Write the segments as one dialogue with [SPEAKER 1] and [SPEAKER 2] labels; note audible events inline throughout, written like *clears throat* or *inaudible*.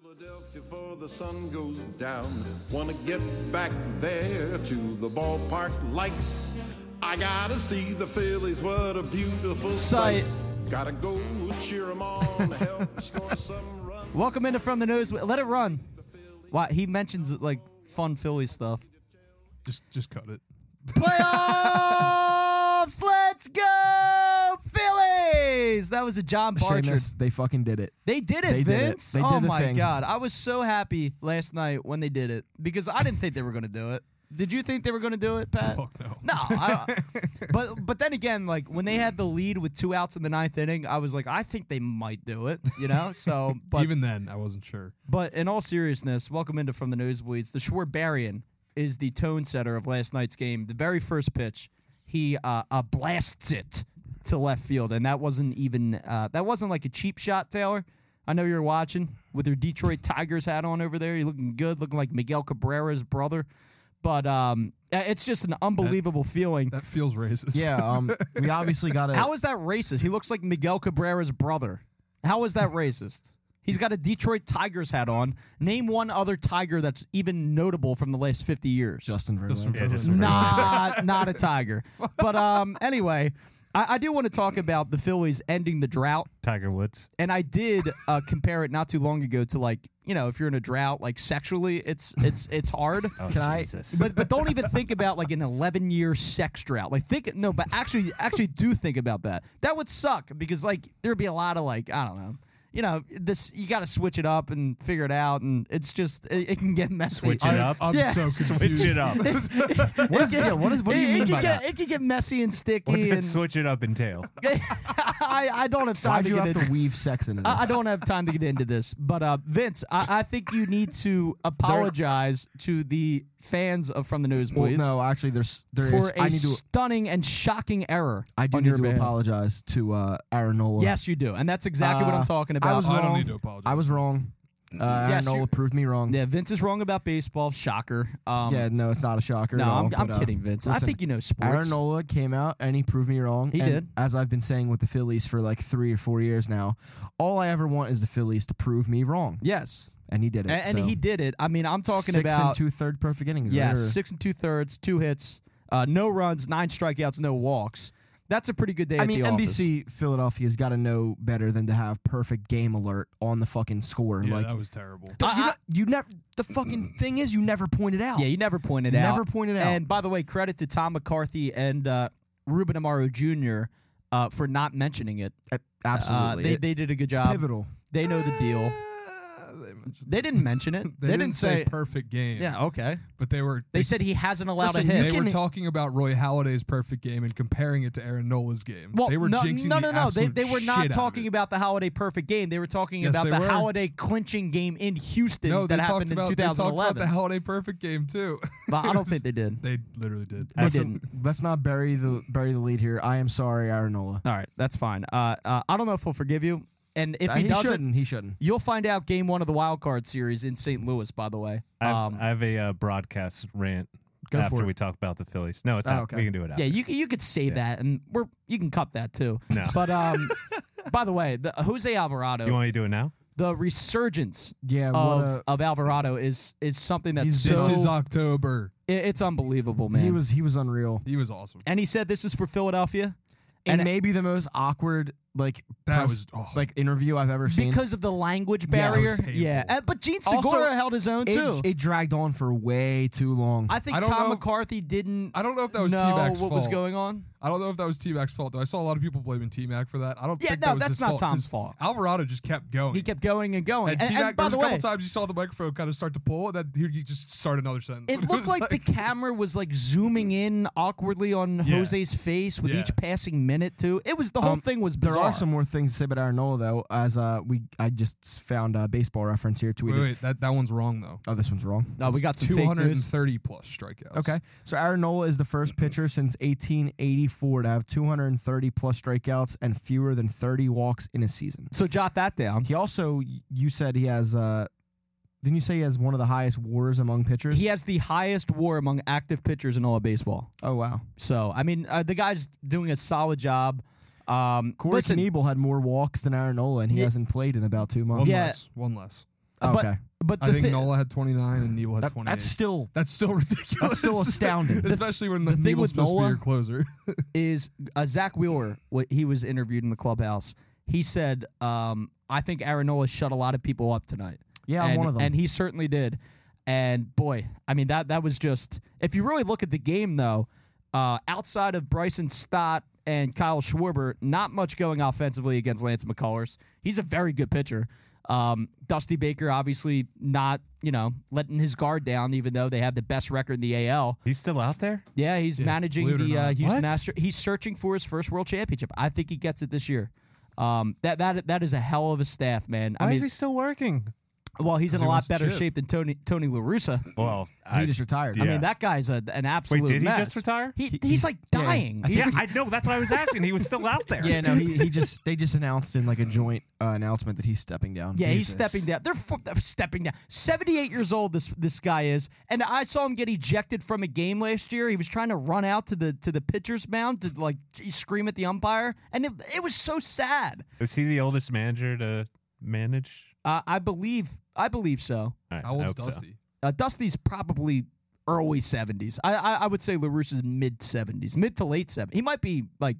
[SPEAKER 1] Philadelphia before the sun goes down. Wanna get back there to the ballpark lights. I gotta see the Phillies, what a beautiful sight.
[SPEAKER 2] Sight.
[SPEAKER 1] Gotta go cheer 'em on, help *laughs* score some runs.
[SPEAKER 2] Welcome into From the News. Let it run. Why he mentions like fun Philly
[SPEAKER 3] *laughs*
[SPEAKER 2] stuff.
[SPEAKER 4] Just just cut it.
[SPEAKER 2] Playoffs, let's go Phillies! That was a John
[SPEAKER 3] Seamus,
[SPEAKER 2] Barcher.
[SPEAKER 3] they fucking did it.
[SPEAKER 2] They did it,
[SPEAKER 3] They did it.
[SPEAKER 2] Vince.
[SPEAKER 3] They did
[SPEAKER 2] oh
[SPEAKER 3] the
[SPEAKER 2] my
[SPEAKER 3] thing.
[SPEAKER 2] god, I was so happy last night when they did it because I didn't think they were gonna do it. Did you think they were gonna do it, Pat?
[SPEAKER 4] Fuck no.
[SPEAKER 2] No,
[SPEAKER 3] *laughs*
[SPEAKER 2] I, but but then again, like when they had the lead with two outs in the ninth inning, I was like, I think they might do it, you know.
[SPEAKER 3] *laughs*
[SPEAKER 2] So, but
[SPEAKER 4] Even then, I wasn't sure.
[SPEAKER 2] but in all seriousness, welcome into From the Newsweeds. The Schwerbarian is the tone setter of last night's game. The very first pitch, he uh, uh, blasts it to left field, and that wasn't even uh, that wasn't like a cheap shot, Taylor. I know you're watching with your Detroit Tigers hat on over there. You're looking good, looking like Miguel Cabrera's brother. But um, uh, it's just an unbelievable feeling.
[SPEAKER 4] That feels racist. *laughs*
[SPEAKER 3] Yeah, um, we obviously got to.
[SPEAKER 2] How is that racist? He looks like Miguel Cabrera's brother. How is that racist? He's got a Detroit Tigers hat on. Name one other Tiger that's even notable from the last 50 years.
[SPEAKER 3] Justin
[SPEAKER 4] Justin
[SPEAKER 3] Verlander.
[SPEAKER 4] Verlander.
[SPEAKER 2] not, not a
[SPEAKER 5] *laughs*
[SPEAKER 2] Tiger. But um, anyway, I, I do want to talk about the Phillies ending the drought.
[SPEAKER 5] Tiger Woods.
[SPEAKER 2] And I did uh, compare it not too long ago to like, you know, if you're in a drought, like sexually, it's it's it's hard.
[SPEAKER 5] Oh,
[SPEAKER 3] Can I-
[SPEAKER 5] Jesus.
[SPEAKER 2] but but don't even think about like an 11 year sex drought. Like think no, but actually actually do think about that. That would suck because like there'd be a lot of like I don't know. You know, this you got to switch it up and figure it out, and it's just it, it can get messy.
[SPEAKER 5] Switch it
[SPEAKER 4] I'm,
[SPEAKER 5] up.
[SPEAKER 4] I'm
[SPEAKER 2] Yeah.
[SPEAKER 4] so confused.
[SPEAKER 5] Switch it up.
[SPEAKER 2] What is
[SPEAKER 3] yeah, what is- what do you mean
[SPEAKER 2] it can
[SPEAKER 3] by
[SPEAKER 2] get, It can get messy and
[SPEAKER 5] What
[SPEAKER 2] sticky.
[SPEAKER 5] does
[SPEAKER 2] and,
[SPEAKER 5] switch it up entail?
[SPEAKER 2] *laughs* I I don't have time
[SPEAKER 3] Why'd
[SPEAKER 2] to
[SPEAKER 3] you
[SPEAKER 2] get Uh,
[SPEAKER 3] have
[SPEAKER 2] into.
[SPEAKER 3] to weave sex into this?
[SPEAKER 2] I I don't have time to get into this, but uh, Vince, I, I think you need to apologize to the fans of From the News
[SPEAKER 3] Well,
[SPEAKER 2] Boys
[SPEAKER 3] no, actually, there's there
[SPEAKER 2] uh, for
[SPEAKER 3] is.
[SPEAKER 2] a
[SPEAKER 3] I need to.
[SPEAKER 2] stunning and shocking error.
[SPEAKER 3] I do
[SPEAKER 2] on
[SPEAKER 3] need
[SPEAKER 2] your
[SPEAKER 3] to
[SPEAKER 2] behalf.
[SPEAKER 3] apologize to uh, Aaron Nola.
[SPEAKER 2] Yes, you do, and that's exactly what
[SPEAKER 3] Uh,
[SPEAKER 2] I'm talking about. Um,
[SPEAKER 3] I was
[SPEAKER 4] I don't
[SPEAKER 3] wrong.
[SPEAKER 4] need to apologize.
[SPEAKER 3] I was wrong. Uh, Aaron
[SPEAKER 2] Yes, you-
[SPEAKER 3] Nola proved me wrong.
[SPEAKER 2] yeah, Vince is wrong about baseball. Shocker. Um,
[SPEAKER 3] Yeah, no, it's not a shocker.
[SPEAKER 2] no,
[SPEAKER 3] at all,
[SPEAKER 2] I'm, I'm
[SPEAKER 3] but, uh,
[SPEAKER 2] kidding, Vince. I
[SPEAKER 3] listen,
[SPEAKER 2] think you know sports.
[SPEAKER 3] Aaron Nola came out and he proved me wrong.
[SPEAKER 2] He
[SPEAKER 3] and
[SPEAKER 2] did.
[SPEAKER 3] As I've been saying with the Phillies for like three or four years now, all I ever want is the Phillies to prove me wrong,
[SPEAKER 2] Yes,
[SPEAKER 3] and he did it.
[SPEAKER 2] and, and
[SPEAKER 3] so.
[SPEAKER 2] he did it. I mean, I'm talking
[SPEAKER 3] six
[SPEAKER 2] about
[SPEAKER 3] and two third perfect innings.
[SPEAKER 2] yeah,
[SPEAKER 3] right? Or-
[SPEAKER 2] six and two thirds, two hits, uh, no runs, nine strikeouts, no walks. That's a pretty good day.
[SPEAKER 3] I
[SPEAKER 2] at
[SPEAKER 3] mean,
[SPEAKER 2] the office.
[SPEAKER 3] NBC Philadelphia's got to know better than to have perfect game alert on the fucking score.
[SPEAKER 4] Yeah,
[SPEAKER 3] like
[SPEAKER 4] that was terrible.
[SPEAKER 3] Dude,
[SPEAKER 2] I-
[SPEAKER 3] you,
[SPEAKER 2] I-
[SPEAKER 3] not- you never.
[SPEAKER 4] *clears throat*
[SPEAKER 3] The fucking thing is, you never pointed out.
[SPEAKER 2] Yeah, you never pointed out.
[SPEAKER 3] Never pointed out.
[SPEAKER 2] And by the way, credit to Tom McCarthy and uh, Ruben Amaro Jr. Uh, for not mentioning it.
[SPEAKER 3] A-
[SPEAKER 2] Uh,
[SPEAKER 3] absolutely.
[SPEAKER 2] they,
[SPEAKER 3] It-
[SPEAKER 2] they did a good
[SPEAKER 3] it's
[SPEAKER 2] job.
[SPEAKER 3] pivotal.
[SPEAKER 2] They know the deal.
[SPEAKER 4] Uh, they, mentioned-
[SPEAKER 2] They didn't mention it.
[SPEAKER 4] *laughs* they didn't say perfect game.
[SPEAKER 2] Yeah, okay.
[SPEAKER 4] But they were
[SPEAKER 2] They said he hasn't allowed
[SPEAKER 3] Listen,
[SPEAKER 2] a hit.
[SPEAKER 4] they were
[SPEAKER 3] can-
[SPEAKER 4] talking about Roy Halladay's perfect game and comparing it to Aaron Nola's game.
[SPEAKER 2] well,
[SPEAKER 4] they were
[SPEAKER 2] no,
[SPEAKER 4] jinxing
[SPEAKER 2] no, no, no.
[SPEAKER 4] the
[SPEAKER 2] They,
[SPEAKER 4] absolute
[SPEAKER 2] they were
[SPEAKER 4] shit out
[SPEAKER 2] not
[SPEAKER 4] of
[SPEAKER 2] talking
[SPEAKER 4] it.
[SPEAKER 2] about the Holiday perfect game. They were talking
[SPEAKER 4] Yes,
[SPEAKER 2] about
[SPEAKER 4] they
[SPEAKER 2] the
[SPEAKER 4] were.
[SPEAKER 2] Holiday clinching game in Houston
[SPEAKER 4] No, they
[SPEAKER 2] that
[SPEAKER 4] talked
[SPEAKER 2] happened
[SPEAKER 4] about
[SPEAKER 2] in
[SPEAKER 4] they talked about
[SPEAKER 2] 2011.
[SPEAKER 4] the Holiday perfect game too. *laughs*
[SPEAKER 2] but I don't think they did.
[SPEAKER 4] they literally did.
[SPEAKER 2] I
[SPEAKER 3] Listen,
[SPEAKER 2] didn't.
[SPEAKER 3] Let's not bury the bury the lead here. I am sorry, Aaron Nola.
[SPEAKER 2] All right, that's fine. Uh, uh, I don't know if he'll forgive you, and if
[SPEAKER 3] Uh,
[SPEAKER 2] he,
[SPEAKER 3] he
[SPEAKER 2] doesn't,
[SPEAKER 3] shouldn't. He shouldn't.
[SPEAKER 2] You'll find out game one of the wild card series in St. Louis, by the way.
[SPEAKER 5] I have,
[SPEAKER 2] Um,
[SPEAKER 5] I have a uh, broadcast rant
[SPEAKER 3] Go for
[SPEAKER 5] after
[SPEAKER 3] it.
[SPEAKER 5] we talk about the Phillies. No, it's
[SPEAKER 3] Oh,
[SPEAKER 5] out.
[SPEAKER 3] okay.
[SPEAKER 5] we can do it. After.
[SPEAKER 2] yeah, you c- you could save that, and we're you can cut that too.
[SPEAKER 5] No.
[SPEAKER 2] *laughs* But um, by the way, the Jose Alvarado,
[SPEAKER 5] You want me to do it now?
[SPEAKER 2] the resurgence
[SPEAKER 3] Yeah, what
[SPEAKER 2] of, of Alvarado is is something that's
[SPEAKER 3] He's-
[SPEAKER 2] so
[SPEAKER 4] this is October.
[SPEAKER 2] i- it's unbelievable,
[SPEAKER 3] a,
[SPEAKER 2] man.
[SPEAKER 3] he was he was unreal.
[SPEAKER 4] He was awesome.
[SPEAKER 2] and he said this is for Philadelphia
[SPEAKER 3] And,
[SPEAKER 2] And-
[SPEAKER 3] maybe the most awkward like
[SPEAKER 4] That
[SPEAKER 3] press-
[SPEAKER 4] was oh,
[SPEAKER 3] like interview I've ever seen.
[SPEAKER 2] because of the language
[SPEAKER 3] that was
[SPEAKER 2] barrier.
[SPEAKER 4] painful.
[SPEAKER 2] yeah, Uh, but Gene
[SPEAKER 3] Also,
[SPEAKER 2] Segura held his own too.
[SPEAKER 3] it, it dragged on for way too long.
[SPEAKER 2] I think
[SPEAKER 4] I don't
[SPEAKER 2] Tom
[SPEAKER 4] know if-
[SPEAKER 2] McCarthy didn't.
[SPEAKER 4] I don't know if that was
[SPEAKER 2] know
[SPEAKER 4] T-Mac's
[SPEAKER 2] what
[SPEAKER 4] fault.
[SPEAKER 2] was going on.
[SPEAKER 4] I don't know if that was T-Mac's fault though. I saw a lot of people blaming T-Mac for that. I don't
[SPEAKER 2] Yeah,
[SPEAKER 4] think
[SPEAKER 2] no,
[SPEAKER 4] that was
[SPEAKER 2] that's
[SPEAKER 4] his
[SPEAKER 2] not
[SPEAKER 4] fault.
[SPEAKER 2] Tom's
[SPEAKER 4] 'cause
[SPEAKER 2] fault.
[SPEAKER 4] Alvarado just kept going.
[SPEAKER 2] He kept going and going.
[SPEAKER 4] And,
[SPEAKER 2] and,
[SPEAKER 4] T-Mac,
[SPEAKER 2] and
[SPEAKER 4] there
[SPEAKER 2] by
[SPEAKER 4] was
[SPEAKER 2] the
[SPEAKER 4] a
[SPEAKER 2] way,
[SPEAKER 4] couple times you saw the microphone kind of start to pull, and then he'd just start another *laughs* sentence.
[SPEAKER 2] It looked
[SPEAKER 4] was
[SPEAKER 2] like, the camera was like zooming in awkwardly on
[SPEAKER 4] Yeah.
[SPEAKER 2] Jose's face with
[SPEAKER 4] Yeah.
[SPEAKER 2] each passing minute too. It was the whole
[SPEAKER 3] Um,
[SPEAKER 2] thing was
[SPEAKER 3] There
[SPEAKER 2] bizarre.
[SPEAKER 3] are some more things to say about Aaron Nola though. As uh, we, I just found a baseball reference here tweeted.
[SPEAKER 4] Wait, wait, that, that one's wrong though.
[SPEAKER 3] Oh, this one's wrong.
[SPEAKER 2] No, we got some fake news.
[SPEAKER 4] 230 plus strikeouts.
[SPEAKER 3] Okay, so Aaron Nola is the first pitcher since 1884 to have 230 plus strikeouts and fewer than 30 walks in a season.
[SPEAKER 2] So jot that down.
[SPEAKER 3] He also, you said he has. Uh, didn't you say he has one of the highest WARs among pitchers?
[SPEAKER 2] He has the highest WAR among active pitchers in all of baseball.
[SPEAKER 3] oh wow,
[SPEAKER 2] So I mean, uh, the guy's doing a solid job. Um,
[SPEAKER 3] Corey
[SPEAKER 2] listen,
[SPEAKER 3] Knebel had more walks than Aaron Nola, and he
[SPEAKER 2] Yeah.
[SPEAKER 3] hasn't played in about two
[SPEAKER 4] One
[SPEAKER 3] months.
[SPEAKER 2] Yeah.
[SPEAKER 4] less. One less.
[SPEAKER 3] okay,
[SPEAKER 2] but But the
[SPEAKER 4] I think
[SPEAKER 2] thi-
[SPEAKER 4] Nola had 29 and Neville had
[SPEAKER 3] That-
[SPEAKER 4] 28.
[SPEAKER 3] that's still
[SPEAKER 4] That's still ridiculous.
[SPEAKER 3] That's
[SPEAKER 4] *laughs*
[SPEAKER 3] still astounding.
[SPEAKER 4] Especially when
[SPEAKER 2] The
[SPEAKER 4] the
[SPEAKER 2] thing
[SPEAKER 4] Neville's
[SPEAKER 2] with
[SPEAKER 4] supposed to
[SPEAKER 2] Nola-
[SPEAKER 4] be your closer. *laughs*
[SPEAKER 2] is uh, Zach Wheeler. What he was interviewed in the clubhouse. He said, um, "I think Aaron Nola shut a lot of people up tonight."
[SPEAKER 3] Yeah, I'm
[SPEAKER 2] and,
[SPEAKER 3] one of them.
[SPEAKER 2] and he certainly did. And boy, I mean that that was just. If you really look at the game, though, uh, outside of Bryson Stott and Kyle Schwarber, not much going offensively against Lance McCullers. He's a very good pitcher. Um, Dusty Baker obviously not, you know, letting his guard down, even though they have the best record in the AL.
[SPEAKER 5] He's still out there?
[SPEAKER 2] Yeah, he's managing
[SPEAKER 4] believe it or
[SPEAKER 2] the uh,
[SPEAKER 4] not.
[SPEAKER 2] Houston
[SPEAKER 5] What?
[SPEAKER 2] Astros. He's searching for his first World Championship. I think he gets it this year. Um, that that that is a hell of a staff, man.
[SPEAKER 5] Why
[SPEAKER 2] I mean,
[SPEAKER 5] is he still working?
[SPEAKER 2] well, he's in a
[SPEAKER 4] he
[SPEAKER 2] lot
[SPEAKER 4] wants to
[SPEAKER 2] better
[SPEAKER 4] chip.
[SPEAKER 2] shape than Tony Tony La Russa.
[SPEAKER 5] Well,
[SPEAKER 3] he just retired.
[SPEAKER 5] yeah.
[SPEAKER 2] I mean, that guy's a, an absolute.
[SPEAKER 5] did he
[SPEAKER 2] mess.
[SPEAKER 5] just retire?
[SPEAKER 2] He,
[SPEAKER 3] He-
[SPEAKER 2] he's,
[SPEAKER 3] he's-
[SPEAKER 2] like
[SPEAKER 3] yeah,
[SPEAKER 2] dying.
[SPEAKER 3] I
[SPEAKER 2] He-
[SPEAKER 5] yeah, I know. That's what I was asking. He was still out
[SPEAKER 2] *laughs*
[SPEAKER 5] there.
[SPEAKER 3] *laughs* Yeah, no, he, he just they just announced in like a joint uh, announcement that he's stepping down.
[SPEAKER 2] yeah, he's
[SPEAKER 3] Jesus.
[SPEAKER 2] stepping down. They're, fu- they're stepping down. Seventy-eight years old. This this guy is, and I saw him get ejected from a game last year. He was trying to run out to the to the pitcher's mound to like scream at the umpire, and it, it was so sad.
[SPEAKER 5] Is he the oldest manager to manage?
[SPEAKER 2] Uh, I believe I believe so.
[SPEAKER 5] All right,
[SPEAKER 4] How
[SPEAKER 5] I
[SPEAKER 4] old's
[SPEAKER 5] hope so.
[SPEAKER 4] Dusty?
[SPEAKER 2] Uh, Dusty's probably early seventies. I, I I would say LaRusse's mid seventies, mid to late seventies. He might be like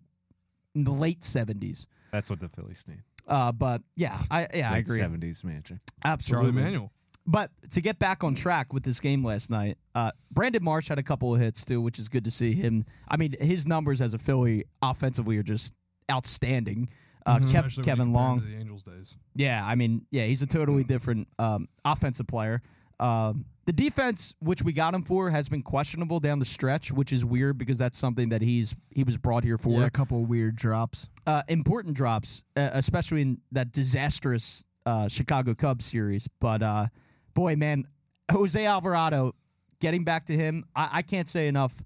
[SPEAKER 2] in the late seventies.
[SPEAKER 5] That's what the Phillies need.
[SPEAKER 2] Uh, but yeah, I yeah I
[SPEAKER 5] Late
[SPEAKER 2] agree.
[SPEAKER 5] 70s manager.
[SPEAKER 2] Absolutely.
[SPEAKER 4] Charlie Manuel.
[SPEAKER 2] But to get back on track with this game last night, uh, Brandon Marsh had a couple of hits too, which is good to see him. I mean, his numbers as a Philly offensively are just outstanding. Uh, Kev-
[SPEAKER 4] Mm-hmm. Especially when you
[SPEAKER 2] Kevin
[SPEAKER 4] compare him
[SPEAKER 2] Long,
[SPEAKER 4] to The Angels days.
[SPEAKER 2] Yeah, I mean, yeah, he's a totally different um, offensive player. Um, the defense, which we got him for, has been questionable down the stretch, which is weird because that's something that he's he was brought here for.
[SPEAKER 3] Yeah, a couple of weird drops.
[SPEAKER 2] Uh, important drops, uh, especially in that disastrous uh, Chicago Cubs series. But uh, boy, man, *laughs* Jose Alvarado, getting back to him, I, I can't say enough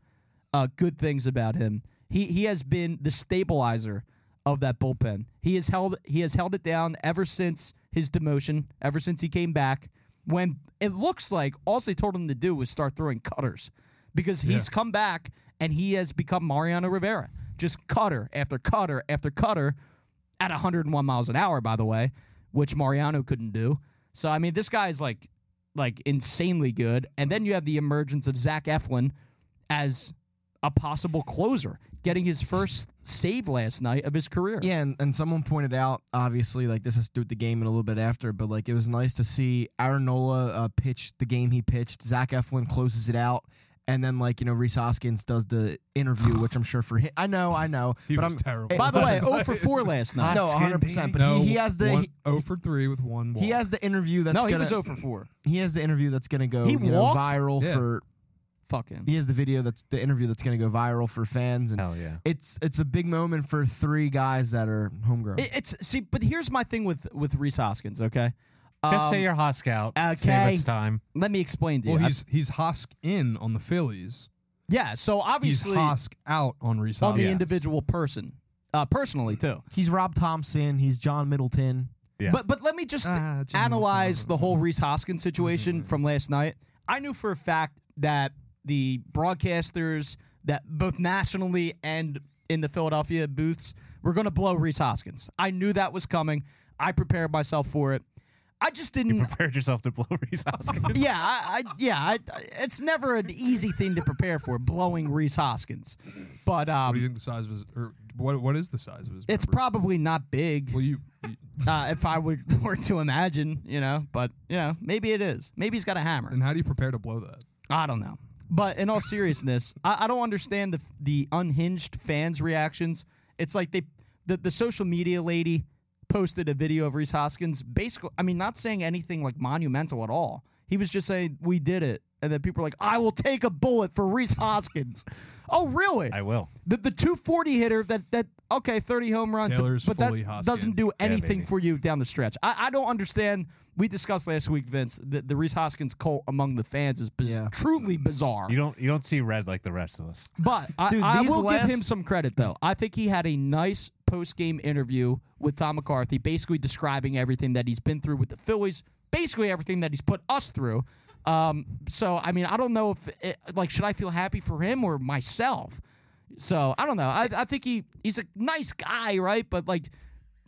[SPEAKER 2] uh, good things about him. He he has been the stabilizer of that bullpen. He has held he has held it down ever since his demotion, ever since he came back. When it looks like all they told him to do was start throwing cutters, because he's come back and he has become Mariano Rivera, just cutter after cutter after cutter, at 101 miles an hour, by the way, which Mariano couldn't do. So I mean, this guy's like like insanely good. And then you have the emergence of Zach Eflin as a possible closer, getting his first save last night of his career.
[SPEAKER 3] Yeah, and, and someone pointed out, obviously, like this has to do with the game and a little bit after, but like it was nice to see Aaron Nola uh, pitch the game he pitched. Zach Eflin closes it out. And then, like, you know, Reese Hoskins does the interview, which I'm sure for him. I know, I know.
[SPEAKER 4] He
[SPEAKER 3] but
[SPEAKER 4] was
[SPEAKER 3] I'm,
[SPEAKER 4] terrible.
[SPEAKER 2] By the way,
[SPEAKER 3] *laughs*
[SPEAKER 2] 0
[SPEAKER 4] Last
[SPEAKER 2] for 4 last night.
[SPEAKER 3] No,
[SPEAKER 5] Hoskin,
[SPEAKER 3] 100%. But
[SPEAKER 4] no,
[SPEAKER 3] he, he has the.
[SPEAKER 4] one,
[SPEAKER 3] he-
[SPEAKER 4] 0 for 3 with one walk.
[SPEAKER 3] He has the interview that's
[SPEAKER 2] no, he
[SPEAKER 3] gonna
[SPEAKER 2] was 0 for 4.
[SPEAKER 3] he has the interview that's gonna go
[SPEAKER 2] He
[SPEAKER 3] you know,
[SPEAKER 2] walked?
[SPEAKER 3] viral
[SPEAKER 4] Yeah.
[SPEAKER 3] for
[SPEAKER 2] Fucking.
[SPEAKER 3] he has the video that's the interview that's gonna go viral for fans and
[SPEAKER 5] Hell yeah.
[SPEAKER 3] it's it's a big moment for three guys that are homegrown.
[SPEAKER 2] It- it's see, but here's my thing with with Reese Hoskins. Okay,
[SPEAKER 5] Just say
[SPEAKER 2] Um,
[SPEAKER 5] you're Hoskout.
[SPEAKER 2] okay.
[SPEAKER 5] Save us time. *laughs*
[SPEAKER 2] let me explain to you.
[SPEAKER 4] Well,
[SPEAKER 2] I-
[SPEAKER 4] he's he's Hosk in on the Phillies.
[SPEAKER 2] yeah, so
[SPEAKER 4] He's
[SPEAKER 2] obviously on
[SPEAKER 4] Hosk out on Reese.
[SPEAKER 2] the
[SPEAKER 4] Hoskins.
[SPEAKER 5] Yes.
[SPEAKER 2] individual person, uh, personally
[SPEAKER 4] Mm-hmm.
[SPEAKER 2] too.
[SPEAKER 3] He's Rob Thompson. He's John Middleton.
[SPEAKER 5] Yeah.
[SPEAKER 2] But but let me just
[SPEAKER 4] Ah, Jim
[SPEAKER 2] analyze
[SPEAKER 4] Wilson.
[SPEAKER 2] the whole Reese Hoskins situation
[SPEAKER 4] Mm-hmm.
[SPEAKER 2] from last night. I knew for a fact that the broadcasters that both nationally and in the Philadelphia booths were going to blow Reese Hoskins. I knew that was coming. I prepared myself for it. I just didn't.
[SPEAKER 5] Prepared yourself to blow Reese
[SPEAKER 2] *laughs*
[SPEAKER 5] Hoskins.
[SPEAKER 2] yeah, I, I yeah, I, it's never an easy thing to prepare for blowing Reese Hoskins, but
[SPEAKER 4] What do you
[SPEAKER 2] um,
[SPEAKER 4] think the size of his? Or what what is the size of his?
[SPEAKER 2] it's
[SPEAKER 4] member?
[SPEAKER 2] probably not big.
[SPEAKER 4] Well, you, you
[SPEAKER 2] uh, if I were, *laughs* were to imagine, you know. But you know, maybe it is. Maybe he's got a hammer.
[SPEAKER 4] and how do you prepare to blow that?
[SPEAKER 2] I don't know. But in all seriousness, *laughs* I, I don't understand the the unhinged fans' reactions. It's like they the, the social media lady posted a video of Reese Hoskins. Basically, I mean, not saying anything like monumental at all. He was just saying we did it, and then people are like, "I will take a bullet for Reese Hoskins." oh, really?
[SPEAKER 5] I will.
[SPEAKER 2] The the 240 hitter that that okay 30 home runs,
[SPEAKER 4] Taylor's
[SPEAKER 2] but
[SPEAKER 4] fully
[SPEAKER 2] that
[SPEAKER 4] Hoskin.
[SPEAKER 2] doesn't do anything
[SPEAKER 5] baby.
[SPEAKER 2] for you down the stretch. I, I don't understand. We discussed last week, Vince, the, the Reese Hoskins cult among the fans is biz-
[SPEAKER 3] Yeah.
[SPEAKER 2] truly bizarre.
[SPEAKER 5] You don't you don't see red like the rest of us.
[SPEAKER 2] But I,
[SPEAKER 3] Dude,
[SPEAKER 2] I
[SPEAKER 3] these
[SPEAKER 2] will
[SPEAKER 3] last-
[SPEAKER 2] give him some credit though. I think he had a nice post game interview with Tom McCarthy, basically describing everything that he's been through with the Phillies, basically everything that he's put us through. Um, so I mean, I don't know if it, like should I feel happy for him or myself. So I don't know. I, I think he he's a nice guy, right? But like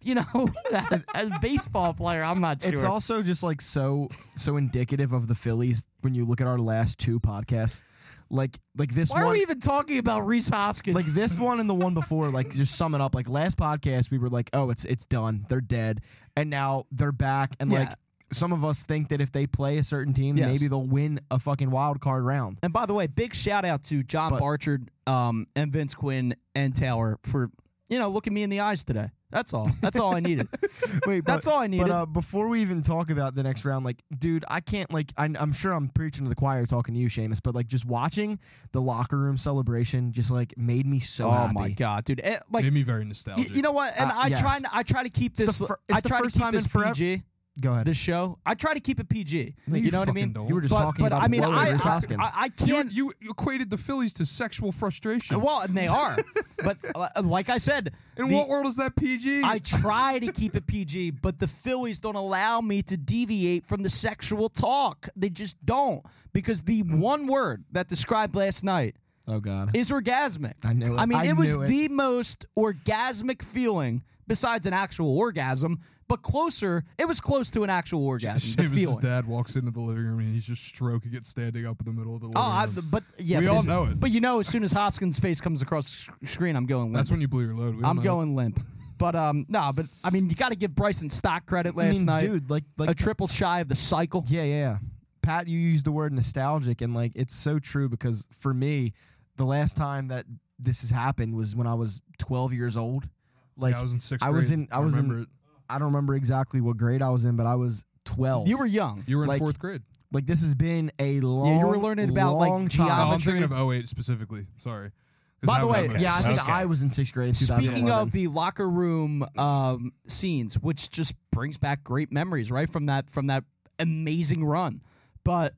[SPEAKER 2] you know, *laughs* as a baseball player, I'm not sure.
[SPEAKER 3] It's also just like so so indicative of the Phillies when you look at our last two podcasts. Like like this
[SPEAKER 2] Why
[SPEAKER 3] one
[SPEAKER 2] are we even talking about Reese Hoskins?
[SPEAKER 3] like this one and the one before, like just sum it up. Like last podcast, we were like, "Oh, it's it's done. They're dead," and now they're back. And
[SPEAKER 2] Yeah.
[SPEAKER 3] like some of us think that if they play a certain team,
[SPEAKER 2] Yes.
[SPEAKER 3] maybe they'll win a fucking wild card round.
[SPEAKER 2] And by the way, big shout out to John
[SPEAKER 3] But-
[SPEAKER 2] Barchard um, and Vince Quinn and Taylor for you know looking me in the eyes today. That's all. That's all I
[SPEAKER 3] *laughs*
[SPEAKER 2] needed.
[SPEAKER 3] Wait,
[SPEAKER 2] That's all I needed.
[SPEAKER 3] But uh, before we even talk about the next round, like, dude, I can't like. I, I'm sure I'm preaching to the choir, talking to you, Seamus. But like, just watching the locker room celebration, just like made me so.
[SPEAKER 2] oh
[SPEAKER 3] happy.
[SPEAKER 2] my god, dude! Eh, like
[SPEAKER 4] Made
[SPEAKER 2] y-
[SPEAKER 4] me very nostalgic.
[SPEAKER 2] you know what? And
[SPEAKER 3] Uh,
[SPEAKER 2] I
[SPEAKER 3] yes.
[SPEAKER 2] try. to- I try to keep
[SPEAKER 3] the
[SPEAKER 2] this.
[SPEAKER 3] fir-
[SPEAKER 2] I
[SPEAKER 3] it's the
[SPEAKER 2] try
[SPEAKER 3] first
[SPEAKER 2] to keep
[SPEAKER 3] time
[SPEAKER 2] this
[SPEAKER 3] in forever-
[SPEAKER 2] PG.
[SPEAKER 3] Go ahead.
[SPEAKER 2] This show. I try to keep it PG. You, know what I
[SPEAKER 4] fucking
[SPEAKER 2] mean?
[SPEAKER 4] don't.
[SPEAKER 3] you were just
[SPEAKER 2] but,
[SPEAKER 3] talking
[SPEAKER 2] but
[SPEAKER 3] about
[SPEAKER 2] I mean,
[SPEAKER 3] the blow
[SPEAKER 2] I,
[SPEAKER 3] Reese
[SPEAKER 2] I,
[SPEAKER 3] Hoskins.
[SPEAKER 2] I, I
[SPEAKER 4] You,
[SPEAKER 2] can't.
[SPEAKER 4] you equated the Phillies to sexual frustration.
[SPEAKER 2] well, and they are.
[SPEAKER 3] *laughs*
[SPEAKER 2] but uh, like I said,
[SPEAKER 4] In
[SPEAKER 2] the-
[SPEAKER 4] what world is that PG?
[SPEAKER 2] I try to keep it PG, but the Phillies don't allow me to deviate from the sexual talk. They just don't. Because the one word that described last night
[SPEAKER 3] oh god.
[SPEAKER 2] is orgasmic.
[SPEAKER 3] I knew it.
[SPEAKER 2] I mean,
[SPEAKER 3] I
[SPEAKER 2] it was
[SPEAKER 3] knew it.
[SPEAKER 2] the most orgasmic feeling besides an actual orgasm, but closer, it was close to an actual orgasm. The
[SPEAKER 4] Davis's
[SPEAKER 2] feeling.
[SPEAKER 4] dad walks into the living room and he's just stroking it standing up in the middle of the living
[SPEAKER 2] Oh, I,
[SPEAKER 4] room.
[SPEAKER 2] but yeah,
[SPEAKER 4] We
[SPEAKER 2] but
[SPEAKER 4] all
[SPEAKER 2] this-
[SPEAKER 4] know it.
[SPEAKER 2] But you know, as soon as Hoskins' face comes across the sc- screen, I'm going.
[SPEAKER 4] That's
[SPEAKER 2] limp.
[SPEAKER 4] when you blew your load. We don't
[SPEAKER 2] I'm
[SPEAKER 4] know.
[SPEAKER 2] going limp. But um, no, but I mean, you got to give Bryson stock credit
[SPEAKER 3] I
[SPEAKER 2] last
[SPEAKER 3] mean,
[SPEAKER 2] night.
[SPEAKER 3] dude, like like
[SPEAKER 2] a triple shy of the cycle.
[SPEAKER 3] Yeah, yeah, yeah. Pat, you used the word nostalgic, and like it's so true because for me, the last time that this has happened was when I was 12 years old. Like
[SPEAKER 4] Yeah, I was in sixth
[SPEAKER 3] I was
[SPEAKER 4] grade.
[SPEAKER 3] in- I was in-
[SPEAKER 4] remember it.
[SPEAKER 3] I don't remember exactly what grade I was in, but I was 12.
[SPEAKER 2] You were young.
[SPEAKER 4] You were in
[SPEAKER 3] like-
[SPEAKER 4] fourth grade.
[SPEAKER 3] like this has been a long.
[SPEAKER 2] you were learning about, like,
[SPEAKER 3] long time.
[SPEAKER 4] Oh, I'm
[SPEAKER 2] geometry.
[SPEAKER 4] thinking of 08 specifically. Sorry. 'Cause
[SPEAKER 2] By
[SPEAKER 4] I
[SPEAKER 2] the
[SPEAKER 4] was
[SPEAKER 2] way,
[SPEAKER 4] in my-
[SPEAKER 3] Yeah, I think
[SPEAKER 5] Okay.
[SPEAKER 3] I was in sixth grade. In
[SPEAKER 2] Speaking
[SPEAKER 3] 2011.
[SPEAKER 2] of the locker room um, scenes, which just brings back great memories, right from that from that amazing run. But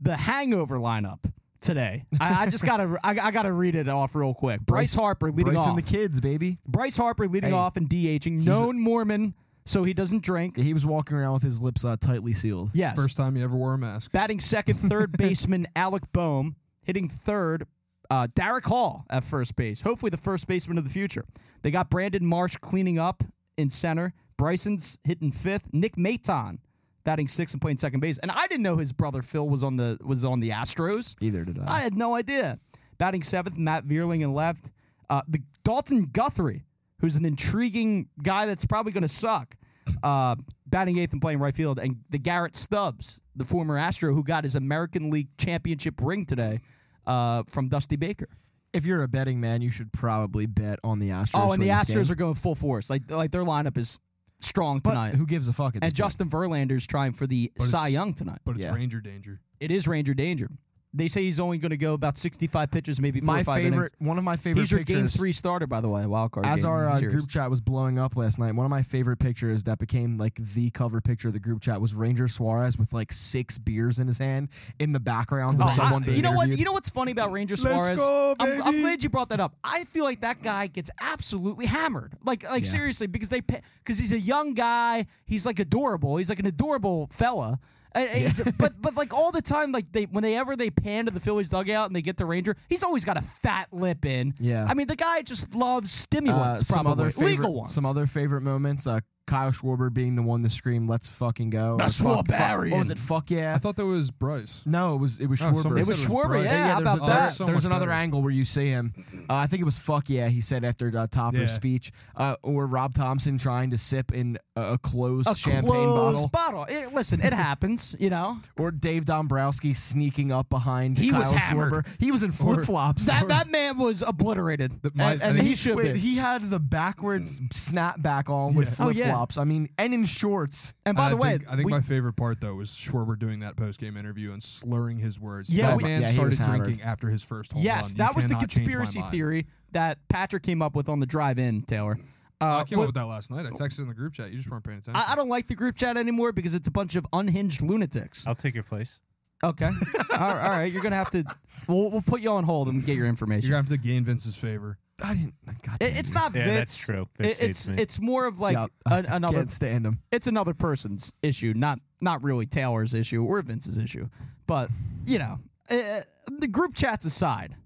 [SPEAKER 2] the Hangover lineup today, I, I just gotta *laughs* I, I gotta read it off real quick. Bryce, Harper leading
[SPEAKER 3] Bryce
[SPEAKER 2] off.
[SPEAKER 3] and the kids, baby,
[SPEAKER 2] Bryce Harper leading
[SPEAKER 3] Hey,
[SPEAKER 2] off and DHing. Known Mormon, so he doesn't drink.
[SPEAKER 3] he was walking around with his lips uh, tightly sealed.
[SPEAKER 2] Yes.
[SPEAKER 4] First time you ever wore a mask.
[SPEAKER 2] Batting second, third baseman Alec Boehm. Hitting third, uh, Derek Hall at first base. Hopefully the first baseman of the future. They got Brandon Marsh cleaning up in center. Bryson's hitting fifth. Nick Maton batting sixth and playing second base. And I didn't know his brother Phil was on the was on the Astros.
[SPEAKER 3] Either did
[SPEAKER 2] I
[SPEAKER 3] I.
[SPEAKER 2] had no idea. Batting seventh, Matt Vierling in left. Uh, the Dalton Guthrie, who's an intriguing guy that's probably going to suck, uh, batting eighth and playing right field. And the Garrett Stubbs, the former Astro, who got his American League championship ring today uh, from Dusty Baker.
[SPEAKER 3] if you're a betting man, you should probably bet on the Astros.
[SPEAKER 2] Oh, and the
[SPEAKER 3] winning this
[SPEAKER 2] Astros
[SPEAKER 3] game.
[SPEAKER 2] are going full force. Like like their lineup is strong
[SPEAKER 3] But
[SPEAKER 2] tonight.
[SPEAKER 3] who gives a fuck?
[SPEAKER 2] and
[SPEAKER 3] At this point?
[SPEAKER 2] Justin Verlander's trying for the
[SPEAKER 4] But
[SPEAKER 2] Cy
[SPEAKER 4] it's-
[SPEAKER 2] Young tonight.
[SPEAKER 4] But it's
[SPEAKER 3] Yeah.
[SPEAKER 4] Ranger Danger.
[SPEAKER 2] It is Ranger Danger. They say he's only going to go about 65 pitches, maybe four
[SPEAKER 3] my
[SPEAKER 2] or five innings.
[SPEAKER 3] favorite, one of my favorite
[SPEAKER 2] He's your
[SPEAKER 3] pictures.
[SPEAKER 2] game three starter, by the way. Wild card.
[SPEAKER 3] as
[SPEAKER 2] game
[SPEAKER 3] our
[SPEAKER 2] in the
[SPEAKER 3] uh,
[SPEAKER 2] series.
[SPEAKER 3] group chat was blowing up last night, one of my favorite pictures that became like the cover picture of the group chat was Ranger Suarez with like six beers in his hand in the background
[SPEAKER 2] Oh,
[SPEAKER 3] of someone
[SPEAKER 2] I-
[SPEAKER 3] being
[SPEAKER 2] you know what?
[SPEAKER 3] interviewed.
[SPEAKER 2] You know what's funny about Ranger
[SPEAKER 4] Let's
[SPEAKER 2] Suarez?
[SPEAKER 4] go,
[SPEAKER 2] I'm, I'm
[SPEAKER 4] baby.
[SPEAKER 2] glad you brought that up. I feel like that guy gets absolutely hammered. Like, like
[SPEAKER 3] Yeah.
[SPEAKER 2] seriously, because they because he's a young guy. He's like adorable. He's like an adorable fella. And- and it's- but but like all the time, like they whenever they pan to the Phillies dugout and they get the Ranger, he's always got a fat lip in.
[SPEAKER 3] Yeah.
[SPEAKER 2] I mean the guy just loves
[SPEAKER 3] Uh,
[SPEAKER 2] stimulants,
[SPEAKER 3] some
[SPEAKER 2] probably
[SPEAKER 3] other favorite,
[SPEAKER 2] legal ones.
[SPEAKER 3] Some other favorite moments. Uh, Kyle Schwarber being the one to scream, "Let's fucking go!"
[SPEAKER 2] The
[SPEAKER 3] or fuck- fuck-
[SPEAKER 2] Schwarbarian.
[SPEAKER 3] What was it? Fuck yeah!
[SPEAKER 4] I thought that was Bryce.
[SPEAKER 3] no, it was it was
[SPEAKER 4] Oh,
[SPEAKER 3] Schwarber.
[SPEAKER 4] somebody
[SPEAKER 2] It was
[SPEAKER 4] said
[SPEAKER 2] Schwarber,
[SPEAKER 4] Bryce.
[SPEAKER 2] yeah, how
[SPEAKER 3] there's,
[SPEAKER 2] about
[SPEAKER 4] that's
[SPEAKER 2] that?
[SPEAKER 3] there's,
[SPEAKER 4] so
[SPEAKER 3] there's
[SPEAKER 4] much
[SPEAKER 3] another
[SPEAKER 4] better.
[SPEAKER 3] angle where you see him. Uh, I think it was "fuck yeah" he said after uh, Topper's
[SPEAKER 4] Yeah.
[SPEAKER 3] speech, uh, or Rob Thompson trying to sip in a, a closed
[SPEAKER 2] a
[SPEAKER 3] champagne bottle,
[SPEAKER 2] closed bottle. It- listen, it happens. You know
[SPEAKER 3] or Dave Dombrowski sneaking up behind
[SPEAKER 2] He
[SPEAKER 3] Kyle
[SPEAKER 2] was hammered.
[SPEAKER 3] Schwarber. He was in flip flops.
[SPEAKER 2] that that man was obliterated,
[SPEAKER 4] my-
[SPEAKER 2] and,
[SPEAKER 4] I
[SPEAKER 2] and
[SPEAKER 4] think-
[SPEAKER 2] he should
[SPEAKER 3] *laughs* Wait,
[SPEAKER 2] be.
[SPEAKER 3] he had the backwards snap back on with
[SPEAKER 2] Oh,
[SPEAKER 3] flip
[SPEAKER 2] yeah.
[SPEAKER 3] flops. I mean, and in shorts.
[SPEAKER 2] and by
[SPEAKER 4] I
[SPEAKER 2] the way,
[SPEAKER 4] think, I think
[SPEAKER 2] we-
[SPEAKER 4] my favorite part though was Schwarber doing that post game interview and slurring his words.
[SPEAKER 2] Yeah,
[SPEAKER 4] that
[SPEAKER 2] we-
[SPEAKER 4] man
[SPEAKER 3] Yeah, he
[SPEAKER 4] started
[SPEAKER 3] was hammered.
[SPEAKER 4] drinking after his first home
[SPEAKER 2] Yes,
[SPEAKER 4] run. You
[SPEAKER 2] that was the
[SPEAKER 4] cannot change my
[SPEAKER 2] conspiracy
[SPEAKER 4] mind.
[SPEAKER 2] theory that Patrick came up with on the drive in, Taylor. Uh,
[SPEAKER 4] I came
[SPEAKER 2] what-
[SPEAKER 4] up with that last night. I texted in the group chat. You just weren't paying attention.
[SPEAKER 2] I, I don't like the group chat anymore because it's a bunch of unhinged lunatics.
[SPEAKER 5] I'll take your place.
[SPEAKER 4] Oh. *laughs*
[SPEAKER 2] Okay. all, right, all right. You're going to have to. We'll, we'll put you on hold and get your
[SPEAKER 4] You're
[SPEAKER 2] information.
[SPEAKER 4] gonna have to gain Vince's favor.
[SPEAKER 3] I didn't. God damn
[SPEAKER 2] It, it's
[SPEAKER 3] it.
[SPEAKER 2] not
[SPEAKER 5] Yeah,
[SPEAKER 2] Vince.
[SPEAKER 5] that's true.
[SPEAKER 2] It-
[SPEAKER 5] Vince hates
[SPEAKER 2] it's
[SPEAKER 5] me.
[SPEAKER 2] it's more of like
[SPEAKER 3] Yeah,
[SPEAKER 2] an-
[SPEAKER 3] I
[SPEAKER 2] another
[SPEAKER 3] can't stand him.
[SPEAKER 2] it's another person's issue, not not really Taylor's issue or Vince's issue. But you know, uh, the group chats aside,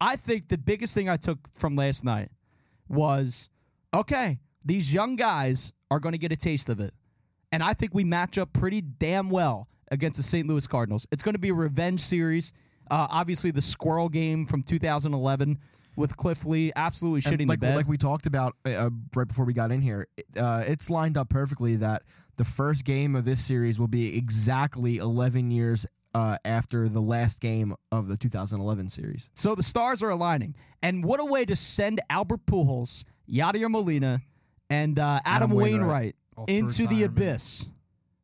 [SPEAKER 2] I think the biggest thing I took from last night was okay. These young guys are going to get a taste of it. And I think we match up pretty damn well against the St. Louis Cardinals. It's going to be a revenge series. Uh, obviously, the squirrel game from 2011 with Cliff Lee absolutely
[SPEAKER 3] And
[SPEAKER 2] shitting
[SPEAKER 3] like,
[SPEAKER 2] the bed.
[SPEAKER 3] Like we talked about uh, uh, right before we got in here, it, uh, it's lined up perfectly that the first game of this series will be exactly 11 years uh, after the last game of the 2011 series.
[SPEAKER 2] So the stars are aligning. And what a way to send Albert Pujols, Yadier Molina, and uh, Adam,
[SPEAKER 3] Adam
[SPEAKER 2] Wainwright,
[SPEAKER 3] Wainwright.
[SPEAKER 2] into the abyss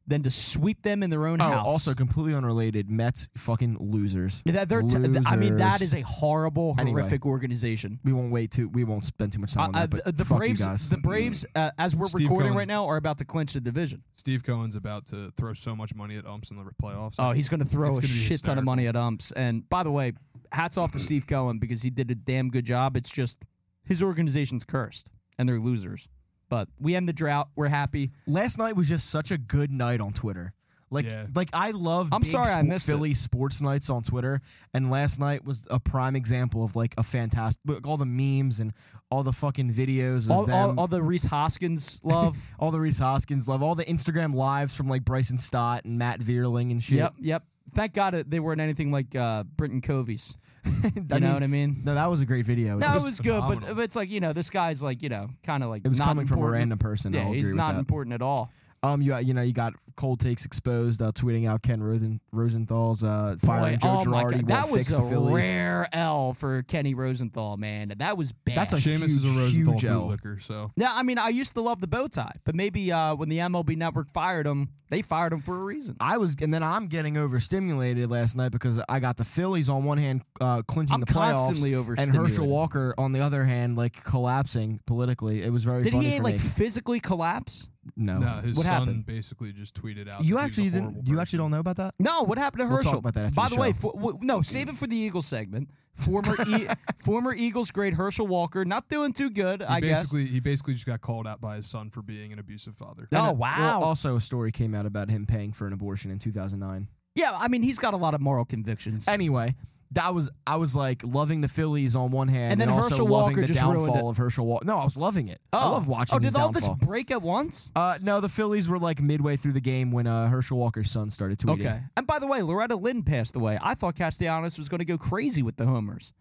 [SPEAKER 2] than to sweep them in their own house.
[SPEAKER 3] Oh, also completely unrelated, Mets fucking losers.
[SPEAKER 2] Yeah, that- they're t- th- I mean, that is
[SPEAKER 3] Losers.
[SPEAKER 2] a horrible,
[SPEAKER 3] Anyway.
[SPEAKER 2] horrific organization.
[SPEAKER 3] We won't wait to. We won't spend too much time on
[SPEAKER 2] Uh, uh,
[SPEAKER 3] that. But
[SPEAKER 2] the, the
[SPEAKER 3] fuck
[SPEAKER 2] Braves,
[SPEAKER 3] you guys.
[SPEAKER 2] the Braves, uh, as we're
[SPEAKER 4] Steve
[SPEAKER 2] recording
[SPEAKER 4] Cohen's-
[SPEAKER 2] right now, are about to clinch the division.
[SPEAKER 4] Steve Cohen's about to throw so much money at umps in the playoffs.
[SPEAKER 2] Oh, he's going to throw
[SPEAKER 4] It's
[SPEAKER 2] a
[SPEAKER 4] gonna be
[SPEAKER 2] shit ton of
[SPEAKER 4] hysterical.
[SPEAKER 2] money at umps. And by the way, hats off to Steve Cohen because he did a damn good job. It's just his organization's cursed and they're losers. But we end the drought. We're happy.
[SPEAKER 3] last night was just such a good night on Twitter. Like,
[SPEAKER 4] Yeah.
[SPEAKER 3] like I love
[SPEAKER 2] I'm
[SPEAKER 3] big
[SPEAKER 2] sorry I
[SPEAKER 3] spo-
[SPEAKER 2] missed
[SPEAKER 3] Philly sports nights on Twitter, and last night was a prime example of like a fantastic, like all the memes and all the fucking videos of
[SPEAKER 2] All,
[SPEAKER 3] them,
[SPEAKER 2] all, all the Reese
[SPEAKER 3] *laughs*
[SPEAKER 2] Hoskins love.
[SPEAKER 3] all the Reese Hoskins love, all the Instagram lives from like Bryson Stott and Matt Vierling and shit. *laughs*
[SPEAKER 2] yep, yep. Thank God it, they weren't anything like uh, Britton Covey's.
[SPEAKER 3] you
[SPEAKER 2] You know what I mean?
[SPEAKER 3] No, that was a great video.
[SPEAKER 2] No, it
[SPEAKER 3] just-
[SPEAKER 2] was good, but,
[SPEAKER 4] phenomenal.
[SPEAKER 2] but it's like you know, this guy's like you know, kind of like
[SPEAKER 3] it was
[SPEAKER 2] not
[SPEAKER 3] coming from a
[SPEAKER 2] important.
[SPEAKER 3] random person.
[SPEAKER 2] Yeah,
[SPEAKER 3] I'll
[SPEAKER 2] he's
[SPEAKER 3] agree with
[SPEAKER 2] not
[SPEAKER 3] that.
[SPEAKER 2] important at all.
[SPEAKER 3] Um, you you know you got cold takes exposed, uh, tweeting out Ken Rosen, Rosenthal's uh,
[SPEAKER 2] Boy,
[SPEAKER 3] firing Joe
[SPEAKER 2] oh my
[SPEAKER 3] Girardi
[SPEAKER 2] God.
[SPEAKER 3] won't
[SPEAKER 2] That was
[SPEAKER 3] fix
[SPEAKER 2] a
[SPEAKER 3] the Phillies.
[SPEAKER 2] rare L for Kenny Rosenthal, man. That was bad.
[SPEAKER 3] That's a
[SPEAKER 4] Seamus is a
[SPEAKER 3] huge,
[SPEAKER 4] Rosenthal
[SPEAKER 3] huge L.
[SPEAKER 4] bootlicker, so
[SPEAKER 2] yeah, I mean, I used to love the bow tie, but maybe uh, when the MLB Network fired him, they fired him for a reason.
[SPEAKER 3] I was, and then I'm getting overstimulated last night because I got the Phillies on one hand uh, clinching
[SPEAKER 2] I'm
[SPEAKER 3] the playoffs,
[SPEAKER 2] constantly
[SPEAKER 3] and
[SPEAKER 2] overstimulated.
[SPEAKER 3] Herschel Walker on the other hand, like collapsing politically. It was very
[SPEAKER 2] Did
[SPEAKER 3] funny
[SPEAKER 2] he
[SPEAKER 3] for
[SPEAKER 2] like
[SPEAKER 3] me.
[SPEAKER 2] physically collapse?
[SPEAKER 3] no.
[SPEAKER 4] no, his
[SPEAKER 2] What
[SPEAKER 4] son
[SPEAKER 2] happened?
[SPEAKER 4] basically just tweeted out. that he's
[SPEAKER 3] you
[SPEAKER 4] a
[SPEAKER 3] actually
[SPEAKER 4] horrible
[SPEAKER 3] didn't. You
[SPEAKER 4] person.
[SPEAKER 3] actually don't know about that.
[SPEAKER 2] No, what happened to
[SPEAKER 3] We'll talk
[SPEAKER 2] Herschel?
[SPEAKER 3] about that after
[SPEAKER 2] By
[SPEAKER 3] the
[SPEAKER 2] the, way,
[SPEAKER 3] show.
[SPEAKER 2] for, w- no, save it for the Eagles segment. Former
[SPEAKER 3] *laughs*
[SPEAKER 2] e- former Eagles great Herschel Walker, not doing too good,
[SPEAKER 4] He
[SPEAKER 2] I guess.
[SPEAKER 4] basically he basically just got called out by his son for being an abusive father.
[SPEAKER 2] Oh,
[SPEAKER 3] And, uh,
[SPEAKER 2] wow.
[SPEAKER 3] Well, also, a story came out about him paying for an abortion in 2009.
[SPEAKER 2] Yeah, I mean, he's got a lot of moral convictions.
[SPEAKER 3] Anyway, that was I was like loving the Phillies on one hand,
[SPEAKER 2] And then
[SPEAKER 3] also
[SPEAKER 2] Herschel
[SPEAKER 3] loving
[SPEAKER 2] Walker
[SPEAKER 3] the
[SPEAKER 2] just ruined
[SPEAKER 3] downfall of Herschel Walker. No, I was loving it. I love watching.
[SPEAKER 2] Oh, did
[SPEAKER 3] his
[SPEAKER 2] all
[SPEAKER 3] downfall.
[SPEAKER 2] this break at once?
[SPEAKER 3] Uh, no, the Phillies were like midway through the game when uh, Herschel Walker's son started tweeting.
[SPEAKER 2] Okay. And by the way, Loretta Lynn passed away. I thought Castellanos was going to go crazy with the homers.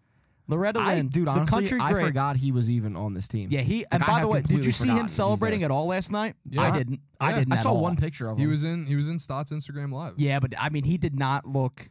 [SPEAKER 2] Loretta
[SPEAKER 3] I,
[SPEAKER 2] Lynn,
[SPEAKER 3] dude, honestly,
[SPEAKER 2] the country
[SPEAKER 3] I
[SPEAKER 2] great.
[SPEAKER 3] forgot he was even on this team.
[SPEAKER 2] Yeah, he. And
[SPEAKER 3] Like, I
[SPEAKER 2] by
[SPEAKER 3] have
[SPEAKER 2] the way, did
[SPEAKER 3] completely
[SPEAKER 2] you see
[SPEAKER 3] forgotten
[SPEAKER 2] him
[SPEAKER 3] he's
[SPEAKER 2] celebrating
[SPEAKER 3] there.
[SPEAKER 2] at all last night?
[SPEAKER 4] Yeah.
[SPEAKER 2] I didn't. I
[SPEAKER 4] Yeah.
[SPEAKER 2] didn't.
[SPEAKER 3] I
[SPEAKER 2] at
[SPEAKER 3] saw
[SPEAKER 2] all.
[SPEAKER 3] one picture of him.
[SPEAKER 4] He was in he was in Stott's Instagram live.
[SPEAKER 2] Yeah, but I mean, he did not look.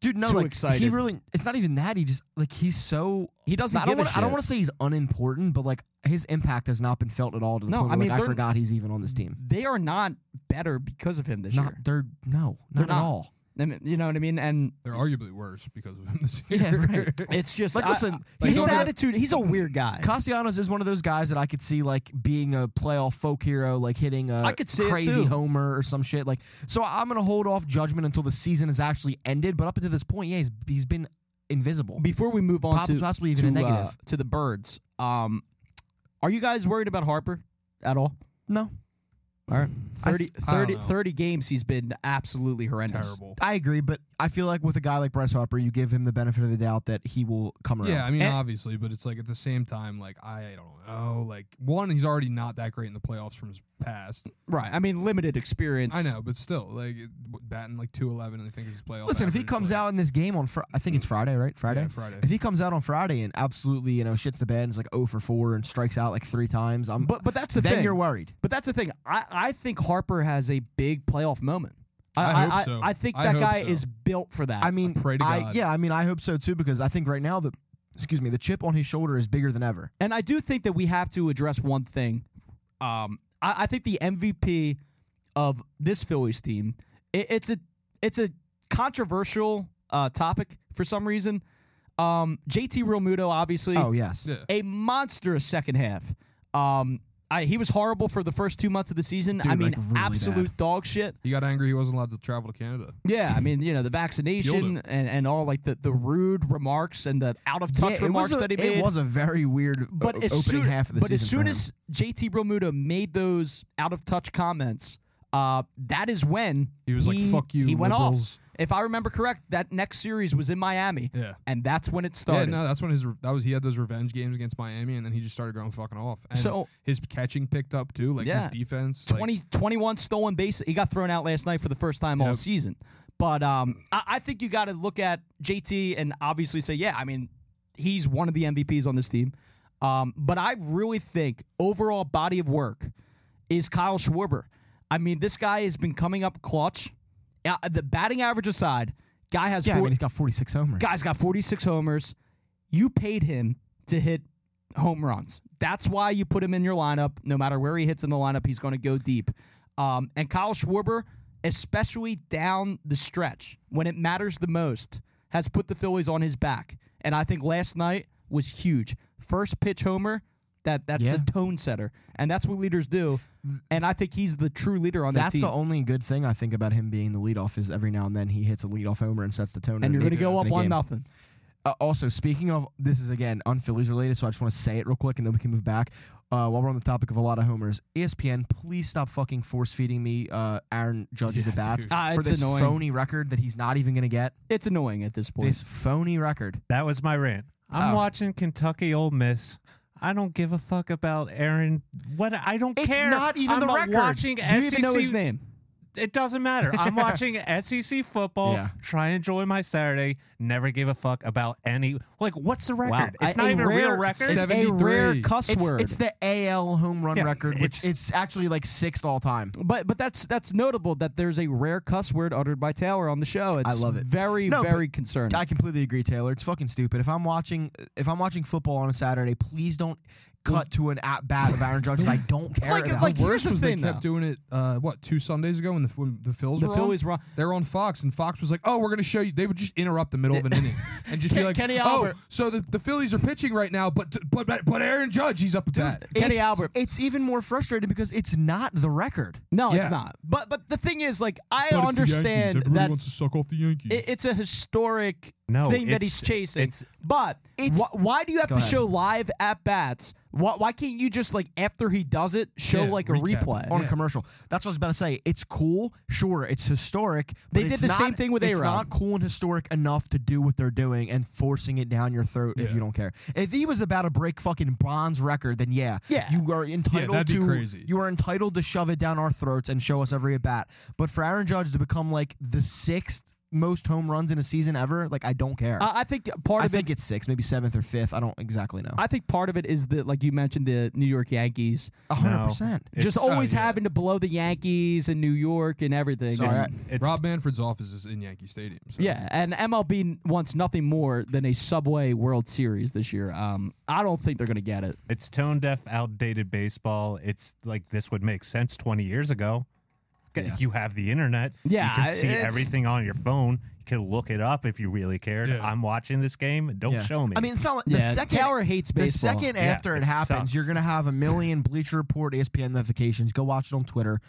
[SPEAKER 3] dude. No,
[SPEAKER 2] too
[SPEAKER 3] like he
[SPEAKER 2] excited.
[SPEAKER 3] really. It's not even that. He just like he's so.
[SPEAKER 2] He doesn't
[SPEAKER 3] I
[SPEAKER 2] give a
[SPEAKER 3] don't. Wanna,
[SPEAKER 2] shit.
[SPEAKER 3] I don't want to say he's unimportant, but like his impact has not been felt at all. To the
[SPEAKER 2] No,
[SPEAKER 3] point
[SPEAKER 2] I
[SPEAKER 3] where,
[SPEAKER 2] mean,
[SPEAKER 3] like, I
[SPEAKER 2] they're-
[SPEAKER 3] forgot he's even on this team.
[SPEAKER 2] They are not better because of him this
[SPEAKER 3] Not
[SPEAKER 2] year.
[SPEAKER 3] they're no,
[SPEAKER 2] They're
[SPEAKER 3] not
[SPEAKER 2] not.
[SPEAKER 3] at all.
[SPEAKER 2] I mean, you know what I mean? And
[SPEAKER 4] They're arguably worse because of him this year.
[SPEAKER 3] *laughs* Yeah, right.
[SPEAKER 2] it's just
[SPEAKER 3] Like,
[SPEAKER 2] I-
[SPEAKER 3] listen,
[SPEAKER 2] I-
[SPEAKER 3] he's
[SPEAKER 2] his
[SPEAKER 3] over the-
[SPEAKER 2] attitude. He's a weird guy.
[SPEAKER 3] Castellanos is one of those guys that I could see like being a playoff folk hero, like hitting a
[SPEAKER 2] I could see it,
[SPEAKER 3] crazy
[SPEAKER 2] too.
[SPEAKER 3] homer or some shit. Like, so I'm gonna hold off judgment until the season is actually ended. But up until this point, yeah, he's, he's been invisible.
[SPEAKER 2] Before we move on
[SPEAKER 3] Poss-
[SPEAKER 2] to
[SPEAKER 3] possibly even a
[SPEAKER 2] to, uh,
[SPEAKER 3] negative.
[SPEAKER 2] to the birds, um, are you guys worried about Harper at all?
[SPEAKER 3] no,
[SPEAKER 2] All right.
[SPEAKER 3] I
[SPEAKER 2] 30,
[SPEAKER 4] I don't
[SPEAKER 2] 30,
[SPEAKER 4] know.
[SPEAKER 2] 30 games he's been absolutely horrendous.
[SPEAKER 4] *laughs* Terrible.
[SPEAKER 3] I agree, but I feel like with a guy like Bryce Harper, you give him the benefit of the doubt that he will come around.
[SPEAKER 4] Yeah, I mean,
[SPEAKER 2] And-
[SPEAKER 4] obviously, but it's like at the same time, like I don't know. Like one, he's already not that great in the playoffs from his past.
[SPEAKER 2] Right. I mean, limited experience.
[SPEAKER 4] I know, but still, like it- batting like two eleven, I think is his playoff.
[SPEAKER 3] Listen, if he
[SPEAKER 4] average,
[SPEAKER 3] comes
[SPEAKER 4] like-
[SPEAKER 3] out in this game on, fr- I think it's Friday, right? Friday.
[SPEAKER 4] Yeah, Friday.
[SPEAKER 3] If he comes out on Friday and absolutely, you know, shits the bed, and is like 0 for 4 and strikes out like three times, I'm
[SPEAKER 2] But but that's the
[SPEAKER 3] then
[SPEAKER 2] thing.
[SPEAKER 3] you're worried.
[SPEAKER 2] but that's the thing. I, I think Harper has a big playoff moment.
[SPEAKER 4] I hope so.
[SPEAKER 2] I think
[SPEAKER 4] I
[SPEAKER 2] that
[SPEAKER 4] hope
[SPEAKER 2] guy
[SPEAKER 4] so.
[SPEAKER 2] is built for that.
[SPEAKER 3] I mean,
[SPEAKER 4] pray to
[SPEAKER 3] I-
[SPEAKER 4] God.
[SPEAKER 3] yeah, I mean, I hope so too because I think right now the excuse me the chip on his shoulder is bigger than ever.
[SPEAKER 2] and I do think that we have to address one thing. Um, I, I think the MVP of this Phillies team, it, it's a it's a controversial uh, topic for some reason. Um, JT Realmuto, obviously.
[SPEAKER 3] Oh yes,
[SPEAKER 4] Yeah.
[SPEAKER 2] a monstrous second half. Um, I, he was horrible for the first two months of the season. I
[SPEAKER 3] Dude,
[SPEAKER 2] mean,
[SPEAKER 3] like, really
[SPEAKER 2] absolute
[SPEAKER 3] bad.
[SPEAKER 2] dog shit.
[SPEAKER 4] he got angry, he wasn't allowed to travel to Canada.
[SPEAKER 2] Yeah, I mean, you know, the vaccination and, and all like the, the rude remarks and the out of touch
[SPEAKER 3] Yeah, it,
[SPEAKER 2] remarks
[SPEAKER 3] was a,
[SPEAKER 2] that he
[SPEAKER 3] it
[SPEAKER 2] made.
[SPEAKER 3] was a very weird
[SPEAKER 2] but
[SPEAKER 3] o-
[SPEAKER 2] as
[SPEAKER 3] opening
[SPEAKER 2] soon,
[SPEAKER 3] half of the
[SPEAKER 2] but
[SPEAKER 3] season.
[SPEAKER 2] as soon
[SPEAKER 3] for him.
[SPEAKER 2] as JT Realmuto made those out of touch comments, uh, that is when
[SPEAKER 4] He was like, "Fuck you,
[SPEAKER 2] He went
[SPEAKER 4] liberals."
[SPEAKER 2] off. if I remember correct, that next series was in Miami.
[SPEAKER 4] Yeah.
[SPEAKER 2] And that's when it
[SPEAKER 4] Yeah,
[SPEAKER 2] started.
[SPEAKER 4] no, that's when his that was he had those revenge games against Miami, and then he just started going fucking off. And
[SPEAKER 2] So-
[SPEAKER 4] his catching picked up too, like
[SPEAKER 2] Yeah.
[SPEAKER 4] his defense. like-
[SPEAKER 2] 20, 21 stolen base. He got thrown out last night for the first time all
[SPEAKER 4] Yep.
[SPEAKER 2] season. But um, I, I think you got to look at JT and obviously say, yeah, I mean, he's one of the MVPs on this team. Um, but I really think overall body of work is Kyle Schwarber. I mean, this guy has been coming up clutch. Uh, the batting average aside, guy has
[SPEAKER 3] Yeah, I
[SPEAKER 2] four-
[SPEAKER 3] mean, he's got 46 homers.
[SPEAKER 2] Guy's got 46 homers. You paid him to hit home runs. That's why you put him in your lineup. No matter where he hits in the lineup, he's going to go deep. Um, and Kyle Schwarber, especially down the stretch when it matters the most, has put the Phillies on his back. And I think last night was huge. First pitch homer. That that's
[SPEAKER 3] Yeah.
[SPEAKER 2] a tone setter, and that's what leaders do. And I think he's the true leader on that
[SPEAKER 3] That's
[SPEAKER 2] team.
[SPEAKER 3] the only good thing I think about him being the leadoff is every now and then he hits a leadoff homer and sets the tone.
[SPEAKER 2] and
[SPEAKER 3] in
[SPEAKER 2] you're going
[SPEAKER 3] a-
[SPEAKER 2] to go
[SPEAKER 3] in
[SPEAKER 2] up
[SPEAKER 3] a
[SPEAKER 2] on
[SPEAKER 3] game.
[SPEAKER 2] nothing.
[SPEAKER 3] Uh, also, speaking of this is again unphillies related, so I just want to say it real quick, and then we can move back. Uh, while we're on the topic of a lot of homers, E ESPN, please stop fucking force feeding me uh, Aaron Judge's at bats
[SPEAKER 4] dude.
[SPEAKER 2] Ah,
[SPEAKER 3] for
[SPEAKER 2] it's
[SPEAKER 3] this
[SPEAKER 2] annoying.
[SPEAKER 3] phony record that he's not even gonna get.
[SPEAKER 2] It's annoying at this point.
[SPEAKER 3] This phony record.
[SPEAKER 5] That was my rant. I'm
[SPEAKER 3] Oh.
[SPEAKER 5] watching Kentucky Ole Miss. I don't give a fuck about Aaron. What I don't
[SPEAKER 3] It's
[SPEAKER 5] care.
[SPEAKER 3] not even
[SPEAKER 5] I'm
[SPEAKER 3] the
[SPEAKER 5] not
[SPEAKER 3] record.
[SPEAKER 5] Watching
[SPEAKER 2] do
[SPEAKER 5] SEC.
[SPEAKER 2] you even know his name?
[SPEAKER 5] It doesn't matter. I'm watching SEC football.
[SPEAKER 3] Yeah.
[SPEAKER 5] Try and enjoy my Saturday. Never give a fuck about any. Like, what's the record?
[SPEAKER 2] I-
[SPEAKER 5] It's not
[SPEAKER 2] a
[SPEAKER 5] even a
[SPEAKER 2] rare-
[SPEAKER 5] real record.
[SPEAKER 2] It's a
[SPEAKER 4] 73.
[SPEAKER 2] rare cuss
[SPEAKER 3] It's,
[SPEAKER 2] word.
[SPEAKER 3] it's the AL home run
[SPEAKER 5] Yeah,
[SPEAKER 3] record, which
[SPEAKER 5] it's-
[SPEAKER 3] it's actually like sixth all time.
[SPEAKER 2] but but that's that's notable that there's a rare cuss word uttered by Taylor on the show. It's
[SPEAKER 3] I love it.
[SPEAKER 2] Very
[SPEAKER 3] No,
[SPEAKER 2] very
[SPEAKER 3] but
[SPEAKER 2] concerning.
[SPEAKER 3] I completely agree, Taylor. It's fucking stupid. If I'm watching, if I'm watching football on a Saturday, please don't cut to an at bat of Aaron Judge that I don't
[SPEAKER 2] *laughs*
[SPEAKER 3] care
[SPEAKER 2] Like-
[SPEAKER 3] about.
[SPEAKER 2] like-
[SPEAKER 4] The
[SPEAKER 2] here's
[SPEAKER 4] worst
[SPEAKER 2] the
[SPEAKER 4] was they
[SPEAKER 2] thing,
[SPEAKER 4] kept
[SPEAKER 2] though.
[SPEAKER 4] doing it. Uh, what two Sundays ago when the when the Phillies
[SPEAKER 2] The
[SPEAKER 4] were
[SPEAKER 2] Phillies
[SPEAKER 4] on?
[SPEAKER 2] were on-
[SPEAKER 4] They were on Fox, and Fox was like, "Oh, we're going to show you." They would just interrupt the middle of an inning and just
[SPEAKER 2] *laughs*
[SPEAKER 4] be
[SPEAKER 2] Ken-
[SPEAKER 4] like,
[SPEAKER 2] Kenny
[SPEAKER 4] "Oh,
[SPEAKER 2] Albert.
[SPEAKER 4] so the, the Phillies are pitching right now, but but but, but Aaron Judge, he's up at bat."
[SPEAKER 2] Kenny
[SPEAKER 3] it's,
[SPEAKER 2] Albert.
[SPEAKER 3] It's even more frustrating because it's not the record.
[SPEAKER 2] no,
[SPEAKER 4] yeah.
[SPEAKER 2] it's not. But but the thing is, like I
[SPEAKER 4] But it's the Yankees.
[SPEAKER 2] understand
[SPEAKER 4] Everybody
[SPEAKER 2] that
[SPEAKER 4] wants to suck off the Yankees.
[SPEAKER 2] it- it's a historic
[SPEAKER 5] No,
[SPEAKER 2] thing that he's
[SPEAKER 5] it's-
[SPEAKER 2] chasing.
[SPEAKER 5] it's-
[SPEAKER 2] but
[SPEAKER 3] It's-
[SPEAKER 2] wh- why do you have
[SPEAKER 3] Go
[SPEAKER 2] to
[SPEAKER 3] ahead.
[SPEAKER 2] show live at bats? Why, why can't you just like after he does it show
[SPEAKER 4] Yeah,
[SPEAKER 2] like a
[SPEAKER 4] recap.
[SPEAKER 2] replay?
[SPEAKER 3] on
[SPEAKER 4] Yeah.
[SPEAKER 3] a commercial. That's what I was about to say. It's cool, sure. It's historic.
[SPEAKER 2] They
[SPEAKER 3] but
[SPEAKER 2] did
[SPEAKER 3] it's
[SPEAKER 2] the
[SPEAKER 3] not-
[SPEAKER 2] same thing with
[SPEAKER 3] It's
[SPEAKER 2] A-Rod.
[SPEAKER 3] not cool and historic enough to do what they're doing and forcing it down your throat if
[SPEAKER 4] Yeah.
[SPEAKER 3] you don't care. If he was about to break fucking Bron's record, then yeah,
[SPEAKER 2] Yeah.
[SPEAKER 3] you are entitled
[SPEAKER 4] that'd be
[SPEAKER 3] to.
[SPEAKER 4] crazy.
[SPEAKER 3] You are entitled to shove it down our throats and show us every at bat. But for Aaron Judge to become like the sixth most home runs in a season ever, like I don't care.
[SPEAKER 2] I, I think part
[SPEAKER 3] I
[SPEAKER 2] of it
[SPEAKER 3] think it's six, maybe seventh or fifth. I don't exactly know.
[SPEAKER 2] I think part of it is that like you mentioned the New York Yankees.
[SPEAKER 3] A hundred
[SPEAKER 5] No.
[SPEAKER 3] percent.
[SPEAKER 2] just
[SPEAKER 5] It's-
[SPEAKER 2] always
[SPEAKER 4] oh, yeah.
[SPEAKER 2] having to blow the Yankees and New York and everything.
[SPEAKER 3] Sorry,
[SPEAKER 2] It's-
[SPEAKER 3] I-
[SPEAKER 5] It's
[SPEAKER 4] Rob Manfred's office is in Yankee Stadium. So.
[SPEAKER 2] yeah, and MLB wants nothing more than a Subway World Series this year. Um, I don't think they're going to get it.
[SPEAKER 5] It's tone deaf, outdated baseball. It's like this would make sense 20 years ago. You have the internet.
[SPEAKER 2] Yeah,
[SPEAKER 5] You can see
[SPEAKER 2] it's-
[SPEAKER 5] everything on your phone. You can look it up if you really cared.
[SPEAKER 4] Yeah.
[SPEAKER 5] I'm watching this game. Don't
[SPEAKER 3] Yeah.
[SPEAKER 5] show me.
[SPEAKER 3] I mean, it's not like
[SPEAKER 2] Yeah,
[SPEAKER 3] the second
[SPEAKER 2] Taylor hates baseball.
[SPEAKER 3] The second
[SPEAKER 5] Yeah,
[SPEAKER 3] after it,
[SPEAKER 5] it
[SPEAKER 3] happens,
[SPEAKER 5] sucks.
[SPEAKER 3] you're gonna have a
[SPEAKER 5] *laughs*
[SPEAKER 3] million Bleacher Report, E ESPN notifications. Go watch it on Twitter.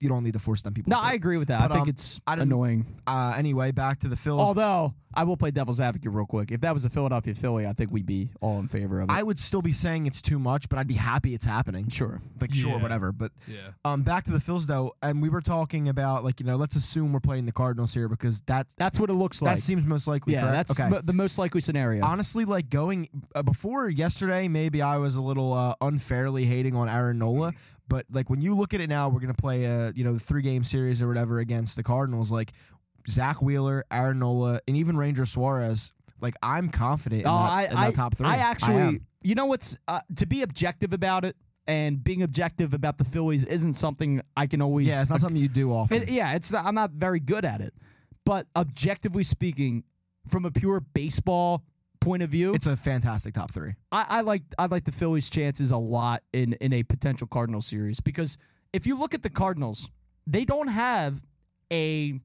[SPEAKER 3] You don't need to force them people.
[SPEAKER 2] No, I agree with that.
[SPEAKER 3] But,
[SPEAKER 2] I think
[SPEAKER 3] um,
[SPEAKER 2] it's
[SPEAKER 3] I didn't-
[SPEAKER 2] annoying.
[SPEAKER 3] Uh, anyway, back to the Phils.
[SPEAKER 2] Although I will play devil's advocate real quick. If that was a Philadelphia Philly, I think we'd be all in favor of it.
[SPEAKER 3] I would still be saying it's too much, but I'd be happy it's happening.
[SPEAKER 2] sure.
[SPEAKER 3] Like sure,
[SPEAKER 4] Yeah.
[SPEAKER 3] whatever. But
[SPEAKER 4] yeah.
[SPEAKER 3] um, back to the Phils though, and we were talking about like you know, let's assume we're playing the Cardinals here because that
[SPEAKER 2] That's what it looks
[SPEAKER 3] that
[SPEAKER 2] like.
[SPEAKER 3] seems most likely.
[SPEAKER 2] yeah,
[SPEAKER 3] correct?
[SPEAKER 2] that's
[SPEAKER 3] okay.
[SPEAKER 2] mo- the most likely scenario.
[SPEAKER 3] honestly like going uh, before yesterday maybe i was a little uh, unfairly hating on aaron nola
[SPEAKER 2] Mm.
[SPEAKER 3] but like when you look at it now we're gonna play a you know the three game series or whatever against the cardinals like zach wheeler aaron nola and even ranger suarez like i'm confident in,
[SPEAKER 2] Oh,
[SPEAKER 3] that,
[SPEAKER 2] I,
[SPEAKER 3] in
[SPEAKER 2] I,
[SPEAKER 3] that top three
[SPEAKER 2] I actually,
[SPEAKER 3] am.
[SPEAKER 2] you know what's uh, to be objective about it, and being objective about the Phillies isn't something I can always.
[SPEAKER 3] yeah it's not something you do
[SPEAKER 2] *laughs*
[SPEAKER 3] often
[SPEAKER 2] It, yeah, it's not, I'm not very good at it, but objectively speaking, from a pure baseball point of view,
[SPEAKER 3] it's a fantastic top three
[SPEAKER 2] I, I like I like the Phillies' chances a lot in in a potential Cardinal series because if you look at the Cardinals, they don't have a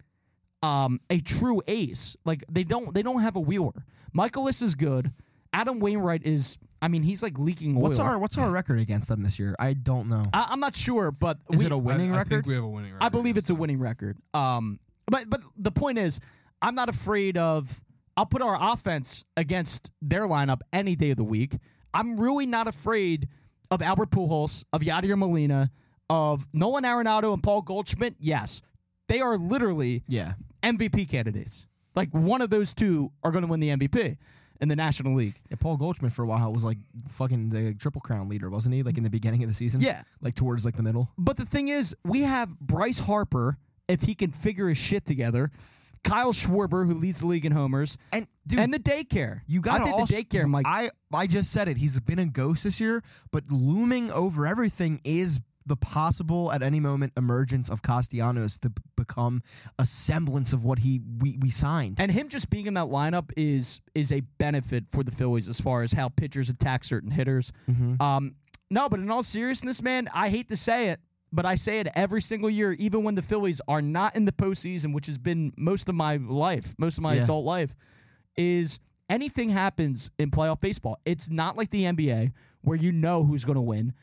[SPEAKER 2] um a true ace. Like they don't they don't have a Wheeler. Michaelis is good. Adam Wainwright is. I mean, he's like leaking oil.
[SPEAKER 3] what's our what's our record against them this year i don't know
[SPEAKER 2] I, I'm not sure, but
[SPEAKER 3] is
[SPEAKER 2] we-
[SPEAKER 3] it a
[SPEAKER 4] I-
[SPEAKER 3] winning
[SPEAKER 4] I,
[SPEAKER 3] record
[SPEAKER 4] think we have a winning record.
[SPEAKER 2] I believe it's
[SPEAKER 4] against
[SPEAKER 2] a
[SPEAKER 4] them.
[SPEAKER 2] winning record. Um, but but the point is, I'm not afraid of. I'll put our offense against their lineup any day of the week. I'm really not afraid of Albert Pujols, of Yadier Molina, of Nolan Arenado and Paul Goldschmidt. Yes, they are literally
[SPEAKER 3] yeah
[SPEAKER 2] MVP candidates. Like one of those two are going to win the MVP in the National League.
[SPEAKER 3] Yeah, Paul Goldschmidt for a while was like fucking the Triple Crown leader, wasn't he? Like in the beginning of the season.
[SPEAKER 2] Yeah.
[SPEAKER 3] Like towards like the middle.
[SPEAKER 2] But the thing is, we have Bryce Harper if he can figure his shit together. Kyle Schwarber, who leads the league in homers,
[SPEAKER 3] And dude,
[SPEAKER 2] and the daycare.
[SPEAKER 3] you got
[SPEAKER 2] I think
[SPEAKER 3] also,
[SPEAKER 2] the daycare, Mike.
[SPEAKER 3] I I just said it. He's been a ghost this year, but looming over everything is the possible at any moment emergence of Castellanos to b- become a semblance of what he we, we signed.
[SPEAKER 2] and him just being in that lineup is is a benefit for the Phillies as far as how pitchers attack certain hitters. Um, no, but in all seriousness, man, I hate to say it, but I say it every single year, even when the Phillies are not in the postseason, which has been most of my life, most of my
[SPEAKER 3] Yeah.
[SPEAKER 2] adult life, is anything happens in playoff baseball. It's not like the NBA where you know who's going to win.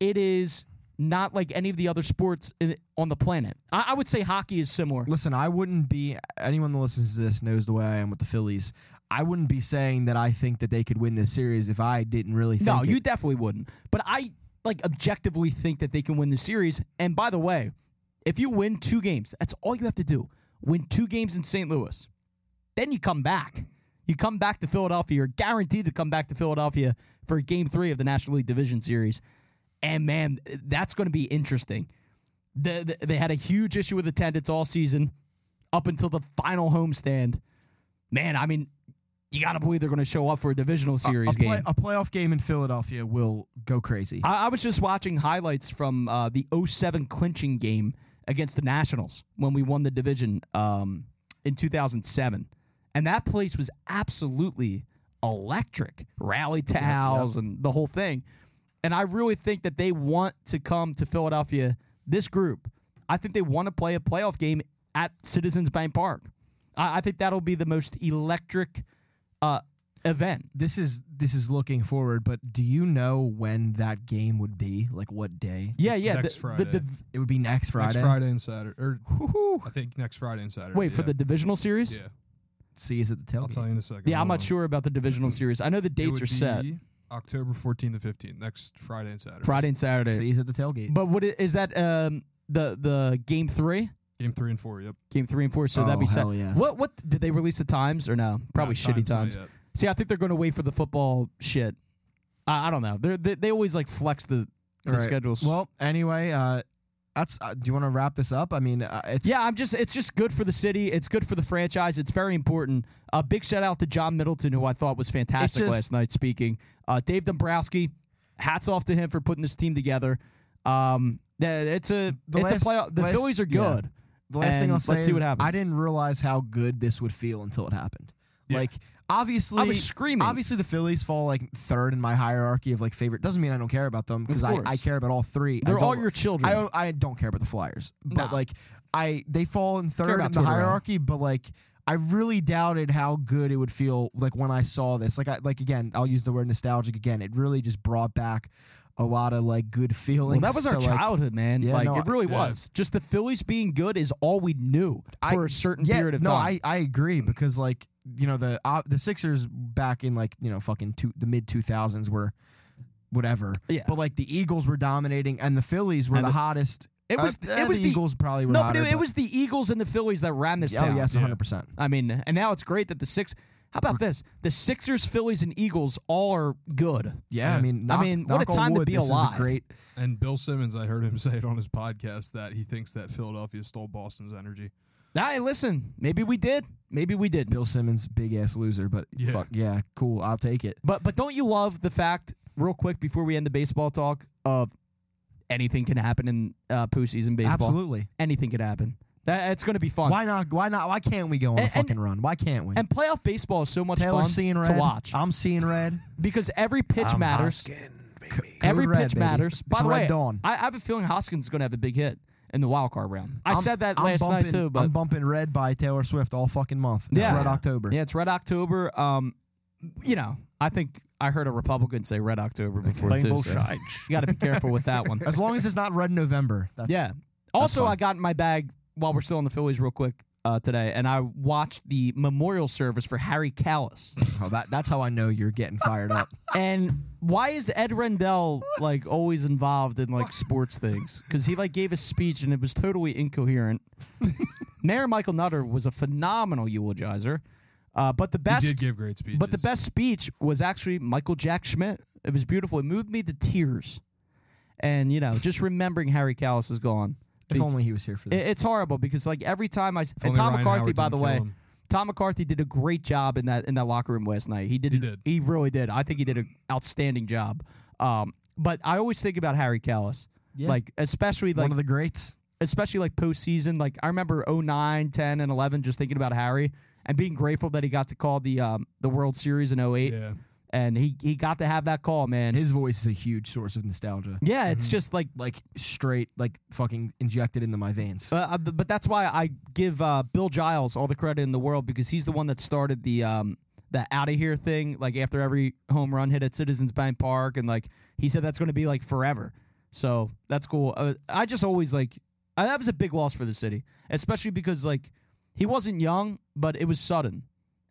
[SPEAKER 2] It is not like any of the other sports in, on the planet. I, I would say hockey is similar.
[SPEAKER 3] Listen, I wouldn't be anyone that listens to this knows the way I am with the Phillies. I wouldn't be saying that I think that they could win this series if I didn't really think
[SPEAKER 2] No,
[SPEAKER 3] it.
[SPEAKER 2] you definitely wouldn't. But I like objectively think that they can win the series. And by the way, if you win two games, that's all you have to do. Win two games in St. Louis. Then you come back. You come back to Philadelphia. You're guaranteed to come back to Philadelphia for game three of the National League Division Series. And man, that's going to be interesting. The, the- they had a huge issue with attendance all season up until the final homestand. Man, I mean, you got to believe they're going to show up for a divisional series
[SPEAKER 3] a,
[SPEAKER 2] game.
[SPEAKER 3] play- a playoff game in Philadelphia will go crazy.
[SPEAKER 2] I, I was just watching highlights from uh, the 07 clinching game against the Nationals when we won the division um, in 2007. And that place was absolutely electric. Rally towels and the whole thing. And I really think that they want to come to Philadelphia, this group. I think they want to play a playoff game at Citizens Bank Park. I, I think that'll be the most electric uh, event.
[SPEAKER 3] this is this is looking forward, but do you know when that game would be? Like what day?
[SPEAKER 2] Yeah,
[SPEAKER 4] It's
[SPEAKER 2] yeah.
[SPEAKER 4] next
[SPEAKER 2] the-
[SPEAKER 4] Friday.
[SPEAKER 2] the div-
[SPEAKER 3] It would be next Friday.
[SPEAKER 4] Next Friday and Saturday, or I think next Friday and Saturday.
[SPEAKER 2] wait, for
[SPEAKER 4] yeah.
[SPEAKER 2] the divisional series?
[SPEAKER 4] yeah.
[SPEAKER 3] See us at the
[SPEAKER 4] I'll
[SPEAKER 3] tailgate.
[SPEAKER 4] tell you in a second.
[SPEAKER 2] Yeah, I'm
[SPEAKER 4] Hold
[SPEAKER 2] not
[SPEAKER 4] on.
[SPEAKER 2] sure about the divisional series. I know the
[SPEAKER 4] Oh. It
[SPEAKER 2] dates
[SPEAKER 4] would
[SPEAKER 2] are set
[SPEAKER 4] be October 14th to 15th, next Friday and Saturday.
[SPEAKER 2] Friday and Saturday.
[SPEAKER 3] See us at the tailgate.
[SPEAKER 2] But what i- is that? Um, the the game three,
[SPEAKER 4] game three and four. Yep.
[SPEAKER 2] game three and four. So that'd
[SPEAKER 3] Oh,
[SPEAKER 2] be set.
[SPEAKER 3] hell yes.
[SPEAKER 2] What what did they release the times or no? Probably
[SPEAKER 4] Not
[SPEAKER 2] shitty
[SPEAKER 4] not
[SPEAKER 2] times.
[SPEAKER 4] yet.
[SPEAKER 2] See, I think they're going to wait for the football shit. I, I don't know. They're, they they always like flex the the
[SPEAKER 3] Alright.
[SPEAKER 2] schedules.
[SPEAKER 3] Well, anyway, uh, that's. Uh, do you want to wrap this up? I mean, uh, it's
[SPEAKER 2] yeah, I'm just. It's just good for the city. It's good for the franchise. It's very important. A big shout out to John Middleton, who I thought was fantastic
[SPEAKER 3] just-
[SPEAKER 2] last night speaking. Uh, Dave Dombrowski, hats off to him for putting this team together. Um, th- it's a
[SPEAKER 3] The
[SPEAKER 2] it's
[SPEAKER 3] last-
[SPEAKER 2] a playoff. The
[SPEAKER 3] last-
[SPEAKER 2] Phillies are
[SPEAKER 3] yeah.
[SPEAKER 2] good.
[SPEAKER 3] The last thing
[SPEAKER 2] And
[SPEAKER 3] I'll say
[SPEAKER 2] let's see
[SPEAKER 3] is
[SPEAKER 2] what happens.
[SPEAKER 3] I didn't realize how good this would feel until it happened.
[SPEAKER 4] Yeah.
[SPEAKER 3] Like obviously,
[SPEAKER 2] I was screaming.
[SPEAKER 3] Obviously, the Phillies fall like third in my hierarchy of like favorite. Doesn't mean I don't care about them because I,
[SPEAKER 2] course.
[SPEAKER 3] I care about all three. I
[SPEAKER 2] They're all
[SPEAKER 3] don't-
[SPEAKER 2] your children.
[SPEAKER 3] I don't, I don't care about the Flyers, but
[SPEAKER 2] Nah.
[SPEAKER 3] like I they fall in third
[SPEAKER 2] about
[SPEAKER 3] in the
[SPEAKER 2] Tortorella.
[SPEAKER 3] hierarchy, but like. I really doubted how good it would feel like when I saw this. Like I like again, I'll use the word nostalgic again. It really just brought back a lot of like good
[SPEAKER 2] Well,
[SPEAKER 3] feelings.
[SPEAKER 2] that was our
[SPEAKER 3] So, like,
[SPEAKER 2] childhood, man.
[SPEAKER 3] Yeah,
[SPEAKER 2] like
[SPEAKER 3] no,
[SPEAKER 2] it really
[SPEAKER 4] yeah.
[SPEAKER 2] was. Just the Phillies being good is all we knew
[SPEAKER 3] I-
[SPEAKER 2] for a certain
[SPEAKER 3] yeah,
[SPEAKER 2] period of
[SPEAKER 3] no,
[SPEAKER 2] time.
[SPEAKER 3] I, I agree because like you know the uh, the Sixers back in like you know fucking two, the mid two thousands were whatever,
[SPEAKER 2] yeah,
[SPEAKER 3] but like the Eagles were dominating and the Phillies were
[SPEAKER 2] And
[SPEAKER 3] the,
[SPEAKER 2] the-
[SPEAKER 3] hottest.
[SPEAKER 2] it
[SPEAKER 3] uh,
[SPEAKER 2] was
[SPEAKER 3] eh,
[SPEAKER 2] it was
[SPEAKER 3] the
[SPEAKER 2] the,
[SPEAKER 3] Eagles probably were
[SPEAKER 2] no, but
[SPEAKER 3] hotter,
[SPEAKER 2] it, it was the Eagles and the Phillies that ran this
[SPEAKER 3] oh
[SPEAKER 2] town.
[SPEAKER 3] yes,
[SPEAKER 4] Yeah.
[SPEAKER 3] one hundred percent.
[SPEAKER 2] I mean, and now it's great that the six. How about this? The Sixers, Phillies, and Eagles all are good.
[SPEAKER 3] Yeah, I
[SPEAKER 4] Yeah.
[SPEAKER 3] mean, knock,
[SPEAKER 2] I mean, what a
[SPEAKER 3] knock on
[SPEAKER 2] time to
[SPEAKER 3] wood,
[SPEAKER 2] be
[SPEAKER 3] this Is
[SPEAKER 2] alive.
[SPEAKER 3] a great.
[SPEAKER 4] And Bill Simmons, I heard him *laughs* say it on his podcast that he thinks that Philadelphia stole Boston's energy.
[SPEAKER 2] Hey, listen, maybe we did, maybe we didn't.
[SPEAKER 3] Bill Simmons, big ass loser, but
[SPEAKER 4] Yeah.
[SPEAKER 3] fuck yeah, cool. I'll take it.
[SPEAKER 2] But but don't you love the fact, real quick, before we end the baseball talk, of anything can happen in uh, postseason baseball.
[SPEAKER 3] Absolutely.
[SPEAKER 2] Anything could happen. That it's going to be fun.
[SPEAKER 3] Why not? Why not? Why can't we go on
[SPEAKER 2] And-
[SPEAKER 3] a
[SPEAKER 2] and-
[SPEAKER 3] fucking run? Why can't we?
[SPEAKER 2] And playoff baseball is so much
[SPEAKER 3] Taylor's
[SPEAKER 2] fun
[SPEAKER 3] seeing
[SPEAKER 2] to
[SPEAKER 3] red. Uh,
[SPEAKER 2] watch
[SPEAKER 3] I'm seeing red.
[SPEAKER 2] because every pitch
[SPEAKER 5] I'm
[SPEAKER 2] matters. Every
[SPEAKER 3] Code red,
[SPEAKER 2] pitch
[SPEAKER 3] baby.
[SPEAKER 2] matters. By
[SPEAKER 3] It's
[SPEAKER 2] the
[SPEAKER 3] red
[SPEAKER 2] way,
[SPEAKER 3] dawn.
[SPEAKER 2] I, I have a feeling Hoskins is going to have a big hit in the wild card round. I
[SPEAKER 3] I'm-
[SPEAKER 2] said that
[SPEAKER 3] I'm
[SPEAKER 2] last night
[SPEAKER 3] bumping-
[SPEAKER 2] too, but
[SPEAKER 3] I'm bumping Red by Taylor Swift all fucking month. It's
[SPEAKER 2] Yeah.
[SPEAKER 3] Red October.
[SPEAKER 2] Yeah, it's Red October. Um, you know, I think I heard a Republican say Red October before
[SPEAKER 5] Playing
[SPEAKER 2] too.
[SPEAKER 5] both
[SPEAKER 2] so
[SPEAKER 5] sides.
[SPEAKER 2] you got to be careful with that
[SPEAKER 4] *laughs*
[SPEAKER 2] one.
[SPEAKER 3] As long as it's not Red November. That's,
[SPEAKER 2] yeah. Also,
[SPEAKER 3] fine.
[SPEAKER 2] I got in my bag while we're still on the Phillies, real quick. uh, today, and I watched the memorial service for Harry Callis.
[SPEAKER 4] *laughs*
[SPEAKER 3] Oh, that, that's *laughs* how I know you're getting
[SPEAKER 2] *laughs*
[SPEAKER 3] fired up.
[SPEAKER 2] and why is Ed Rendell like always involved in like sports things? Because he like gave a speech and it was totally
[SPEAKER 4] *laughs*
[SPEAKER 2] incoherent. Mayor Michael Nutter was a phenomenal eulogizer, uh, but the best
[SPEAKER 4] did give great speeches.
[SPEAKER 2] But the best speech was actually Michael Jack Schmidt. It was beautiful. It moved me to tears, and you know, just remembering Harry Callis is gone.
[SPEAKER 3] if only he was here for
[SPEAKER 2] It,
[SPEAKER 3] this.
[SPEAKER 2] it's horrible because like every time I s- and
[SPEAKER 4] only
[SPEAKER 2] Tom
[SPEAKER 4] Ryan
[SPEAKER 2] McCarthy,
[SPEAKER 4] Howard
[SPEAKER 2] by the
[SPEAKER 4] didn't
[SPEAKER 2] way,
[SPEAKER 4] kill him.
[SPEAKER 2] Tom McCarthy did a great job in that in that locker room last night. He did.
[SPEAKER 4] He did.
[SPEAKER 2] He really did. I think he did an outstanding job. Um, but I always think about Harry Callis.
[SPEAKER 3] Yeah.
[SPEAKER 2] Like especially
[SPEAKER 3] One
[SPEAKER 2] like
[SPEAKER 3] of the greats.
[SPEAKER 2] especially like postseason. Like I remember 09, 10, and eleven just thinking about Harry and being grateful that he got to call the um, the World Series in 08.
[SPEAKER 4] Yeah.
[SPEAKER 2] And he, he got to have that call, man.
[SPEAKER 3] His voice is a huge source of nostalgia.
[SPEAKER 2] yeah, it's just like
[SPEAKER 3] Like straight, like fucking injected into my veins.
[SPEAKER 2] Uh, uh, but that's why I give uh, Bill Giles all the credit in the world because he's the one that started the um, the out of here thing. Like after every home run hit at Citizens Bank Park, and like he said that's going to be like forever. So that's cool. Uh, I just always like I, that was a big loss for the city, especially because like he wasn't young, but it was sudden.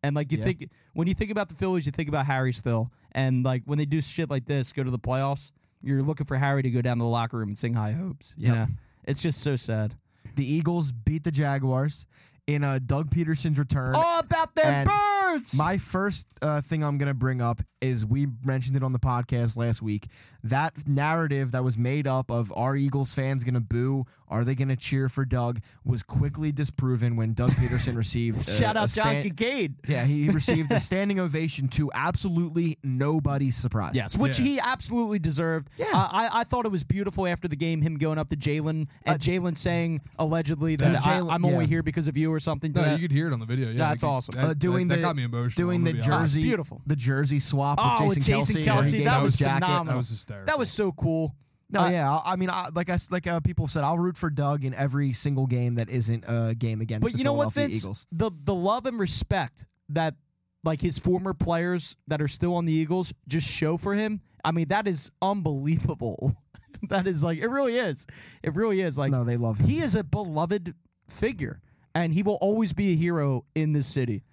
[SPEAKER 2] And like you
[SPEAKER 3] Yeah.
[SPEAKER 2] think when you think about the Phillies, you think about Harry still. And like when they do shit like this, go to the playoffs, you're looking for Harry to go down to the locker room and sing high hopes. Yeah,
[SPEAKER 3] Yep.
[SPEAKER 2] it's just so sad.
[SPEAKER 3] the Eagles beat the Jaguars in uh, Doug Peterson's return.
[SPEAKER 2] All about them
[SPEAKER 3] And
[SPEAKER 2] birds.
[SPEAKER 3] My first uh, thing I'm going to bring up is we mentioned it on the podcast last week. That narrative that was made up of are Eagles fans going to boo? Are they going to cheer for Doug? was quickly disproven when Doug Peterson received. uh,
[SPEAKER 2] Shout
[SPEAKER 3] a
[SPEAKER 2] out John
[SPEAKER 3] stan-
[SPEAKER 2] Kincaid.
[SPEAKER 3] Yeah, he he received a standing ovation to absolutely nobody's surprise.
[SPEAKER 2] Yes, which
[SPEAKER 4] Yeah.
[SPEAKER 2] he absolutely deserved. Uh,
[SPEAKER 3] Yeah.
[SPEAKER 2] I, I I thought it was beautiful after the game, him going up to Jalen and Jalen saying allegedly that
[SPEAKER 3] Yeah, Jalen-
[SPEAKER 2] I, am only
[SPEAKER 3] yeah.
[SPEAKER 2] here because of you or something. to
[SPEAKER 4] No,
[SPEAKER 2] that.
[SPEAKER 4] you could hear it on the video. Yeah,
[SPEAKER 2] That's
[SPEAKER 4] you could-
[SPEAKER 2] awesome.
[SPEAKER 4] That,
[SPEAKER 3] Uh, doing
[SPEAKER 4] that,
[SPEAKER 3] the
[SPEAKER 4] that got me emotional.
[SPEAKER 3] doing the
[SPEAKER 4] I'm gonna be honest.
[SPEAKER 3] jersey,
[SPEAKER 2] beautiful.
[SPEAKER 3] the jersey swap
[SPEAKER 2] oh,
[SPEAKER 3] with
[SPEAKER 2] with
[SPEAKER 3] Jason,
[SPEAKER 2] Jason Kelsey,
[SPEAKER 3] Kelsey. where he gave
[SPEAKER 2] that
[SPEAKER 3] his
[SPEAKER 2] was
[SPEAKER 3] jacket.
[SPEAKER 2] phenomenal.
[SPEAKER 4] That was hysterical.
[SPEAKER 2] That was so cool.
[SPEAKER 3] No,
[SPEAKER 2] Uh,
[SPEAKER 3] yeah. I, I mean, I, like I s- like uh, people have said, I'll root for Doug in every single game that isn't a game against
[SPEAKER 2] But
[SPEAKER 3] the
[SPEAKER 2] you know what,
[SPEAKER 3] Philadelphia
[SPEAKER 2] Vince?
[SPEAKER 3] Eagles.
[SPEAKER 2] The the love and respect that like his former players that are still on the Eagles just show for him. I mean, that is unbelievable. *laughs* that is like it really is. It really is like
[SPEAKER 3] No, they love him.
[SPEAKER 2] He is a beloved figure, and he will always be a hero in this city.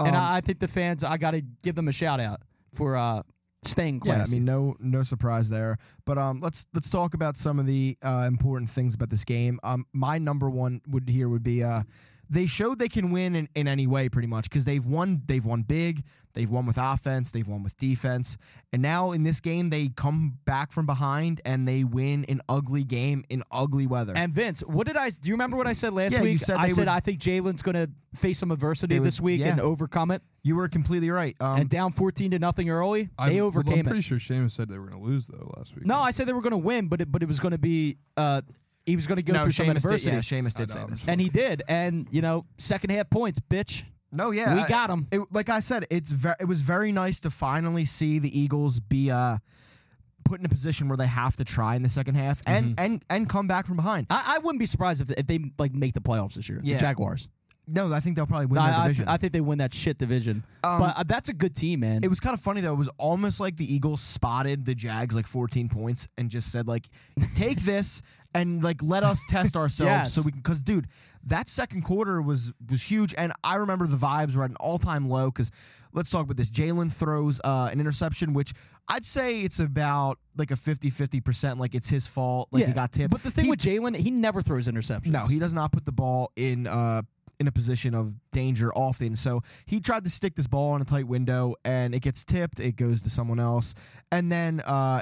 [SPEAKER 2] and
[SPEAKER 3] Um,
[SPEAKER 2] I, I think the fans, I got to give them a shout out for uh, staying classy.
[SPEAKER 3] Yeah, I mean, no, no surprise there. But um, let's let's talk about some of the uh, important things about this game. Um, my number one would here would be uh, they showed they can win in, in any way, pretty much, because they've won. They've won big. They've won with offense. They've won with defense. And now in this game, they come back from behind and they win an ugly game in ugly weather.
[SPEAKER 2] And Vince, what did I? Do you remember what I said last
[SPEAKER 3] Yeah, you
[SPEAKER 2] week?
[SPEAKER 3] said
[SPEAKER 2] I
[SPEAKER 3] they
[SPEAKER 2] said
[SPEAKER 3] would-
[SPEAKER 2] I think Jalen's going to face some adversity
[SPEAKER 3] They would-
[SPEAKER 2] this week
[SPEAKER 3] yeah.
[SPEAKER 2] and overcome it.
[SPEAKER 3] you were completely right. Um,
[SPEAKER 2] and down fourteen to nothing early,
[SPEAKER 4] I,
[SPEAKER 2] they
[SPEAKER 4] well,
[SPEAKER 2] overcame
[SPEAKER 4] I'm pretty
[SPEAKER 2] it.
[SPEAKER 4] sure Seamus said they were going to lose though last week.
[SPEAKER 2] No, I said they were going to win, but it, but it was going to be uh, he was going to go
[SPEAKER 3] no,
[SPEAKER 2] through some
[SPEAKER 3] Seamus did,
[SPEAKER 2] adversity,
[SPEAKER 3] yeah, Seamus did
[SPEAKER 4] I
[SPEAKER 3] say
[SPEAKER 4] know.
[SPEAKER 3] this.
[SPEAKER 2] and he did. And you know, second half points, bitch.
[SPEAKER 3] No, yeah,
[SPEAKER 2] We
[SPEAKER 3] I-
[SPEAKER 2] got 'em.
[SPEAKER 3] It, like I said, it's ver- it was very nice to finally see the Eagles be uh, put in a position where they have to try in the second half and
[SPEAKER 2] Mm-hmm.
[SPEAKER 3] and and come back from behind.
[SPEAKER 2] I, I wouldn't be surprised if, if they like make the playoffs this year.
[SPEAKER 3] Yeah.
[SPEAKER 2] The Jaguars.
[SPEAKER 3] No, I think they'll probably win
[SPEAKER 2] I,
[SPEAKER 3] that
[SPEAKER 2] I-
[SPEAKER 3] division. Um,
[SPEAKER 2] I think they win that shit division. but uh, that's a good team, man.
[SPEAKER 3] it was kind of funny though. It was almost like the Eagles spotted the Jags like 14 points and just said like,
[SPEAKER 2] *laughs*
[SPEAKER 3] "Take this and like let us test ourselves
[SPEAKER 2] Yes.
[SPEAKER 3] so we can." Because dude, that second quarter was was huge, and I remember the vibes were at an all time low. Because let's talk about this. Jalen throws uh, an interception, which I'd say it's about like a 50-50 percent. Like it's his fault. Like he got tipped.
[SPEAKER 2] But the thing
[SPEAKER 3] He-
[SPEAKER 2] with Jalen, he never throws interceptions.
[SPEAKER 3] no, he does not put the ball in uh in a position of danger often. So he tried to stick this ball in a tight window and it gets tipped, it goes to someone else. And then uh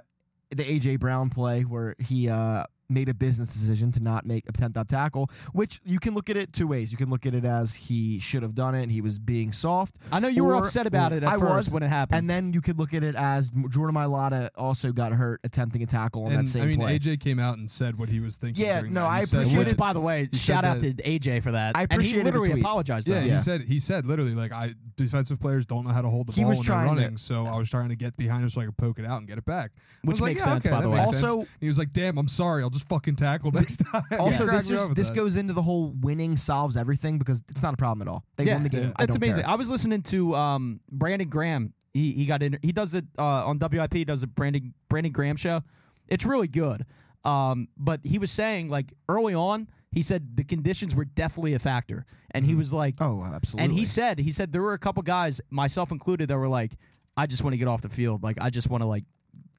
[SPEAKER 3] the AJ Brown play where he uh made a business decision to not make a 10th up tackle, which you can look at it two ways. You can look at it as he should have done it and he was being soft.
[SPEAKER 2] I know you were
[SPEAKER 3] or-
[SPEAKER 2] upset about it at
[SPEAKER 3] I
[SPEAKER 2] first
[SPEAKER 3] was,
[SPEAKER 2] when it happened.
[SPEAKER 3] And then you could look at it as Jordan Mailata also got hurt attempting a tackle on
[SPEAKER 4] And,
[SPEAKER 3] that same
[SPEAKER 4] I mean,
[SPEAKER 3] play.
[SPEAKER 4] AJ came out and said what he was thinking.
[SPEAKER 3] Yeah,
[SPEAKER 4] during
[SPEAKER 3] no,
[SPEAKER 4] that. He
[SPEAKER 3] I
[SPEAKER 4] said
[SPEAKER 3] appreciate
[SPEAKER 4] what-
[SPEAKER 2] Which, by the way,
[SPEAKER 4] said
[SPEAKER 2] shout out to
[SPEAKER 4] that-
[SPEAKER 2] AJ for that.
[SPEAKER 3] I
[SPEAKER 2] and he
[SPEAKER 3] appreciated the
[SPEAKER 2] literally
[SPEAKER 3] tweet.
[SPEAKER 2] apologized.
[SPEAKER 4] Yeah,
[SPEAKER 2] though.
[SPEAKER 4] he said he said literally like I defensive players don't know how to hold the
[SPEAKER 3] He
[SPEAKER 4] ball
[SPEAKER 3] was
[SPEAKER 4] when they're
[SPEAKER 3] trying to-
[SPEAKER 4] running, so I was trying to get behind him so I could poke it out and get it back. I
[SPEAKER 2] Which
[SPEAKER 4] was like,
[SPEAKER 2] makes
[SPEAKER 4] yeah,
[SPEAKER 2] sense,
[SPEAKER 4] okay,
[SPEAKER 2] by the
[SPEAKER 4] that
[SPEAKER 2] way.
[SPEAKER 4] makes sense.
[SPEAKER 3] Also-
[SPEAKER 4] And he was like, "Damn, I'm sorry, I'll just fucking tackle next time."
[SPEAKER 3] *laughs*
[SPEAKER 4] *laughs*
[SPEAKER 3] Also,
[SPEAKER 4] Crack
[SPEAKER 3] this
[SPEAKER 4] me up
[SPEAKER 3] just
[SPEAKER 4] with
[SPEAKER 3] this
[SPEAKER 4] that.
[SPEAKER 3] goes into the whole winning solves everything because it's not a problem at all. They won the game. I
[SPEAKER 2] That's
[SPEAKER 3] don't
[SPEAKER 2] amazing.
[SPEAKER 3] care.
[SPEAKER 2] I was listening to um, Brandon Graham. He he got in. He does it uh, on WIP. He does a Brandon Brandon Graham show. It's really good. Um, but he was saying like early on, He said the conditions were definitely a factor, and he was like,
[SPEAKER 3] Oh, absolutely.
[SPEAKER 2] and he said he said there were a couple guys, myself included, that were like, I just want to get off the field. Like I just want to like,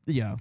[SPEAKER 2] you know,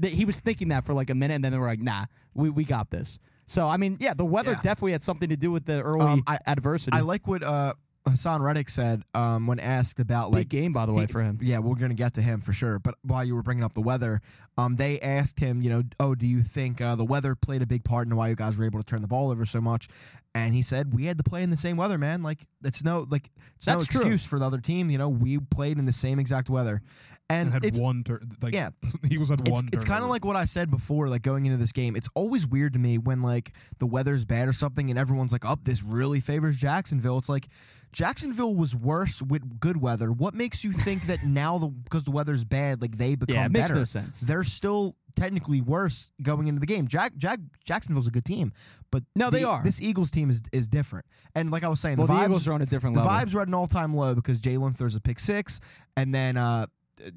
[SPEAKER 2] Th- he was thinking that for like a minute, and then they were like, Nah, we we got this. So I mean, yeah, the weather
[SPEAKER 3] Yeah.
[SPEAKER 2] definitely had something to do with the early
[SPEAKER 3] Um, I-
[SPEAKER 2] adversity.
[SPEAKER 3] I like what uh, Hassan Reddick said um, when asked about
[SPEAKER 2] Big
[SPEAKER 3] like
[SPEAKER 2] game, by the way, for him.
[SPEAKER 3] Yeah, we're gonna get to him for sure. But while you were bringing up the weather, um, they asked him, you know, oh, do you think uh, the weather played a big part in why you guys were able to turn the ball over so much? And he said we had to play in the same weather, man. Like it's no like it's no
[SPEAKER 2] That's true.
[SPEAKER 3] excuse for the other team. You know, we played in the same exact weather, and
[SPEAKER 4] had
[SPEAKER 3] it's
[SPEAKER 4] one turn. Like, *laughs*
[SPEAKER 3] yeah.
[SPEAKER 4] the Eagles had
[SPEAKER 3] it's,
[SPEAKER 4] one.
[SPEAKER 3] it's kind
[SPEAKER 4] turnover.
[SPEAKER 3] of like what I said before, like going into this game. It's always weird to me when like the weather's bad or something, and everyone's like, "Up, this really favors Jacksonville." It's like Jacksonville was worse with good weather. What makes you
[SPEAKER 2] *laughs*
[SPEAKER 3] think that now the because the weather's bad, like they become
[SPEAKER 2] Yeah, it makes
[SPEAKER 3] better?
[SPEAKER 2] no sense.
[SPEAKER 3] They're still technically worse going into the game. Jack, Jack Jacksonville's a good team, but
[SPEAKER 2] No, they
[SPEAKER 3] the-
[SPEAKER 2] are.
[SPEAKER 3] This Eagles team is is different. And like I was saying,
[SPEAKER 2] Well,
[SPEAKER 3] the,
[SPEAKER 2] the
[SPEAKER 3] vibes,
[SPEAKER 2] Eagles are on a different
[SPEAKER 3] the
[SPEAKER 2] level.
[SPEAKER 3] vibes were at an all time low because Jay Throws a pick six, and then uh,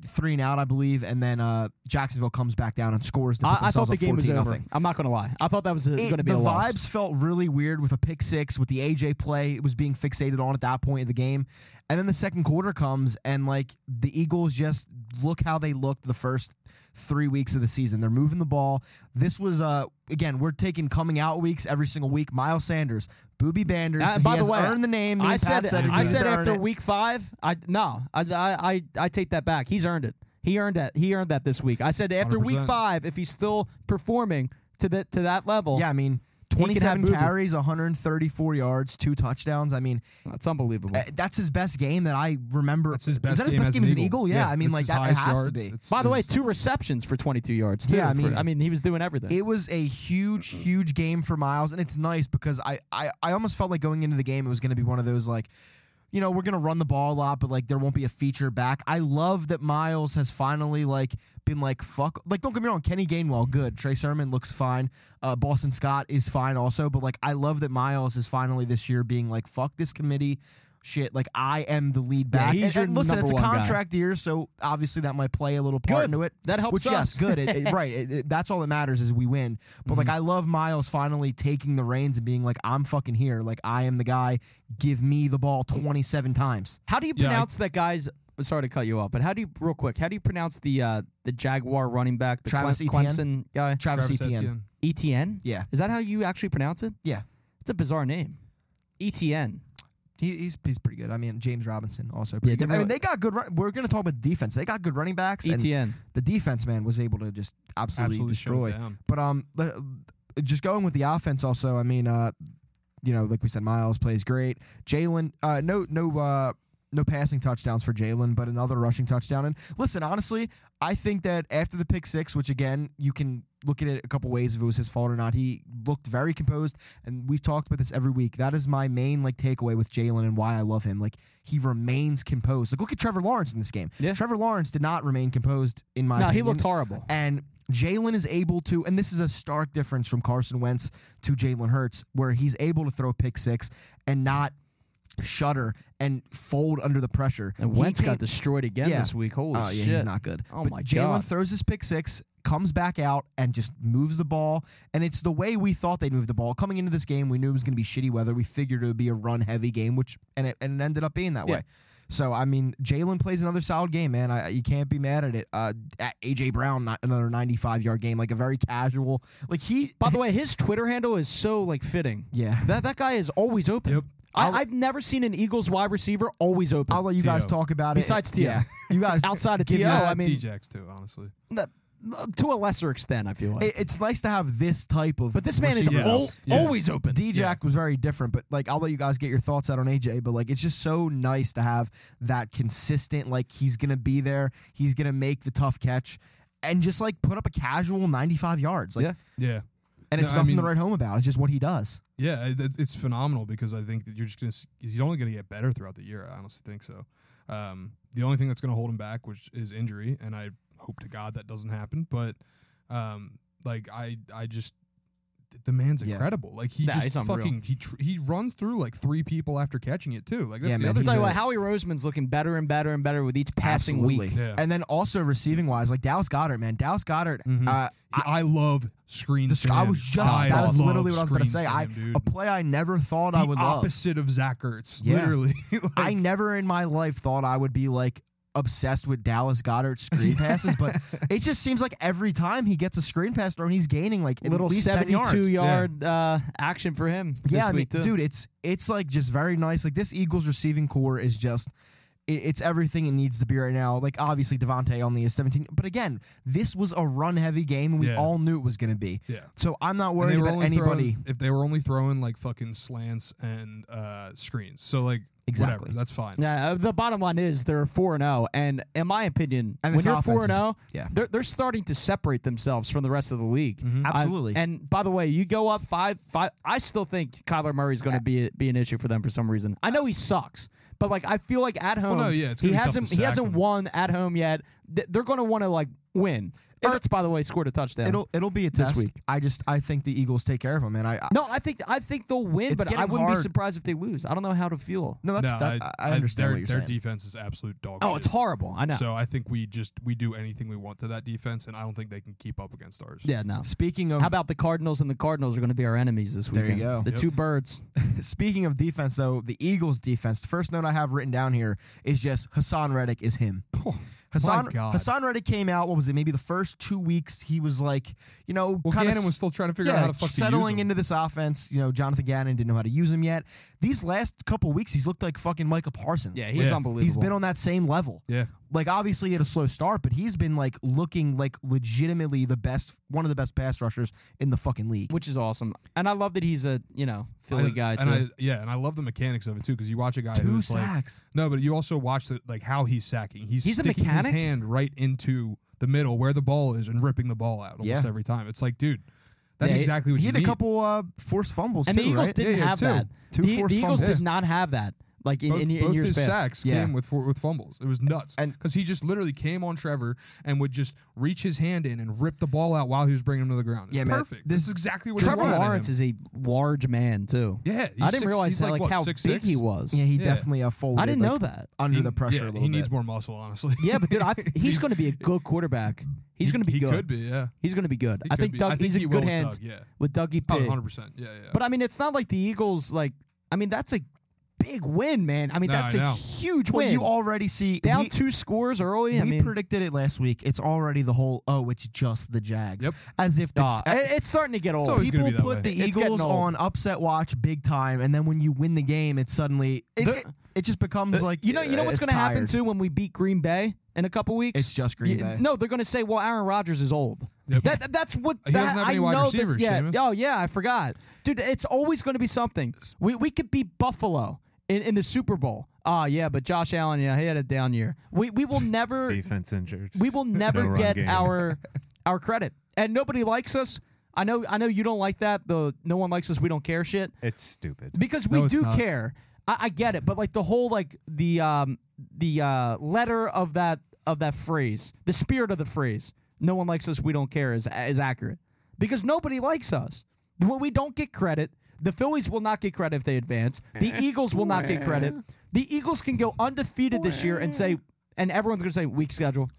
[SPEAKER 3] three and out, I believe, and then uh, Jacksonville comes back down and scores. To put
[SPEAKER 2] I, I thought
[SPEAKER 3] themselves
[SPEAKER 2] the
[SPEAKER 3] up
[SPEAKER 2] game was
[SPEAKER 3] 14
[SPEAKER 2] over.
[SPEAKER 3] nothing.
[SPEAKER 2] I'm not gonna lie. I thought that was
[SPEAKER 3] It-
[SPEAKER 2] going to be a
[SPEAKER 3] the
[SPEAKER 2] loss.
[SPEAKER 3] vibes felt really weird with a pick six with the AJ play. It was being fixated on at that point of the game, and then the second quarter comes and like the Eagles just look how they looked the first three weeks of the season. They're moving the ball. This was uh again we're taking coming out weeks every single week. Miles Sanders, Booby Banders.
[SPEAKER 2] Uh,
[SPEAKER 3] he
[SPEAKER 2] by the
[SPEAKER 3] has
[SPEAKER 2] way,
[SPEAKER 3] earned the name. Me
[SPEAKER 2] I
[SPEAKER 3] and Pat
[SPEAKER 2] said,
[SPEAKER 3] said he's
[SPEAKER 2] I
[SPEAKER 3] gonna
[SPEAKER 2] said
[SPEAKER 3] earn
[SPEAKER 2] after
[SPEAKER 3] it.
[SPEAKER 2] week five. I no, I, I I I take that back. He's earned it. He earned that. He earned that this week. I said after week
[SPEAKER 4] 100%.
[SPEAKER 2] five, if he's still performing to that to that level,
[SPEAKER 3] Yeah, I mean,
[SPEAKER 2] can have
[SPEAKER 3] 27
[SPEAKER 2] Boo Boo.
[SPEAKER 3] carries, 134 yards, two touchdowns. I mean,
[SPEAKER 2] that's unbelievable.
[SPEAKER 3] uh, that's his best game that I remember.
[SPEAKER 4] That's his
[SPEAKER 3] Is
[SPEAKER 4] best
[SPEAKER 3] that his
[SPEAKER 4] game
[SPEAKER 3] best
[SPEAKER 4] as
[SPEAKER 3] game
[SPEAKER 4] an
[SPEAKER 3] as an Eagle? Yeah, I mean,
[SPEAKER 4] it's
[SPEAKER 3] like
[SPEAKER 4] his
[SPEAKER 3] that it
[SPEAKER 4] highest
[SPEAKER 3] has
[SPEAKER 4] yards.
[SPEAKER 3] to be.
[SPEAKER 4] It's-
[SPEAKER 2] By the way,
[SPEAKER 4] it's-
[SPEAKER 2] two receptions for 22 yards. Too,
[SPEAKER 3] Yeah, I
[SPEAKER 2] for-
[SPEAKER 3] mean-
[SPEAKER 2] I mean, he was doing everything.
[SPEAKER 3] It was a huge,
[SPEAKER 2] Mm-hmm.
[SPEAKER 3] huge game for Miles, and it's nice because I, I, I almost felt like going into the game it was going to be one of those like, you know, we're going to run the ball a lot, but like there won't be a feature back. I love that Miles has finally like been like fuck. Like don't get me wrong, Kenny Gainwell good, Trey Sermon looks fine, uh, Boston Scott is fine also, but like I love that Miles is finally this year being like fuck this committee. Shit, like I am the lead
[SPEAKER 2] Yeah,
[SPEAKER 3] back.
[SPEAKER 2] he's
[SPEAKER 3] and,
[SPEAKER 2] your
[SPEAKER 3] and listen,
[SPEAKER 2] number
[SPEAKER 3] it's a
[SPEAKER 2] one guy.
[SPEAKER 3] contract year, so obviously that might play a little part
[SPEAKER 2] Good.
[SPEAKER 3] into it.
[SPEAKER 2] That helps
[SPEAKER 3] Which,
[SPEAKER 2] us.
[SPEAKER 3] yes, good. It-
[SPEAKER 2] *laughs*
[SPEAKER 3] it- right. It- it- that's all that matters is we win. But like,
[SPEAKER 2] Mm-hmm.
[SPEAKER 3] I love Miles finally taking the reins and being like, "I'm fucking here. Like, I am the guy. Give me the ball 27 times."
[SPEAKER 2] How do you
[SPEAKER 4] Yeah, I-
[SPEAKER 2] pronounce that guy's? Sorry to cut you off, but how do you real quick? How do you pronounce the uh, the Jaguar running back, the
[SPEAKER 3] Travis
[SPEAKER 2] Clem- Clemson
[SPEAKER 3] Etienne?
[SPEAKER 2] guy?
[SPEAKER 3] Travis,
[SPEAKER 4] Travis
[SPEAKER 3] Etienne.
[SPEAKER 4] Etienne.
[SPEAKER 2] ETN.
[SPEAKER 3] Yeah,
[SPEAKER 2] Is that how you actually pronounce it?
[SPEAKER 3] yeah.
[SPEAKER 2] It's a bizarre name. ETN.
[SPEAKER 3] He, he's he's pretty good. I mean, James Robinson also pretty
[SPEAKER 2] Yeah,
[SPEAKER 3] good.
[SPEAKER 2] they
[SPEAKER 3] I mean,
[SPEAKER 2] really-
[SPEAKER 3] they got good. Run- We're gonna talk about defense. They got good running backs. And
[SPEAKER 2] ETN.
[SPEAKER 3] the defense man was able to just
[SPEAKER 2] E
[SPEAKER 3] absolutely,
[SPEAKER 4] Absolutely shut
[SPEAKER 3] destroy.
[SPEAKER 4] down.
[SPEAKER 3] But um, le- just going with the offense. Also, I mean, uh, you know, like we said, Miles plays great. Jalen, uh, no, no, uh, no passing touchdowns for Jalen, but another rushing touchdown. And listen, honestly, I think that after the pick six, which again you can look at it a couple ways if it was his fault or not, he looked very composed. And we've talked about this every week. That is my main like takeaway with Jalen and why I love him. Like he remains composed. Like look at Trevor Lawrence in this game.
[SPEAKER 2] Yeah.
[SPEAKER 3] Trevor Lawrence did not remain composed in my.
[SPEAKER 2] No, he
[SPEAKER 3] opinion.
[SPEAKER 2] looked horrible.
[SPEAKER 3] And Jalen is able to, and this is a stark difference from Carson Wentz to Jalen Hurts, where he's able to throw pick six and not shudder and fold under the pressure.
[SPEAKER 2] And
[SPEAKER 3] He
[SPEAKER 2] Wentz
[SPEAKER 3] can't-
[SPEAKER 2] got destroyed again
[SPEAKER 3] Yeah.
[SPEAKER 2] this week. Holy
[SPEAKER 3] Oh yeah,
[SPEAKER 2] shit!
[SPEAKER 3] he's not good.
[SPEAKER 2] Oh
[SPEAKER 3] but
[SPEAKER 2] my
[SPEAKER 3] Jalen
[SPEAKER 2] God.
[SPEAKER 3] throws his pick six, comes back out and just moves the ball, and it's the way we thought they'd move the ball. Coming into this game, we knew it was going to be shitty weather. We figured it would be a run heavy game, which and it, and it ended up being that
[SPEAKER 2] Yeah.
[SPEAKER 3] way. So I mean, Jalen plays another solid game, man. I, you can't be mad at it. Uh, at AJ Brown, not another 95 yard game, like a very casual, like he.
[SPEAKER 2] By the way, his Twitter handle is so like fitting.
[SPEAKER 3] Yeah.
[SPEAKER 2] That that guy is always open.
[SPEAKER 4] Yep.
[SPEAKER 2] I,
[SPEAKER 3] I'll-
[SPEAKER 2] I've never seen an Eagles wide receiver always open.
[SPEAKER 3] I'll let you guys
[SPEAKER 4] T.O.
[SPEAKER 3] talk about
[SPEAKER 2] Besides
[SPEAKER 3] it.
[SPEAKER 2] T.O.
[SPEAKER 3] yeah, you guys
[SPEAKER 2] *laughs* Outside of
[SPEAKER 3] give
[SPEAKER 2] T.O.,
[SPEAKER 3] that-
[SPEAKER 2] I mean,
[SPEAKER 4] DJX E too, honestly.
[SPEAKER 2] That- to a lesser extent, I feel like.
[SPEAKER 3] it- it's nice to have this type of.
[SPEAKER 2] but this man is
[SPEAKER 3] receiver.
[SPEAKER 4] Yeah.
[SPEAKER 2] al-
[SPEAKER 4] Yeah.
[SPEAKER 2] always open.
[SPEAKER 3] D Jack was very different, but like I'll let you guys get your thoughts out on AJ, but like it's just so nice to have that consistent, like he's gonna be there, he's gonna make the tough catch, and just like put up a casual 95 yards. Like
[SPEAKER 2] Yeah.
[SPEAKER 4] Yeah.
[SPEAKER 3] and it's
[SPEAKER 4] No, I
[SPEAKER 3] nothing
[SPEAKER 4] mean-
[SPEAKER 3] to write home about. It's just what he does.
[SPEAKER 4] Yeah, it- it's- it's phenomenal because I think that you're just gonna s- he's only gonna get better throughout the year. I honestly think so. Um, the only thing that's gonna hold him back, which is injury, and I hope to God that doesn't happen. But um, like I, I just the man's
[SPEAKER 3] Yeah.
[SPEAKER 4] incredible. Like he
[SPEAKER 2] Nah,
[SPEAKER 4] just
[SPEAKER 2] he's unreal.
[SPEAKER 4] fucking he tr- he runs through like three people after catching it too. Like that's
[SPEAKER 3] Yeah,
[SPEAKER 4] the
[SPEAKER 3] man,
[SPEAKER 4] other
[SPEAKER 3] he's
[SPEAKER 2] Tell you
[SPEAKER 3] a-
[SPEAKER 2] what, Howie Roseman's looking better and better and better with each passing
[SPEAKER 3] Absolutely.
[SPEAKER 2] week.
[SPEAKER 4] Yeah.
[SPEAKER 3] And then also receiving wise, like Dallas Goddard, man. Dallas Goddard,
[SPEAKER 2] Mm-hmm.
[SPEAKER 3] uh,
[SPEAKER 4] I, I love screen.
[SPEAKER 3] the sc- I
[SPEAKER 4] to
[SPEAKER 3] was
[SPEAKER 4] him.
[SPEAKER 3] just
[SPEAKER 4] I
[SPEAKER 3] that was
[SPEAKER 4] love
[SPEAKER 3] literally what I was going to
[SPEAKER 4] screens
[SPEAKER 3] say. I
[SPEAKER 4] him, dude.
[SPEAKER 3] a play I never thought I
[SPEAKER 4] the
[SPEAKER 3] would love.
[SPEAKER 4] opposite of Zach Ertz,
[SPEAKER 3] Yeah.
[SPEAKER 4] literally. *laughs* Like,
[SPEAKER 3] I never in my life thought I would be like obsessed with Dallas Goddard screen passes, but it just seems like every time he gets a screen pass thrown, he's gaining like at
[SPEAKER 2] Little
[SPEAKER 3] least 10 yards.
[SPEAKER 2] seventy-two yard uh, action for him. this
[SPEAKER 3] Yeah, I mean,
[SPEAKER 2] week, too.
[SPEAKER 3] dude, it's it's like just very nice. Like this Eagles receiving core is just it, it's everything it needs to be right now. Like obviously Devontae only is 17, but again, this was a run heavy game and we
[SPEAKER 4] Yeah.
[SPEAKER 3] all knew it was going to be.
[SPEAKER 4] yeah.
[SPEAKER 3] So I'm not
[SPEAKER 4] And
[SPEAKER 3] worried about anybody.
[SPEAKER 4] Throwing, if they were only throwing like fucking slants and uh, screens, so like
[SPEAKER 3] Exactly.
[SPEAKER 4] whatever, that's fine.
[SPEAKER 2] Yeah, uh, the bottom line is they're four and zero, and in my opinion,
[SPEAKER 3] And
[SPEAKER 2] when
[SPEAKER 3] this
[SPEAKER 2] you're
[SPEAKER 3] offense
[SPEAKER 2] four
[SPEAKER 3] is-
[SPEAKER 2] and zero,
[SPEAKER 3] yeah. Mm-hmm.
[SPEAKER 2] they're they're starting to separate themselves from the rest of the league. I-
[SPEAKER 3] Absolutely.
[SPEAKER 2] and by the way, you go up five five. I still think Kyler Murray's
[SPEAKER 3] Uh,
[SPEAKER 2] going to be be an issue for them for some reason. I know he sucks, but like I feel like at home,
[SPEAKER 4] no, yeah, it's
[SPEAKER 2] he
[SPEAKER 4] gonna be tough to
[SPEAKER 2] hasn't he
[SPEAKER 4] sack
[SPEAKER 2] hasn't
[SPEAKER 4] him.
[SPEAKER 2] won at home yet. Th- they're going to want to like win. Ertz, by the way, scored a touchdown.
[SPEAKER 3] It'll it'll be a
[SPEAKER 2] This
[SPEAKER 3] test.
[SPEAKER 2] week.
[SPEAKER 3] I just I think the Eagles take care of him, and I, I
[SPEAKER 2] no, I think I think they'll win,
[SPEAKER 3] It's
[SPEAKER 2] but I
[SPEAKER 3] getting
[SPEAKER 2] wouldn't be
[SPEAKER 3] hard.
[SPEAKER 2] surprised if they lose. I don't know how to feel.
[SPEAKER 3] no, that's
[SPEAKER 4] No,
[SPEAKER 3] that, I, I understand
[SPEAKER 4] their,
[SPEAKER 3] what you're
[SPEAKER 4] their
[SPEAKER 3] saying.
[SPEAKER 4] defense is absolute dog.
[SPEAKER 2] Oh,
[SPEAKER 4] shit.
[SPEAKER 2] it's horrible. I know.
[SPEAKER 4] So I think we just we do anything we want to that defense, and I don't think they can keep up against ours.
[SPEAKER 2] yeah, no.
[SPEAKER 3] Speaking of
[SPEAKER 2] How about the Cardinals and the Cardinals are going to be our enemies this
[SPEAKER 3] There you
[SPEAKER 2] weekend?
[SPEAKER 3] go.
[SPEAKER 2] The
[SPEAKER 4] Yep.
[SPEAKER 2] two
[SPEAKER 4] *laughs*
[SPEAKER 2] birds.
[SPEAKER 3] *laughs* speaking of defense, though, the Eagles' defense. The first note I have written down here is just Hassan Reddick
[SPEAKER 4] *laughs*
[SPEAKER 3] is him. Hassan
[SPEAKER 4] Oh, God.
[SPEAKER 3] Hassan Reddick came out. What was it? Maybe the first two weeks he was like, you know,
[SPEAKER 4] Well,
[SPEAKER 3] kind
[SPEAKER 4] Gannon was still trying to figure out how to fuck to use
[SPEAKER 3] settling
[SPEAKER 4] him.
[SPEAKER 3] into this offense. You know, Jonathan Gannon didn't know how to use him yet. These last couple weeks, he's looked like fucking Micah Parsons.
[SPEAKER 2] Yeah, he's
[SPEAKER 4] Yeah.
[SPEAKER 2] unbelievable.
[SPEAKER 3] he's been on that same level.
[SPEAKER 4] Yeah.
[SPEAKER 3] like obviously at a slow start, but he's been like looking like legitimately the best, one of the best pass rushers in the fucking league.
[SPEAKER 2] which is awesome, and I love that he's a you know Philly
[SPEAKER 4] I-
[SPEAKER 2] guy too.
[SPEAKER 4] and I, yeah, and I love the mechanics of it too because you watch a guy
[SPEAKER 3] Two
[SPEAKER 4] who's like
[SPEAKER 3] sacks.
[SPEAKER 4] no, but you also watch the, like how he's sacking. He's,
[SPEAKER 2] He's a
[SPEAKER 4] sticking
[SPEAKER 2] mechanic?
[SPEAKER 4] his hand right into the middle where the ball is and ripping the ball out almost
[SPEAKER 3] Yeah.
[SPEAKER 4] every time. It's like, dude, that's
[SPEAKER 2] Yeah, he-
[SPEAKER 4] exactly what
[SPEAKER 3] he
[SPEAKER 4] you
[SPEAKER 3] had
[SPEAKER 4] need.
[SPEAKER 3] a couple uh, forced fumbles
[SPEAKER 2] and the
[SPEAKER 3] too,
[SPEAKER 2] Eagles
[SPEAKER 3] right?
[SPEAKER 2] didn't
[SPEAKER 4] Yeah, yeah,
[SPEAKER 2] have
[SPEAKER 4] two.
[SPEAKER 2] that.
[SPEAKER 3] Two
[SPEAKER 2] the,
[SPEAKER 3] forced
[SPEAKER 2] the Eagles
[SPEAKER 3] fumbles.
[SPEAKER 2] did not have that. Like in,
[SPEAKER 4] both,
[SPEAKER 2] in, in
[SPEAKER 4] both
[SPEAKER 2] years
[SPEAKER 4] his
[SPEAKER 2] past.
[SPEAKER 4] sacks
[SPEAKER 3] Yeah.
[SPEAKER 4] came with four, with fumbles. It was nuts
[SPEAKER 3] And-
[SPEAKER 4] because he just literally came on Trevor and would just reach his hand in and rip the ball out while he was bringing him to the ground. It's
[SPEAKER 3] Yeah, man,
[SPEAKER 4] perfect.
[SPEAKER 3] this-
[SPEAKER 4] this is exactly what
[SPEAKER 2] Trevor
[SPEAKER 4] you want out of
[SPEAKER 2] Lawrence
[SPEAKER 4] him.
[SPEAKER 2] is a large man too.
[SPEAKER 4] Yeah,
[SPEAKER 2] I
[SPEAKER 4] he's
[SPEAKER 2] didn't
[SPEAKER 4] six-
[SPEAKER 2] realize
[SPEAKER 4] he's
[SPEAKER 2] that,
[SPEAKER 4] like,
[SPEAKER 2] like,
[SPEAKER 4] what,
[SPEAKER 2] how
[SPEAKER 4] six,
[SPEAKER 2] big he
[SPEAKER 4] six?
[SPEAKER 2] was.
[SPEAKER 3] Yeah, he
[SPEAKER 4] Yeah.
[SPEAKER 3] definitely uh, folded.
[SPEAKER 2] I didn't
[SPEAKER 3] like,
[SPEAKER 2] know that.
[SPEAKER 3] under
[SPEAKER 4] He-
[SPEAKER 3] the pressure
[SPEAKER 4] yeah,
[SPEAKER 3] a little
[SPEAKER 4] He
[SPEAKER 3] bit.
[SPEAKER 4] needs more muscle, honestly.
[SPEAKER 2] Yeah, but dude, I,
[SPEAKER 4] *laughs*
[SPEAKER 2] he's going to be a good quarterback. He's going to be
[SPEAKER 4] he
[SPEAKER 2] good.
[SPEAKER 4] could be. Yeah,
[SPEAKER 2] He's going to be good.
[SPEAKER 4] He
[SPEAKER 2] I
[SPEAKER 4] could
[SPEAKER 2] think
[SPEAKER 4] be.
[SPEAKER 2] Doug.
[SPEAKER 4] I think
[SPEAKER 2] he's in
[SPEAKER 4] he
[SPEAKER 2] good
[SPEAKER 4] will with
[SPEAKER 2] hands
[SPEAKER 4] Doug, yeah.
[SPEAKER 2] with Dougie
[SPEAKER 4] Oh,
[SPEAKER 2] P.
[SPEAKER 4] 100%. Yeah, yeah.
[SPEAKER 2] But I mean, it's not like the Eagles. Like, I mean, that's a big win, man. I mean,
[SPEAKER 4] No,
[SPEAKER 2] that's
[SPEAKER 4] I
[SPEAKER 2] a
[SPEAKER 4] know.
[SPEAKER 2] huge
[SPEAKER 3] Well,
[SPEAKER 2] win.
[SPEAKER 3] you already see
[SPEAKER 2] down
[SPEAKER 3] we,
[SPEAKER 2] two scores early.
[SPEAKER 3] we
[SPEAKER 2] I mean,
[SPEAKER 3] predicted it last week. It's already the whole oh, it's just the Jags.
[SPEAKER 4] Yep.
[SPEAKER 3] As if the,
[SPEAKER 2] Nah,
[SPEAKER 3] uh,
[SPEAKER 2] it- it's starting to get old.
[SPEAKER 4] always gonna
[SPEAKER 3] people
[SPEAKER 4] be that
[SPEAKER 3] put
[SPEAKER 4] way.
[SPEAKER 3] the
[SPEAKER 2] It's getting
[SPEAKER 3] Eagles
[SPEAKER 2] old.
[SPEAKER 3] on upset watch big time, and then when you win the game, it's suddenly it,
[SPEAKER 2] The-
[SPEAKER 3] it, it just becomes like
[SPEAKER 2] you know, you know
[SPEAKER 3] uh,
[SPEAKER 2] what's
[SPEAKER 3] it's
[SPEAKER 2] going to happen
[SPEAKER 3] tired.
[SPEAKER 2] too when we beat Green Bay in a couple weeks.
[SPEAKER 3] It's just Green
[SPEAKER 2] Yeah,
[SPEAKER 3] Bay.
[SPEAKER 2] No, they're going to say, "Well, Aaron Rodgers is old."
[SPEAKER 4] Yep.
[SPEAKER 2] That, that- that's what
[SPEAKER 4] He
[SPEAKER 2] that,
[SPEAKER 4] doesn't have
[SPEAKER 2] I
[SPEAKER 4] any wide
[SPEAKER 2] know
[SPEAKER 4] receivers,
[SPEAKER 2] That, yeah.
[SPEAKER 4] Seamus.
[SPEAKER 2] Oh yeah, I forgot, dude. It's always going to be something. We we could beat Buffalo in, in the Super Bowl. Ah yeah, but Josh Allen, yeah, he had a down year. We we
[SPEAKER 4] *laughs*
[SPEAKER 2] will never
[SPEAKER 5] Defense injured.
[SPEAKER 2] we
[SPEAKER 5] *laughs*
[SPEAKER 2] will never
[SPEAKER 5] run
[SPEAKER 2] get
[SPEAKER 5] game. *laughs*
[SPEAKER 2] our our credit, and nobody likes us. I know I know you don't like that. The no one likes us. We don't care shit
[SPEAKER 5] It's stupid.
[SPEAKER 2] because we
[SPEAKER 4] No, it's
[SPEAKER 2] do
[SPEAKER 4] not.
[SPEAKER 2] care. I, I get it, but like the whole like the um the uh letter of that of that phrase, the spirit of the phrase, "No one likes us, we don't care," is is accurate because nobody likes us. When we don't get credit, the Phillies will not get credit if they advance. The Eagles will not get credit. The Eagles can go undefeated this year and say, and everyone's gonna say weak schedule,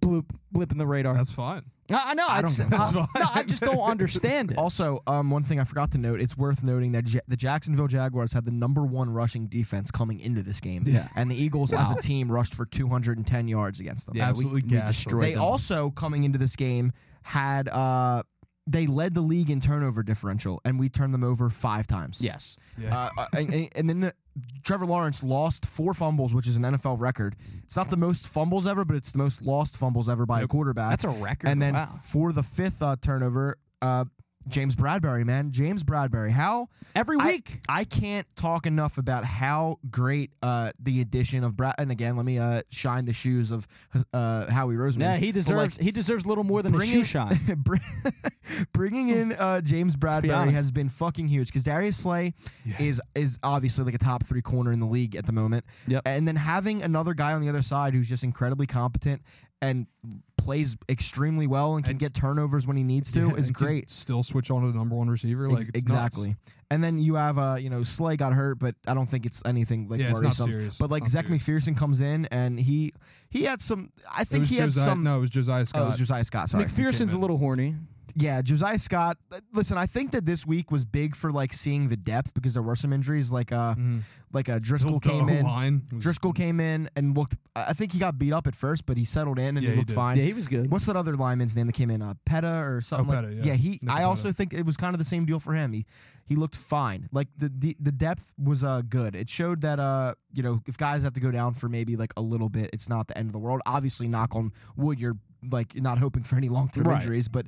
[SPEAKER 2] bloop blip in the radar.
[SPEAKER 4] That's fine.
[SPEAKER 2] I, I know. I
[SPEAKER 3] don't
[SPEAKER 2] it's-
[SPEAKER 3] know. That's
[SPEAKER 2] I- *laughs* no, I just don't understand it.
[SPEAKER 3] Also, um, one thing I forgot to note: it's worth noting that Ja the Jacksonville Jaguars had the number one rushing defense coming into this game,
[SPEAKER 4] Yeah.
[SPEAKER 3] and the Eagles as a team rushed for 210 yards against them.
[SPEAKER 4] Absolutely
[SPEAKER 2] we
[SPEAKER 4] gaslit.
[SPEAKER 2] destroyed
[SPEAKER 3] They
[SPEAKER 2] them.
[SPEAKER 3] also coming into this game had uh, they led the league in turnover differential, and we turned them over five times.
[SPEAKER 2] yes.
[SPEAKER 4] Yeah.
[SPEAKER 3] Uh, uh, and, and- and then the, Trevor Lawrence lost four fumbles, which is an NFL record. It's not the most fumbles ever, but it's the most lost fumbles ever by a quarterback.
[SPEAKER 2] That's a record.
[SPEAKER 3] And then
[SPEAKER 2] Wow.
[SPEAKER 3] for the fifth uh, turnover, uh, James Bradbury, man, James Bradbury. How
[SPEAKER 2] Every
[SPEAKER 3] I-
[SPEAKER 2] week.
[SPEAKER 3] I, can't talk enough about how great uh, the addition of Brad. And again, let me uh, shine the shoes of uh, Howie Roseman.
[SPEAKER 2] Yeah, he
[SPEAKER 3] But, like,
[SPEAKER 2] deserves he deserves little more than a
[SPEAKER 3] bring
[SPEAKER 2] shoe *laughs*
[SPEAKER 3] it-
[SPEAKER 2] shine.
[SPEAKER 3] Br- *laughs* bringing in uh, James Bradbury
[SPEAKER 2] honest.
[SPEAKER 3] has been fucking huge because Darius Slay is is obviously like a top three corner in the league at the moment.
[SPEAKER 2] Yep.
[SPEAKER 3] And then having another guy on the other side who's just incredibly competent and plays extremely well and can get turnovers when he needs to
[SPEAKER 4] Yeah,
[SPEAKER 3] is
[SPEAKER 4] and can
[SPEAKER 3] great.
[SPEAKER 4] Still switch on to the number one receiver. Like
[SPEAKER 3] Ex-
[SPEAKER 4] it's
[SPEAKER 3] exactly.
[SPEAKER 4] nuts.
[SPEAKER 3] And then you have uh, you know, Slay got hurt, but I don't think it's anything like
[SPEAKER 4] Yeah, it's
[SPEAKER 3] worrisome.
[SPEAKER 4] not serious.
[SPEAKER 3] But
[SPEAKER 4] It's
[SPEAKER 3] like
[SPEAKER 4] not
[SPEAKER 3] Zach McPherson comes in and he he had some I
[SPEAKER 4] It
[SPEAKER 3] think
[SPEAKER 4] was
[SPEAKER 3] he had
[SPEAKER 4] Josiah-
[SPEAKER 3] some
[SPEAKER 4] No, it was Josiah
[SPEAKER 3] Oh, it
[SPEAKER 4] Scott.
[SPEAKER 3] was Josiah Scott, sorry.
[SPEAKER 2] McPherson's a little horny.
[SPEAKER 3] Yeah, Josiah Scott. uh, Listen, I think that this week was big for like seeing the depth because there were some injuries. Like uh,
[SPEAKER 4] Mm-hmm.
[SPEAKER 3] like uh, Driscoll
[SPEAKER 4] The
[SPEAKER 3] came in.
[SPEAKER 4] O-line was-
[SPEAKER 3] Driscoll came in and looked. I I think he got beat up at first, but he settled in and
[SPEAKER 4] Yeah,
[SPEAKER 3] he
[SPEAKER 4] he
[SPEAKER 3] looked
[SPEAKER 4] did.
[SPEAKER 3] fine.
[SPEAKER 2] Yeah, he was good.
[SPEAKER 3] What's that other lineman's name that came in? Uh, Petta or something. like-
[SPEAKER 4] Oh, Petta, yeah.
[SPEAKER 3] he.
[SPEAKER 4] Nick
[SPEAKER 3] I
[SPEAKER 4] Petta.
[SPEAKER 3] also think it was kind of the same deal for him. He he looked fine. Like the the, the depth was uh good. It showed that uh you know if guys have to go down for maybe like a little bit, it's not the end of the world. Obviously, knock on wood, you're like not hoping for any long term
[SPEAKER 5] Right.
[SPEAKER 3] injuries, but.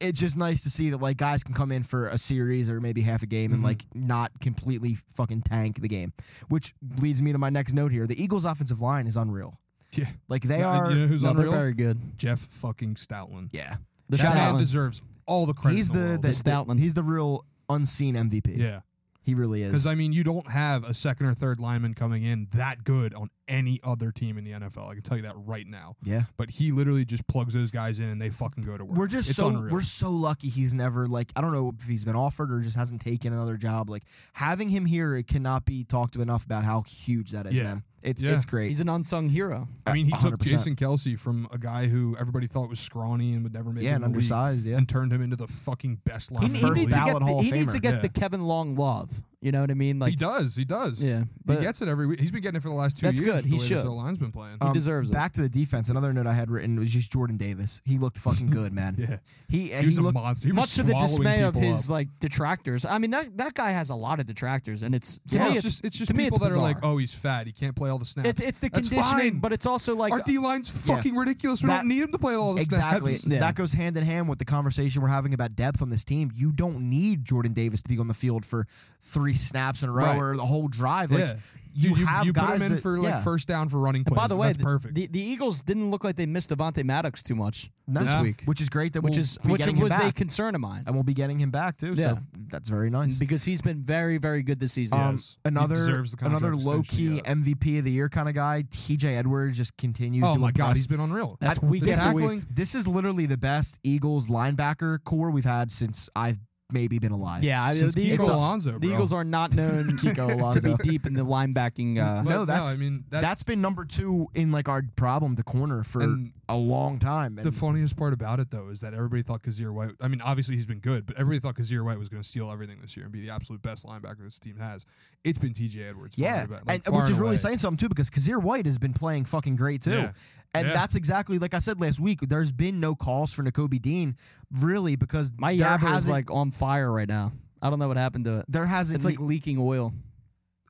[SPEAKER 3] It's just nice to see that like guys can come in for a series or maybe half a game
[SPEAKER 4] Mm-hmm.
[SPEAKER 3] and like not completely fucking tank the game, which leads me to my next note here. The Eagles' offensive line is unreal.
[SPEAKER 4] *laughs* Yeah.
[SPEAKER 3] Like they
[SPEAKER 4] No, and
[SPEAKER 3] are.
[SPEAKER 4] you know who's
[SPEAKER 2] No, they're
[SPEAKER 4] unreal?
[SPEAKER 2] very good.
[SPEAKER 4] Jeff fucking Stoutland.
[SPEAKER 3] yeah.
[SPEAKER 2] The
[SPEAKER 4] that man
[SPEAKER 2] Stoutland.
[SPEAKER 4] deserves all the credit.
[SPEAKER 3] he's
[SPEAKER 4] in the,
[SPEAKER 3] the,
[SPEAKER 4] world.
[SPEAKER 3] the,
[SPEAKER 2] The Stoutland.
[SPEAKER 3] he's the real unseen MVP.
[SPEAKER 4] yeah.
[SPEAKER 3] he really is.
[SPEAKER 4] Because I mean, you don't have a second or third lineman coming in that good on any other team in the NFL. I can tell you that right now.
[SPEAKER 3] yeah,
[SPEAKER 4] But he literally just plugs those guys in and they fucking go to work.
[SPEAKER 3] we're just
[SPEAKER 4] it's
[SPEAKER 3] so
[SPEAKER 4] unreal.
[SPEAKER 3] we're so lucky. He's never like I don't know if he's been offered or just hasn't taken another job. Like having him here, it cannot be talked enough about how huge that is.
[SPEAKER 4] Yeah.
[SPEAKER 3] man. it's
[SPEAKER 4] Yeah.
[SPEAKER 3] it's great.
[SPEAKER 2] He's an unsung hero.
[SPEAKER 4] I mean, he took
[SPEAKER 3] 100%.
[SPEAKER 4] Jason Kelsey from a guy who everybody thought was scrawny and would never make it
[SPEAKER 3] yeah,
[SPEAKER 4] in
[SPEAKER 3] and
[SPEAKER 4] the league
[SPEAKER 3] undersized. Yeah,
[SPEAKER 4] and turned him into the fucking best
[SPEAKER 2] He,
[SPEAKER 4] lineman.
[SPEAKER 2] he
[SPEAKER 4] in the
[SPEAKER 3] first
[SPEAKER 2] needs to
[SPEAKER 4] league.
[SPEAKER 2] get,
[SPEAKER 3] ballot
[SPEAKER 2] the,
[SPEAKER 3] Hall of
[SPEAKER 2] he needs to
[SPEAKER 3] Famer.
[SPEAKER 2] get
[SPEAKER 4] Yeah.
[SPEAKER 2] the Kevin Long love. You know what I mean? Like
[SPEAKER 4] he does. He does.
[SPEAKER 2] Yeah,
[SPEAKER 4] he
[SPEAKER 2] but-
[SPEAKER 4] gets it every week. He's been getting it for the last two
[SPEAKER 2] That's
[SPEAKER 4] years.
[SPEAKER 2] good.
[SPEAKER 4] with
[SPEAKER 2] He
[SPEAKER 4] the way this
[SPEAKER 2] should. Uh,
[SPEAKER 4] O line's been playing.
[SPEAKER 2] he deserves it.
[SPEAKER 3] Um, Back to the defense. Another note I had written was just Jordan Davis. He looked fucking good, man.
[SPEAKER 4] *laughs* Yeah.
[SPEAKER 3] he he,
[SPEAKER 4] he was a
[SPEAKER 3] looked
[SPEAKER 4] monster. He was
[SPEAKER 2] much to the
[SPEAKER 4] swallowing
[SPEAKER 2] dismay of
[SPEAKER 4] people
[SPEAKER 2] his
[SPEAKER 4] up.
[SPEAKER 2] like detractors. I mean, that that guy has a lot of detractors, and it's to
[SPEAKER 4] Yeah,
[SPEAKER 2] me, it's
[SPEAKER 4] it's, just it's
[SPEAKER 2] to
[SPEAKER 4] just
[SPEAKER 2] me,
[SPEAKER 4] people
[SPEAKER 2] it's
[SPEAKER 4] that are like,
[SPEAKER 2] bizarre.
[SPEAKER 4] oh, he's fat. He can't play all the snaps.
[SPEAKER 2] it's it's the
[SPEAKER 4] That's
[SPEAKER 2] conditioning,
[SPEAKER 4] fine.
[SPEAKER 2] but it's also like uh,
[SPEAKER 4] our D line's fucking ridiculous. We
[SPEAKER 3] That-
[SPEAKER 4] don't need him to play all the
[SPEAKER 3] Exactly.
[SPEAKER 4] snaps.
[SPEAKER 2] Yeah.
[SPEAKER 3] That goes hand in hand with the conversation we're having about depth on this team. You don't need Jordan Davis to be on the field for three snaps in a row
[SPEAKER 4] Right.
[SPEAKER 3] or the whole drive. Like,
[SPEAKER 4] Yeah.
[SPEAKER 3] You,
[SPEAKER 4] Dude, you,
[SPEAKER 3] have
[SPEAKER 4] you
[SPEAKER 3] guys
[SPEAKER 4] put him in
[SPEAKER 3] that-
[SPEAKER 4] for like
[SPEAKER 3] yeah.
[SPEAKER 4] first down for running plays.
[SPEAKER 2] by the way,
[SPEAKER 4] that's
[SPEAKER 2] the,
[SPEAKER 4] perfect.
[SPEAKER 2] The, the Eagles didn't look like they missed Devontae Maddox too much,
[SPEAKER 3] this
[SPEAKER 4] Yeah.
[SPEAKER 3] week, which is great. That
[SPEAKER 2] which
[SPEAKER 3] we'll
[SPEAKER 2] is
[SPEAKER 3] be
[SPEAKER 2] which
[SPEAKER 3] getting him
[SPEAKER 2] was a
[SPEAKER 3] back,
[SPEAKER 2] concern of mine
[SPEAKER 3] and we'll be getting him back too.
[SPEAKER 2] Yeah.
[SPEAKER 3] So that's very nice.
[SPEAKER 2] because he's been very very good this season.
[SPEAKER 4] Yeah.
[SPEAKER 3] Um,
[SPEAKER 4] Yes. He
[SPEAKER 3] another
[SPEAKER 4] deserves the contract Oh
[SPEAKER 3] another
[SPEAKER 4] extension
[SPEAKER 3] low
[SPEAKER 4] he
[SPEAKER 3] key
[SPEAKER 4] got.
[SPEAKER 3] MVP of the year kind of guy. T.J. Edwards just continues.
[SPEAKER 4] oh
[SPEAKER 3] to
[SPEAKER 4] my god,
[SPEAKER 3] impress.
[SPEAKER 4] he's been unreal.
[SPEAKER 2] That's
[SPEAKER 3] I-
[SPEAKER 2] week
[SPEAKER 3] this,
[SPEAKER 2] after
[SPEAKER 3] is,
[SPEAKER 2] week.
[SPEAKER 4] tackling-
[SPEAKER 3] this is literally the best Eagles linebacker core we've had since I've maybe been alive.
[SPEAKER 2] yeah, I-
[SPEAKER 4] Since
[SPEAKER 2] the
[SPEAKER 4] Kiko
[SPEAKER 2] Eagles.
[SPEAKER 4] Alonso,
[SPEAKER 2] the
[SPEAKER 4] bro.
[SPEAKER 2] Eagles are not
[SPEAKER 3] *laughs*
[SPEAKER 2] known
[SPEAKER 3] Kiko
[SPEAKER 2] to be
[SPEAKER 3] Alonso.
[SPEAKER 2] deep in the linebacking. Uh,
[SPEAKER 4] But
[SPEAKER 3] no, that's-
[SPEAKER 4] I mean
[SPEAKER 3] that's
[SPEAKER 4] that's
[SPEAKER 3] been number two in like our problem, the corner for
[SPEAKER 4] And
[SPEAKER 3] a long time. And
[SPEAKER 4] the funniest part about it though is that everybody thought Kazir White. I mean, obviously he's been good, but everybody thought Kazir White was going to steal everything this year and be the absolute best linebacker this team has. It's been T.J. Edwards. far and
[SPEAKER 3] yeah,
[SPEAKER 4] ab- like,
[SPEAKER 3] and,
[SPEAKER 4] far
[SPEAKER 3] which is really
[SPEAKER 4] away.
[SPEAKER 3] saying something too, because Kazir White has been playing fucking great too,
[SPEAKER 4] Yeah.
[SPEAKER 3] and
[SPEAKER 4] Yeah.
[SPEAKER 3] that's exactly like I said last week. There's been no calls for N'Kobe Dean, really, because
[SPEAKER 2] my
[SPEAKER 3] there
[SPEAKER 2] yabber is
[SPEAKER 3] hasn't-
[SPEAKER 2] like on fire right now. I don't know what happened to it.
[SPEAKER 3] there hasn't
[SPEAKER 2] It's like leaking oil,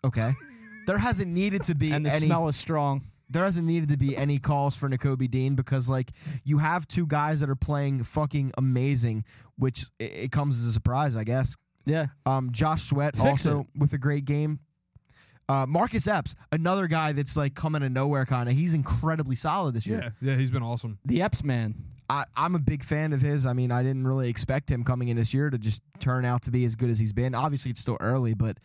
[SPEAKER 3] okay, there hasn't needed to be
[SPEAKER 2] *laughs* and the
[SPEAKER 3] any
[SPEAKER 2] smell is strong.
[SPEAKER 3] there hasn't needed to be any calls for N'Kobe Dean because like you have two guys that are playing fucking amazing, which it, it comes as a surprise, I guess.
[SPEAKER 2] Yeah,
[SPEAKER 3] Um, Josh Sweat
[SPEAKER 2] Fix
[SPEAKER 3] also with a great game. Uh, Marcus Epps, another guy that's like coming to nowhere kind of. He's incredibly solid this year.
[SPEAKER 4] Yeah, yeah, he's been awesome.
[SPEAKER 2] the Epps man.
[SPEAKER 3] I, I'm a big fan of his. I mean, I didn't really expect him coming in this year to just turn out to be as good as he's been. Obviously, it's still early, but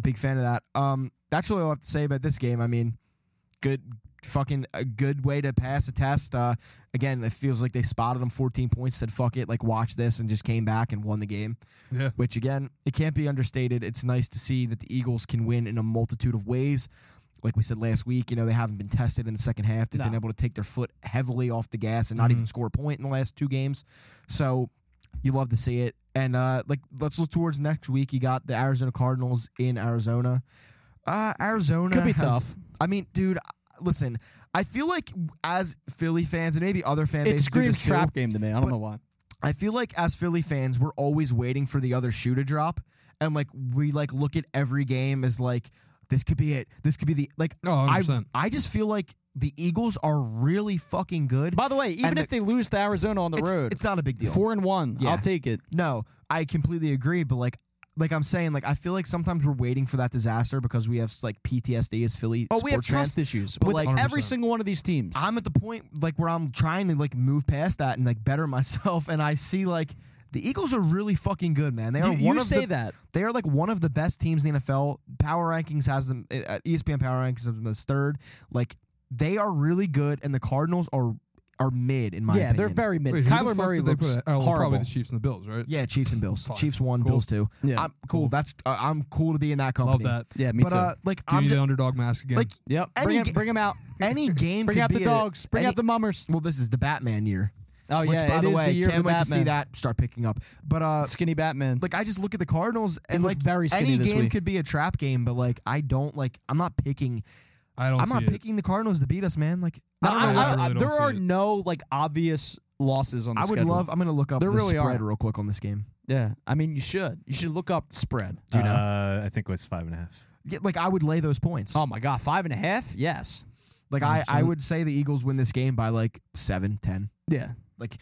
[SPEAKER 3] big fan of that. Um, that's really all I have to say about this game. I mean, good fucking a good way to pass a test. Uh, again, it feels like they spotted him 14 points, said fuck it, like watch this, and just came back and won the game
[SPEAKER 4] Yeah.
[SPEAKER 3] which again, it can't be understated. It's nice to see that the Eagles can win in a multitude of ways. Like we said last week, you know, they haven't been tested in the second half. They've been
[SPEAKER 2] No. Mm-hmm.
[SPEAKER 3] able to take their foot heavily off the gas and not even score a point in the last two games. So you love to see it. And uh like let's look towards next week. You got the Arizona Cardinals in Arizona. Uh Arizona
[SPEAKER 2] Could be
[SPEAKER 3] has-
[SPEAKER 2] tough.
[SPEAKER 3] I mean, dude, listen, I feel like as Philly fans and maybe other fan
[SPEAKER 2] It
[SPEAKER 3] bases do this
[SPEAKER 2] screams
[SPEAKER 3] too,
[SPEAKER 2] trap game to me. I don't
[SPEAKER 3] but-
[SPEAKER 2] know why.
[SPEAKER 3] I feel like as Philly fans, we're always waiting for the other shoe to drop, and like we like look at every game as like this could be it. This could be the like.
[SPEAKER 2] Oh,
[SPEAKER 4] No,
[SPEAKER 3] I
[SPEAKER 4] 100%.
[SPEAKER 3] I just feel like the Eagles are really fucking good.
[SPEAKER 2] By the way, even
[SPEAKER 3] And
[SPEAKER 2] if
[SPEAKER 3] the-
[SPEAKER 2] they lose to Arizona on the
[SPEAKER 3] it's,
[SPEAKER 2] road,
[SPEAKER 3] it's not a big deal.
[SPEAKER 2] four and one.
[SPEAKER 3] Yeah.
[SPEAKER 2] I'll take it.
[SPEAKER 3] No, I completely agree, but like. Like I'm saying, like I feel like sometimes we're waiting for that disaster because we have like PTSD as Philly.
[SPEAKER 2] Oh, we have
[SPEAKER 3] sports fans.
[SPEAKER 2] trust issues
[SPEAKER 3] but
[SPEAKER 2] with
[SPEAKER 3] like-
[SPEAKER 2] every
[SPEAKER 4] 100%.
[SPEAKER 2] single one of these teams.
[SPEAKER 3] I'm at the point like where I'm trying to like move past that and like better *laughs* myself, and I see like the Eagles are really fucking good, man. They are
[SPEAKER 2] you you
[SPEAKER 3] one of
[SPEAKER 2] say
[SPEAKER 3] the,
[SPEAKER 2] that.
[SPEAKER 3] They are like one of the best teams in the NFL. Power rankings has them. eh, E uh, ESPN Power rankings has them as third. Like they are really good, and the Cardinals are are mid in my
[SPEAKER 2] yeah,
[SPEAKER 3] opinion.
[SPEAKER 2] they're very mid.
[SPEAKER 4] Wait, who the
[SPEAKER 2] Kyler
[SPEAKER 4] fuck
[SPEAKER 2] Murray
[SPEAKER 4] did they
[SPEAKER 2] looks
[SPEAKER 4] put at- oh,
[SPEAKER 2] horrible.
[SPEAKER 4] Probably the Chiefs and the Bills, right?
[SPEAKER 3] yeah Chiefs and Bills.
[SPEAKER 4] Fine.
[SPEAKER 3] Chiefs one,
[SPEAKER 4] Cool.
[SPEAKER 3] Bills two.
[SPEAKER 2] Yeah.
[SPEAKER 3] I'm cool.
[SPEAKER 4] Cool.
[SPEAKER 3] That's uh, I'm cool to be in that
[SPEAKER 4] Love
[SPEAKER 3] company.
[SPEAKER 4] that.
[SPEAKER 2] yeah, me
[SPEAKER 3] But
[SPEAKER 2] too.
[SPEAKER 3] uh, like
[SPEAKER 4] Give
[SPEAKER 3] I'm
[SPEAKER 4] me the
[SPEAKER 3] ju-
[SPEAKER 4] underdog mask again.
[SPEAKER 3] like
[SPEAKER 2] yep.
[SPEAKER 3] any
[SPEAKER 2] Bring, it,
[SPEAKER 3] ga-
[SPEAKER 2] bring 'em out.
[SPEAKER 4] *laughs*
[SPEAKER 3] any game.
[SPEAKER 2] Bring
[SPEAKER 3] could
[SPEAKER 2] out
[SPEAKER 3] be
[SPEAKER 2] the
[SPEAKER 3] a-
[SPEAKER 2] dogs. Bring
[SPEAKER 3] any-
[SPEAKER 2] out the mummers.
[SPEAKER 3] Well, this is the Batman year.
[SPEAKER 2] Oh
[SPEAKER 3] which,
[SPEAKER 2] yeah.
[SPEAKER 3] by
[SPEAKER 2] it
[SPEAKER 3] the
[SPEAKER 2] is
[SPEAKER 3] way,
[SPEAKER 2] the year of
[SPEAKER 3] can't
[SPEAKER 2] the
[SPEAKER 3] wait
[SPEAKER 2] Batman.
[SPEAKER 3] to see that start picking up. But uh,
[SPEAKER 2] Skinny Batman.
[SPEAKER 3] like I just look at the Cardinals and
[SPEAKER 2] looked
[SPEAKER 3] like
[SPEAKER 2] very skinny
[SPEAKER 3] any
[SPEAKER 2] this
[SPEAKER 3] game
[SPEAKER 2] week.
[SPEAKER 3] could be a trap game, but like I don't like I'm not picking
[SPEAKER 4] I don't
[SPEAKER 3] I'm
[SPEAKER 4] see
[SPEAKER 3] not
[SPEAKER 4] it.
[SPEAKER 3] picking the Cardinals to beat us, man. Like
[SPEAKER 2] No,
[SPEAKER 3] I don't
[SPEAKER 2] I-
[SPEAKER 3] know.
[SPEAKER 2] I-
[SPEAKER 3] why.
[SPEAKER 4] really
[SPEAKER 2] I-
[SPEAKER 4] don't
[SPEAKER 2] there
[SPEAKER 4] see
[SPEAKER 2] are
[SPEAKER 4] it.
[SPEAKER 2] no like obvious losses on. The
[SPEAKER 3] I would
[SPEAKER 2] schedule.
[SPEAKER 3] love I'm gonna look up
[SPEAKER 2] There
[SPEAKER 3] the
[SPEAKER 2] really
[SPEAKER 3] spread
[SPEAKER 2] are.
[SPEAKER 3] real quick on this game.
[SPEAKER 2] Yeah, I mean you should. You should look up the spread.
[SPEAKER 3] you know?
[SPEAKER 5] Uh, I think it was five and a half.
[SPEAKER 3] Yeah, like I would lay those points.
[SPEAKER 2] Oh my god, five and a half? Yes.
[SPEAKER 3] like I, I
[SPEAKER 4] 100%.
[SPEAKER 3] would say the Eagles win this game by like seven, ten.
[SPEAKER 2] Yeah.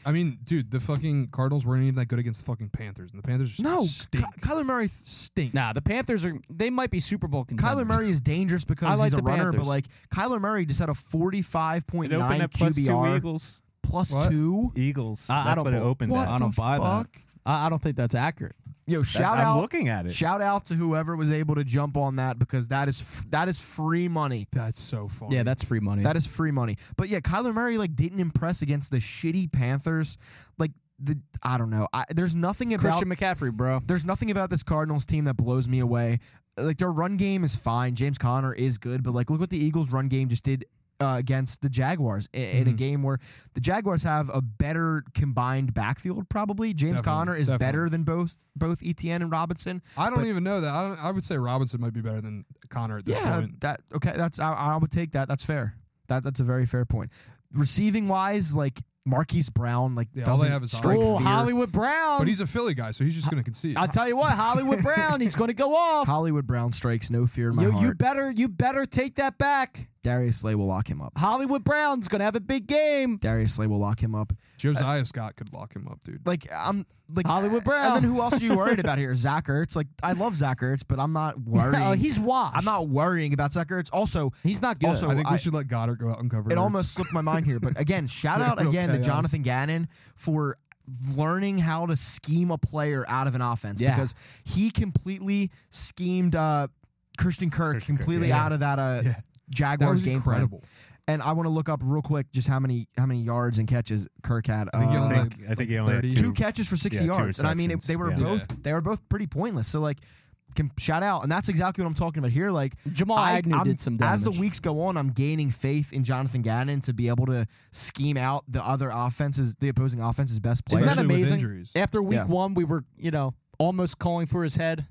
[SPEAKER 4] I mean, dude, the fucking Cardinals weren't even that good against the fucking Panthers, and the Panthers just
[SPEAKER 3] No,
[SPEAKER 4] stink.
[SPEAKER 3] Ky- Kyler Murray th- stink.
[SPEAKER 2] Nah, the Panthers are. They might be Super Bowl contenders.
[SPEAKER 3] Kyler Murray is dangerous because
[SPEAKER 2] I like
[SPEAKER 3] he's a
[SPEAKER 2] the
[SPEAKER 3] runner,
[SPEAKER 2] Panthers.
[SPEAKER 3] but like Kyler Murray just had a forty five point
[SPEAKER 5] It opened
[SPEAKER 3] nine
[SPEAKER 5] at plus two
[SPEAKER 3] QBR
[SPEAKER 5] Eagles.
[SPEAKER 3] plus
[SPEAKER 4] What?
[SPEAKER 3] two.
[SPEAKER 5] Eagles.
[SPEAKER 2] I- I
[SPEAKER 5] That's
[SPEAKER 2] don't
[SPEAKER 5] what it
[SPEAKER 2] bel-
[SPEAKER 5] opened
[SPEAKER 3] What
[SPEAKER 5] at.
[SPEAKER 2] I don't
[SPEAKER 3] the
[SPEAKER 2] buy that.
[SPEAKER 3] fuck?
[SPEAKER 2] I, I don't think that's accurate.
[SPEAKER 3] Yo,
[SPEAKER 5] That-
[SPEAKER 3] shout
[SPEAKER 5] I'm
[SPEAKER 3] out
[SPEAKER 5] looking at it.
[SPEAKER 3] Shout out to whoever was able to jump on that because that is f- that is free money.
[SPEAKER 4] That's so funny.
[SPEAKER 2] Yeah, that's free money.
[SPEAKER 3] That is free money. But yeah, Kyler Murray like didn't impress against the shitty Panthers. Like the I don't know. I, there's nothing about
[SPEAKER 2] Christian McCaffrey, bro.
[SPEAKER 3] there's nothing about this Cardinals team that blows me away. Like their run game is fine. James Conner is good, but like look what the Eagles run game just did uh, against the Jaguars in, in a game where the Jaguars have a better combined backfield. Probably James
[SPEAKER 4] Definitely,
[SPEAKER 3] Conner is
[SPEAKER 4] definitely.
[SPEAKER 3] better than both both Etienne and Robinson.
[SPEAKER 4] I don't
[SPEAKER 3] but-
[SPEAKER 4] even know that. I don't. I would say Robinson might be better than Connor at this
[SPEAKER 3] Yeah,
[SPEAKER 4] point.
[SPEAKER 3] that okay. That's I, I would take that. That's fair. That that's a very fair point. Receiving wise, like Marquise Brown, like
[SPEAKER 4] Yeah, all
[SPEAKER 3] doesn't
[SPEAKER 4] they have is
[SPEAKER 3] strike
[SPEAKER 4] Hollywood.
[SPEAKER 2] Oh,
[SPEAKER 3] fear.
[SPEAKER 2] Hollywood Brown.
[SPEAKER 3] um
[SPEAKER 4] But he's a Philly guy, so he's just gonna concede.
[SPEAKER 2] I'll tell you what, Hollywood Brown. He's going to go
[SPEAKER 3] *laughs*
[SPEAKER 2] off.
[SPEAKER 3] Hollywood Brown strikes no fear in my
[SPEAKER 2] You,
[SPEAKER 3] heart.
[SPEAKER 2] you better, you better take that back.
[SPEAKER 3] Darius Slay will lock him up.
[SPEAKER 2] Hollywood Brown's going to have a big
[SPEAKER 3] *laughs*
[SPEAKER 2] game.
[SPEAKER 3] Darius Slay will lock him up.
[SPEAKER 4] Josiah Scott could lock him up, dude.
[SPEAKER 3] Like I'm like
[SPEAKER 2] Hollywood Brown.
[SPEAKER 3] And then who
[SPEAKER 4] *laughs*
[SPEAKER 3] else are you worried about here? Zach Ertz. Like I love Zach Ertz, but I'm not worrying.
[SPEAKER 4] *laughs*
[SPEAKER 2] Oh, he's washed.
[SPEAKER 3] I'm not worrying about Zach Ertz. Also,
[SPEAKER 2] He's not good.
[SPEAKER 3] Also-
[SPEAKER 4] I think
[SPEAKER 3] I-
[SPEAKER 4] we should let Goddard go out and cover.
[SPEAKER 3] it
[SPEAKER 4] Ertz.
[SPEAKER 3] almost slipped my mind here, but again,
[SPEAKER 4] *laughs*
[SPEAKER 3] shout out
[SPEAKER 4] Real
[SPEAKER 3] again to
[SPEAKER 4] chaos.
[SPEAKER 3] Jonathan Gannon for learning how to scheme a player out of an offense
[SPEAKER 2] Yeah.
[SPEAKER 3] because he completely schemed uh, Christian Kirk
[SPEAKER 5] Christian Kirk,
[SPEAKER 3] completely
[SPEAKER 5] yeah.
[SPEAKER 3] out of that uh,
[SPEAKER 4] Yeah. that
[SPEAKER 3] Jaguars
[SPEAKER 4] was
[SPEAKER 3] game
[SPEAKER 4] incredible.
[SPEAKER 3] plan. And I want to look up real quick just how many how many yards and catches Kirk had.
[SPEAKER 4] think he
[SPEAKER 3] Uh,
[SPEAKER 4] only
[SPEAKER 5] I
[SPEAKER 4] had,
[SPEAKER 5] think, I
[SPEAKER 4] like,
[SPEAKER 5] think you only had
[SPEAKER 4] 30.
[SPEAKER 3] two
[SPEAKER 5] two.
[SPEAKER 3] catches for 60
[SPEAKER 5] yeah, two
[SPEAKER 3] yards. And I mean, it, they were
[SPEAKER 5] receptions,
[SPEAKER 4] yeah.
[SPEAKER 3] both they were both pretty pointless. So like com- shout out and that's exactly what I'm talking about here like
[SPEAKER 2] Jamal
[SPEAKER 3] I-
[SPEAKER 2] Agnew
[SPEAKER 3] I'm-
[SPEAKER 2] did some
[SPEAKER 3] As
[SPEAKER 2] damage.
[SPEAKER 3] the weeks go on, I'm gaining faith in Jonathan Gannon to be able to scheme out the other offenses, the opposing offense's best
[SPEAKER 2] Isn't
[SPEAKER 3] players.
[SPEAKER 2] that
[SPEAKER 4] Especially with
[SPEAKER 2] amazing?
[SPEAKER 4] injuries.
[SPEAKER 2] After week
[SPEAKER 3] Yeah.
[SPEAKER 2] one, we were, you know, almost calling for his head,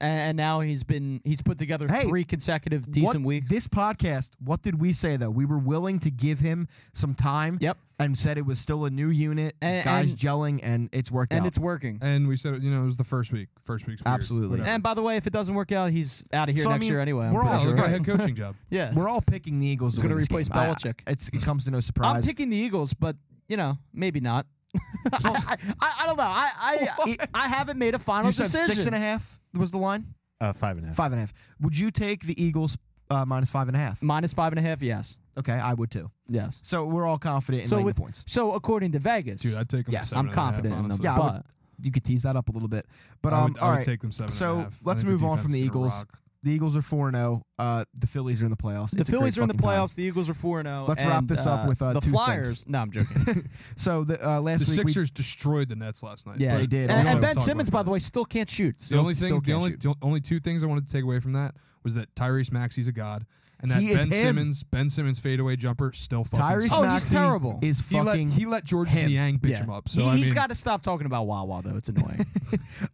[SPEAKER 2] and, and now he's been he's put together
[SPEAKER 3] Hey,
[SPEAKER 2] three consecutive decent
[SPEAKER 3] What-
[SPEAKER 2] weeks.
[SPEAKER 3] This podcast, what did we say though? We were willing to give him some time.
[SPEAKER 2] Yep.
[SPEAKER 3] And said it was still a new unit,
[SPEAKER 2] And-
[SPEAKER 3] guys
[SPEAKER 2] and-
[SPEAKER 3] gelling, and it's worked
[SPEAKER 2] and
[SPEAKER 3] out.
[SPEAKER 2] it's working.
[SPEAKER 4] And we said, you know, it was the first week. First week's weird,
[SPEAKER 3] Absolutely.
[SPEAKER 4] whatever.
[SPEAKER 2] And by the way, if it doesn't work out, he's out of here
[SPEAKER 3] So, I
[SPEAKER 2] next
[SPEAKER 3] mean,
[SPEAKER 2] year anyway. I'm
[SPEAKER 3] we're
[SPEAKER 2] pretty
[SPEAKER 3] all-
[SPEAKER 4] oh,
[SPEAKER 2] sure.
[SPEAKER 4] look at a head
[SPEAKER 2] *laughs*
[SPEAKER 4] coaching job.
[SPEAKER 2] yeah.
[SPEAKER 3] We're all picking the Eagles.
[SPEAKER 2] He's
[SPEAKER 3] going to
[SPEAKER 2] gonna
[SPEAKER 3] win
[SPEAKER 2] replace
[SPEAKER 3] this game. I-
[SPEAKER 2] Belichick.
[SPEAKER 3] it's, it comes to no
[SPEAKER 2] I'm
[SPEAKER 3] surprise.
[SPEAKER 2] picking the Eagles, but you know, maybe
[SPEAKER 3] *laughs*
[SPEAKER 2] not. *laughs* I, I, I don't know. I I,
[SPEAKER 3] What?
[SPEAKER 2] I haven't made a final
[SPEAKER 3] you said
[SPEAKER 2] decision.
[SPEAKER 3] six and a half was the line.
[SPEAKER 5] Uh, five and a half.
[SPEAKER 3] Five and a half. Would you take the Eagles uh, minus five and a half?
[SPEAKER 2] Minus five and a half. Yes.
[SPEAKER 3] Okay, I would too.
[SPEAKER 2] Yes.
[SPEAKER 3] So we're all confident in
[SPEAKER 2] So
[SPEAKER 3] laying
[SPEAKER 2] with-
[SPEAKER 3] the points.
[SPEAKER 2] So according to Vegas,
[SPEAKER 4] Dude, I'd take him.
[SPEAKER 3] Yes,
[SPEAKER 4] seven
[SPEAKER 2] I'm
[SPEAKER 4] and a half,
[SPEAKER 2] confident in them.
[SPEAKER 4] honestly.
[SPEAKER 3] Yeah, I
[SPEAKER 2] but
[SPEAKER 3] would- you could tease that up a little bit. But
[SPEAKER 4] I
[SPEAKER 3] um,
[SPEAKER 4] would, I
[SPEAKER 3] all
[SPEAKER 4] would
[SPEAKER 3] right.
[SPEAKER 4] take them seven. and a
[SPEAKER 3] So,
[SPEAKER 4] half. I
[SPEAKER 3] let's
[SPEAKER 4] think the
[SPEAKER 3] move on
[SPEAKER 4] defense
[SPEAKER 3] from the
[SPEAKER 4] is gonna
[SPEAKER 3] Eagles.
[SPEAKER 4] rock.
[SPEAKER 3] The Eagles are four four zero. Uh, the Phillies are in the playoffs.
[SPEAKER 2] the
[SPEAKER 3] It's a great
[SPEAKER 2] Phillies are in the
[SPEAKER 3] fucking time.
[SPEAKER 2] playoffs. The Eagles are four and zero.
[SPEAKER 3] Let's wrap this up with, uh,
[SPEAKER 2] the
[SPEAKER 3] two
[SPEAKER 2] Flyers.
[SPEAKER 3] things.
[SPEAKER 2] No, I'm joking.
[SPEAKER 3] So the uh, last
[SPEAKER 4] The
[SPEAKER 3] week we,
[SPEAKER 4] Sixers destroyed the Nets last night.
[SPEAKER 2] Yeah,
[SPEAKER 3] They
[SPEAKER 4] but
[SPEAKER 3] did.
[SPEAKER 4] we
[SPEAKER 2] And,
[SPEAKER 4] don't
[SPEAKER 2] and
[SPEAKER 3] Also-
[SPEAKER 4] have to
[SPEAKER 2] Ben
[SPEAKER 4] talk about
[SPEAKER 2] Simmons, by
[SPEAKER 4] that.
[SPEAKER 2] the way, still can't shoot.
[SPEAKER 4] The only
[SPEAKER 3] Still-
[SPEAKER 4] thing,
[SPEAKER 3] still
[SPEAKER 4] the
[SPEAKER 3] can't
[SPEAKER 4] only,
[SPEAKER 3] shoot.
[SPEAKER 4] the only two things I wanted to take away from that was that Tyrese Maxey's a god, and that
[SPEAKER 3] He
[SPEAKER 4] Ben
[SPEAKER 3] is him.
[SPEAKER 4] Simmons, Ben Simmons fadeaway jumper still fucking.
[SPEAKER 3] Tyrese
[SPEAKER 4] sucks.
[SPEAKER 2] Oh, he's
[SPEAKER 3] Maxey
[SPEAKER 2] terrible.
[SPEAKER 3] is
[SPEAKER 4] he let
[SPEAKER 3] fucking.
[SPEAKER 4] he let George
[SPEAKER 3] him.
[SPEAKER 4] Niang bitch
[SPEAKER 2] Yeah.
[SPEAKER 4] him up. So
[SPEAKER 2] he,
[SPEAKER 4] I
[SPEAKER 2] has
[SPEAKER 4] mean,
[SPEAKER 2] got to stop talking about Wawa though. It's annoying.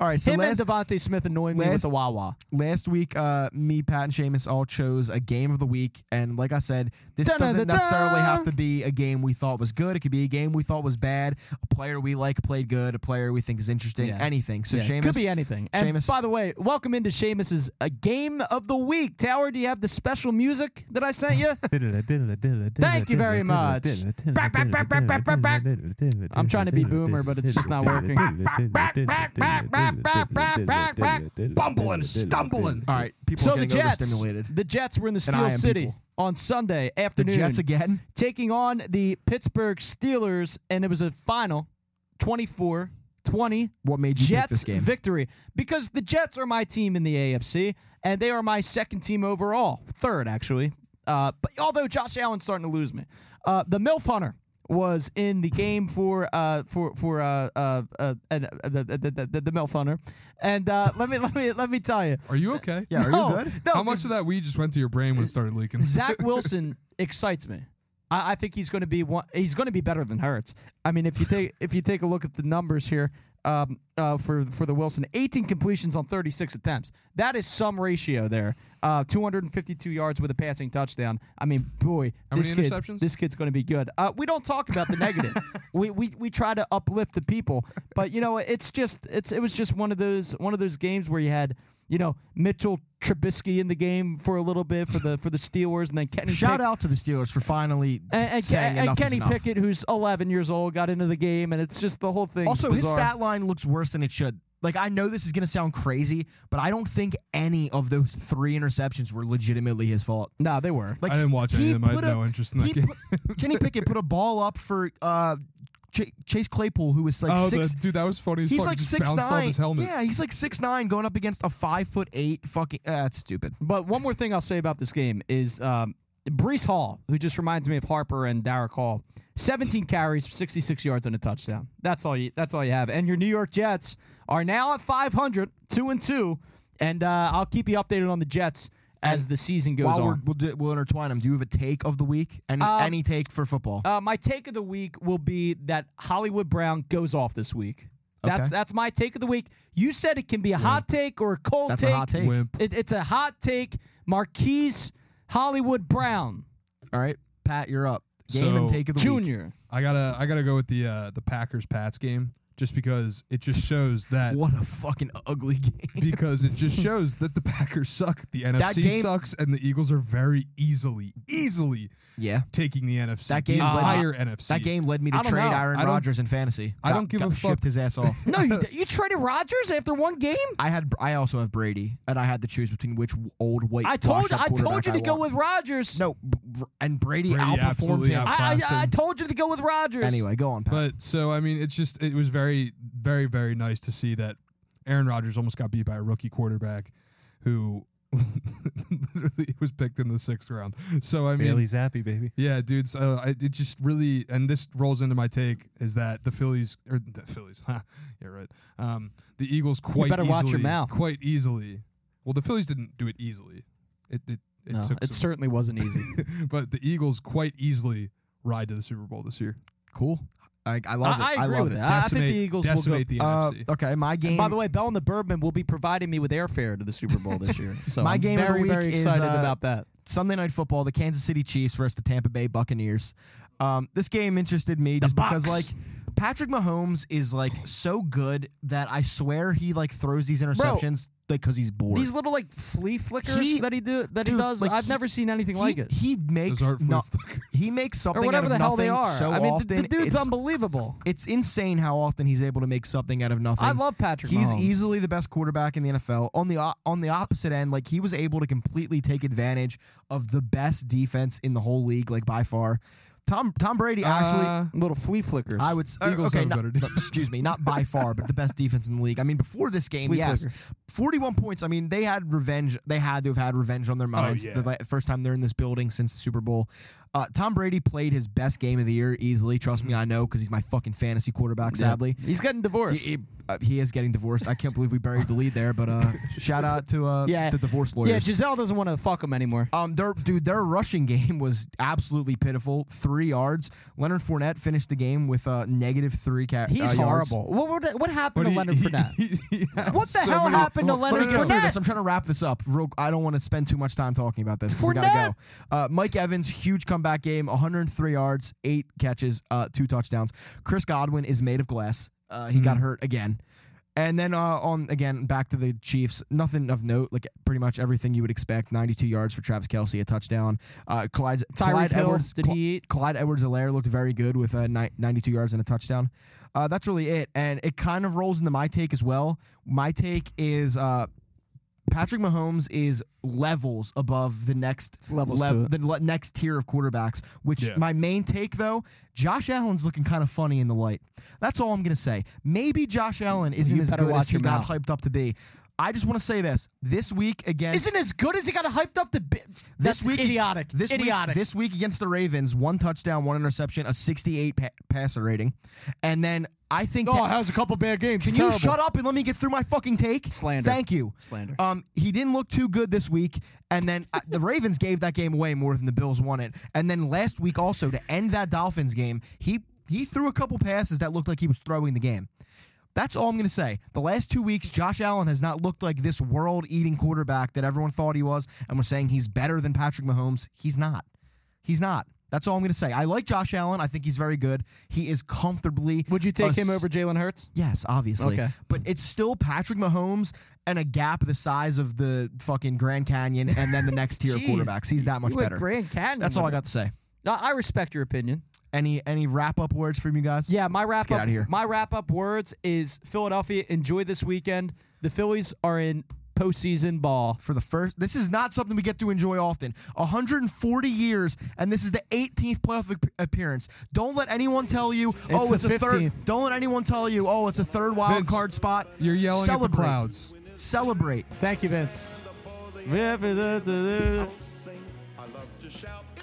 [SPEAKER 3] all right. So
[SPEAKER 2] Him
[SPEAKER 3] last,
[SPEAKER 2] and Devontae Smith annoying me
[SPEAKER 3] last-
[SPEAKER 2] with the Wawa.
[SPEAKER 3] last week, uh, me, Pat, and Seamus all chose a game of the week, and like I said, this doesn't
[SPEAKER 2] Dun-dun-dun-dun.
[SPEAKER 3] necessarily have to be a game we thought was good. It could be a game we thought was bad. A player we like played good. A player we think is interesting.
[SPEAKER 2] Yeah.
[SPEAKER 3] Anything. So
[SPEAKER 2] Yeah,
[SPEAKER 3] Seamus
[SPEAKER 2] could be anything. And
[SPEAKER 3] Seamus-
[SPEAKER 2] by the way, welcome into Seamus's a game of the week. Tower, do you have the special music that I sent you?
[SPEAKER 5] Thank
[SPEAKER 2] you very much. Back, back, back, back, back, back, back. I'm trying to be boomer, but it's just not working.
[SPEAKER 4] bumbling, stumbling.
[SPEAKER 3] All right, people
[SPEAKER 2] so
[SPEAKER 3] are
[SPEAKER 2] the
[SPEAKER 3] getting
[SPEAKER 2] Jets,
[SPEAKER 3] overstimulated.
[SPEAKER 2] the Jets were in the
[SPEAKER 3] And I
[SPEAKER 2] Steel
[SPEAKER 3] am
[SPEAKER 2] City
[SPEAKER 3] people.
[SPEAKER 2] on Sunday
[SPEAKER 3] The
[SPEAKER 2] afternoon,
[SPEAKER 3] Jets again.
[SPEAKER 2] taking on the Pittsburgh Steelers, and it was a final, 24-20
[SPEAKER 3] What made you pick
[SPEAKER 2] Jets
[SPEAKER 3] this game?
[SPEAKER 2] victory because the Jets are my team in the AFC and they are my second team overall, third actually. Uh, but although Josh Allen's starting to lose me, uh, the Milf Hunter was in the game for uh for for uh uh, uh, and, uh, the, the, the, the- the Mel Funner, and uh, let me *laughs* let me let me tell you.
[SPEAKER 4] Are you okay?
[SPEAKER 3] Yeah, are
[SPEAKER 2] No,
[SPEAKER 3] you good?
[SPEAKER 2] no,
[SPEAKER 4] How much of that weed just went to your brain when it started leaking?
[SPEAKER 2] Zach Wilson excites me. I, I think he's going to be one. He's going to be better than Hurts. I mean, if you take if you take a look at the numbers here, um, uh, for for the Wilson, 18 completions on 36 attempts. That is some ratio there. Uh, 252 yards with a passing touchdown. I mean, boy,
[SPEAKER 4] How
[SPEAKER 2] this
[SPEAKER 4] many
[SPEAKER 2] kid,
[SPEAKER 4] interceptions?
[SPEAKER 2] this kid's going to be good. Uh, we don't talk about the
[SPEAKER 3] *laughs*
[SPEAKER 2] negative. We, we we try to uplift the people, but you know, it's just it's it was just one of those one of those games where you had. You know Mitchell Trubisky in the game for a little bit for the for the Steelers, and then Kenny
[SPEAKER 3] Shout
[SPEAKER 2] Pick-
[SPEAKER 3] out to the Steelers for finally
[SPEAKER 2] and, and,
[SPEAKER 3] saying
[SPEAKER 2] and
[SPEAKER 3] enough is
[SPEAKER 2] Kenny
[SPEAKER 3] enough.
[SPEAKER 2] Pickett, who's 11 years old, got into the game, and it's just the whole thing.
[SPEAKER 3] Also, his
[SPEAKER 2] bizarre.
[SPEAKER 3] stat line looks worse than it should. Like I know this is gonna sound crazy, but I don't think any of those three interceptions were legitimately his fault.
[SPEAKER 2] Nah, they were.
[SPEAKER 3] Like
[SPEAKER 4] I didn't watch any
[SPEAKER 3] he
[SPEAKER 4] of them. I had
[SPEAKER 3] put
[SPEAKER 4] no interest in that
[SPEAKER 3] he
[SPEAKER 4] game.
[SPEAKER 3] put- *laughs* Kenny Pickett put a ball up for uh, Ch- Chase Claypool, who was like
[SPEAKER 4] oh,
[SPEAKER 3] six.
[SPEAKER 4] the, dude, that was funny. as
[SPEAKER 3] he's
[SPEAKER 4] fuck. It
[SPEAKER 3] like
[SPEAKER 4] just
[SPEAKER 3] six
[SPEAKER 4] bounced off
[SPEAKER 3] nine.
[SPEAKER 4] his helmet.
[SPEAKER 3] Yeah, he's like six nine, going up against a five foot eight. Fucking, uh, that's stupid.
[SPEAKER 2] But one more thing I'll say about this game is um, Brees Hall, who just reminds me of Harper and Derek Hall. 17 carries, 66 yards, and a touchdown. That's all you. That's all you have. And your New York Jets are now at 500, two and two. And uh, I'll keep you updated on the Jets as the season goes
[SPEAKER 3] While
[SPEAKER 2] on.
[SPEAKER 3] we're, we'll, do, we'll intertwine them. Do you have a take of the week? Any
[SPEAKER 2] Um,
[SPEAKER 3] any take for football?
[SPEAKER 2] Uh, my take of the week will be that Hollywood Brown goes off this week. That's
[SPEAKER 3] Okay.
[SPEAKER 2] that's my take of the week. You said it can be a hot take or a cold
[SPEAKER 3] that's
[SPEAKER 2] take.
[SPEAKER 3] a hot take.
[SPEAKER 4] Wimp.
[SPEAKER 2] It, it's a hot take. Marquise Hollywood Brown
[SPEAKER 3] All right, Pat, you're up. Game and
[SPEAKER 4] So,
[SPEAKER 3] take of the week.
[SPEAKER 2] Jr.
[SPEAKER 4] I gotta, I gotta go with the uh, the Packers Pats game, just because it just shows that.
[SPEAKER 3] *laughs* What a fucking ugly *laughs* game.
[SPEAKER 4] because it just shows that the Packers suck, the NFC
[SPEAKER 3] game-
[SPEAKER 4] sucks, and the Eagles are very easily, easily
[SPEAKER 3] Yeah.
[SPEAKER 4] taking the NFC.
[SPEAKER 3] That game
[SPEAKER 4] the
[SPEAKER 3] led-
[SPEAKER 4] entire NFC.
[SPEAKER 3] That game led me
[SPEAKER 2] I
[SPEAKER 3] to
[SPEAKER 2] don't
[SPEAKER 3] trade
[SPEAKER 2] know.
[SPEAKER 3] Aaron
[SPEAKER 4] I don't-
[SPEAKER 3] Rodgers in fantasy.
[SPEAKER 4] I
[SPEAKER 3] Got-
[SPEAKER 4] don't give a
[SPEAKER 3] got-
[SPEAKER 4] fuck.
[SPEAKER 3] Shipped his
[SPEAKER 4] *laughs*
[SPEAKER 3] ass off.
[SPEAKER 2] No, you, *laughs* you traded Rodgers after one game.
[SPEAKER 3] I had. I also have Brady, and I had to choose between which w- old white.
[SPEAKER 2] I told
[SPEAKER 3] washed-up
[SPEAKER 2] I told
[SPEAKER 3] quarterback
[SPEAKER 2] you to
[SPEAKER 3] I
[SPEAKER 2] go
[SPEAKER 3] want.
[SPEAKER 2] with Rodgers.
[SPEAKER 3] No, b- br- and Brady,
[SPEAKER 4] Brady
[SPEAKER 3] outperformed
[SPEAKER 4] absolutely
[SPEAKER 3] him.
[SPEAKER 4] out-
[SPEAKER 2] I, I, I
[SPEAKER 4] Boston.
[SPEAKER 2] told you to go with Rodgers.
[SPEAKER 3] anyway, go on, Pat.
[SPEAKER 4] But so I mean, it's just it was very, very, very nice to see that Aaron Rodgers almost got beat by a rookie quarterback who *laughs* literally was picked in the sixth round. So I mean,
[SPEAKER 5] Bailey Zappi, baby.
[SPEAKER 4] yeah, dude. So I, it just really, and this rolls into my take is that the Phillies or the Phillies, *laughs* huh, yeah, right. Um, the Eagles quite
[SPEAKER 2] better
[SPEAKER 4] easily,
[SPEAKER 2] watch your mouth.
[SPEAKER 4] quite easily. Well, the Phillies didn't do it easily. It it, it
[SPEAKER 2] no,
[SPEAKER 4] took
[SPEAKER 2] it
[SPEAKER 4] some,
[SPEAKER 2] certainly wasn't
[SPEAKER 3] *laughs*
[SPEAKER 2] easy.
[SPEAKER 4] but the Eagles quite easily ride to the Super Bowl this year.
[SPEAKER 3] cool. I, I love
[SPEAKER 2] I, I
[SPEAKER 3] it.
[SPEAKER 2] agree
[SPEAKER 3] love
[SPEAKER 2] with
[SPEAKER 3] it.
[SPEAKER 2] that. I- I think the Eagles will go
[SPEAKER 4] decimate the
[SPEAKER 3] Uh,
[SPEAKER 4] NFC.
[SPEAKER 3] okay, my game.
[SPEAKER 2] By the way, Bell and the Birdman will be providing me with airfare to the Super Bowl this
[SPEAKER 3] *laughs*
[SPEAKER 2] year. So
[SPEAKER 3] My
[SPEAKER 2] I'm
[SPEAKER 3] game of the
[SPEAKER 2] very,
[SPEAKER 3] week
[SPEAKER 2] very
[SPEAKER 3] is,
[SPEAKER 2] excited
[SPEAKER 3] uh,
[SPEAKER 2] about that.
[SPEAKER 3] Sunday night football, the Kansas City Chiefs versus the Tampa Bay Buccaneers. Um, this game interested me just because
[SPEAKER 2] Bucs.
[SPEAKER 3] like Patrick Mahomes is like so good that I swear he like throws these interceptions like because he's bored.
[SPEAKER 2] These little like flea flickers
[SPEAKER 3] He-
[SPEAKER 2] that he do that he
[SPEAKER 3] dude,
[SPEAKER 2] does.
[SPEAKER 3] like,
[SPEAKER 2] I've
[SPEAKER 3] he-
[SPEAKER 2] never seen anything
[SPEAKER 3] he,
[SPEAKER 2] like it,
[SPEAKER 3] He makes
[SPEAKER 4] Those aren't flea
[SPEAKER 3] no-
[SPEAKER 4] flickers.
[SPEAKER 3] he makes
[SPEAKER 2] or
[SPEAKER 3] something
[SPEAKER 2] whatever
[SPEAKER 3] out
[SPEAKER 2] the
[SPEAKER 3] of
[SPEAKER 2] hell
[SPEAKER 3] nothing
[SPEAKER 2] they are.
[SPEAKER 3] so
[SPEAKER 2] I mean, the-
[SPEAKER 3] often.
[SPEAKER 2] the, dude's
[SPEAKER 3] it's, *laughs*
[SPEAKER 2] unbelievable.
[SPEAKER 3] it's insane how often he's able to make something out of nothing.
[SPEAKER 2] I love Patrick.
[SPEAKER 3] He's
[SPEAKER 2] Mahomes.
[SPEAKER 3] easily the best quarterback in the NFL. On the o- on the opposite end, like he was able to completely take advantage of the best defense in the whole league, like by far. Tom Tom Brady actually.
[SPEAKER 4] Uh,
[SPEAKER 2] little flea flickers.
[SPEAKER 3] I would s- uh,
[SPEAKER 4] Eagles
[SPEAKER 3] okay,
[SPEAKER 4] have a
[SPEAKER 3] not-
[SPEAKER 4] better defense.
[SPEAKER 3] no, excuse me, not by far, but the best defense in the league. I mean, before this game,
[SPEAKER 2] Flea
[SPEAKER 3] yes,
[SPEAKER 2] flickers.
[SPEAKER 3] forty-one points. I mean, they had revenge. They had to have had revenge on their minds.
[SPEAKER 4] yeah.
[SPEAKER 3] The la- first time they're in this building since the Super Bowl. Uh, Tom Brady played his best game of the year easily. Trust me, I know because he's my fucking fantasy quarterback. Sadly,
[SPEAKER 2] he's getting divorced.
[SPEAKER 3] he, he- uh, he is getting divorced. I can't believe we buried the lead there, but uh, shout out to uh,
[SPEAKER 2] Yeah.
[SPEAKER 3] the divorce lawyers.
[SPEAKER 2] yeah, Giselle doesn't want to fuck him anymore.
[SPEAKER 3] um, their dude, their rushing *laughs* game was absolutely pitiful. Three yards. Leonard Fournette finished the game with uh, negative three. Ca-
[SPEAKER 2] He's
[SPEAKER 3] uh, yards.
[SPEAKER 2] horrible. What were the- what happened
[SPEAKER 4] but
[SPEAKER 2] to
[SPEAKER 4] he-
[SPEAKER 2] Leonard
[SPEAKER 4] he-
[SPEAKER 2] Fournette?
[SPEAKER 4] he- *laughs* he had
[SPEAKER 2] What the
[SPEAKER 4] so
[SPEAKER 2] hell
[SPEAKER 4] many-
[SPEAKER 2] happened to
[SPEAKER 3] Hold on,
[SPEAKER 2] Leonard
[SPEAKER 3] let me get through this.
[SPEAKER 2] Fournette?
[SPEAKER 3] I'm trying to wrap this up. Real, I don't want to spend too much time talking about this. 'cause We gotta go. Uh, Mike Evans, huge comeback game, 103 yards, eight catches, uh, two touchdowns. Chris Godwin is made of glass. Uh, he
[SPEAKER 2] Mm.
[SPEAKER 3] got hurt again. And then uh, on again back to the Chiefs, nothing of note. Like pretty much everything you would expect. 92 yards for Travis Kelsey, a touchdown. Uh, Clyde,
[SPEAKER 2] Tyreek
[SPEAKER 3] Clyde
[SPEAKER 2] Hill,
[SPEAKER 3] Edwards,
[SPEAKER 2] did
[SPEAKER 3] Cl-
[SPEAKER 2] he eat?
[SPEAKER 3] Clyde Edwards-Helaire looked very good with uh, ni- 92 yards and a touchdown. Uh, that's really it, and it kind of rolls into my take as well. My take is uh, Patrick Mahomes is levels above the next
[SPEAKER 2] levels to it.
[SPEAKER 3] the le- next tier of quarterbacks. Which
[SPEAKER 4] Yeah.
[SPEAKER 3] my main take though, Josh Allen's looking kind of funny in the light. That's all I'm gonna say. Maybe Josh Allen isn't as
[SPEAKER 2] better
[SPEAKER 3] good
[SPEAKER 2] watch
[SPEAKER 3] as he
[SPEAKER 2] your
[SPEAKER 3] got
[SPEAKER 2] mouth.
[SPEAKER 3] hyped up to be. I just want to say this. This week against
[SPEAKER 2] Isn't as good as he got hyped up to be-
[SPEAKER 3] this
[SPEAKER 2] That's
[SPEAKER 3] week
[SPEAKER 2] idiotic.
[SPEAKER 3] This
[SPEAKER 2] idiotic.
[SPEAKER 3] Week, this week against the Ravens, one touchdown, one interception, a 68 pa- passer rating, and then I think.
[SPEAKER 2] oh,
[SPEAKER 3] that-
[SPEAKER 2] has a couple bad games.
[SPEAKER 3] can you shut up and let me get through my fucking take?
[SPEAKER 2] Slander.
[SPEAKER 3] Thank you.
[SPEAKER 2] Slander.
[SPEAKER 3] Um, he didn't look too good this week, and then uh, the Ravens gave that game away more than the Bills won it. And then last week also to end that Dolphins game, he he threw a couple passes that looked like he was throwing the game. That's all I'm going to say. The last two weeks, Josh Allen has not looked like this world-eating quarterback that everyone thought he was, and we're saying he's better than Patrick Mahomes. He's not. He's not. That's all I'm going to say. I like Josh Allen. I think he's very good. He is comfortably.
[SPEAKER 2] Would you take
[SPEAKER 3] a
[SPEAKER 2] him over Jalen Hurts?
[SPEAKER 3] Yes, obviously.
[SPEAKER 2] Okay.
[SPEAKER 3] But it's still Patrick Mahomes and a gap the size of the fucking Grand Canyon and then
[SPEAKER 2] *laughs*
[SPEAKER 3] the next tier of
[SPEAKER 2] Jeez.
[SPEAKER 3] quarterbacks. He's that much
[SPEAKER 2] You went
[SPEAKER 3] better.
[SPEAKER 2] Grand Canyon.
[SPEAKER 3] That's all I
[SPEAKER 2] with
[SPEAKER 3] got to say.
[SPEAKER 2] it. I I respect your opinion.
[SPEAKER 3] Any any wrap up words from you guys?
[SPEAKER 2] Yeah, my wrap
[SPEAKER 3] get
[SPEAKER 2] up.
[SPEAKER 3] outta here.
[SPEAKER 2] My wrap up words is Philadelphia. Enjoy this weekend. The Phillies are in postseason ball.
[SPEAKER 3] For the first, this is not something we get to enjoy often. 140 years, and this is the 18th playoff ap- appearance. Don't let anyone tell you, oh,
[SPEAKER 2] the
[SPEAKER 3] it's a third.
[SPEAKER 2] 15th.
[SPEAKER 3] Don't let anyone tell you, oh, it's a third wild
[SPEAKER 4] Vince,
[SPEAKER 3] card spot.
[SPEAKER 4] You're yelling
[SPEAKER 3] Celebrate.
[SPEAKER 4] at the clouds.
[SPEAKER 3] Celebrate.
[SPEAKER 2] Thank you, Vince.
[SPEAKER 1] I'll sing. I love to shout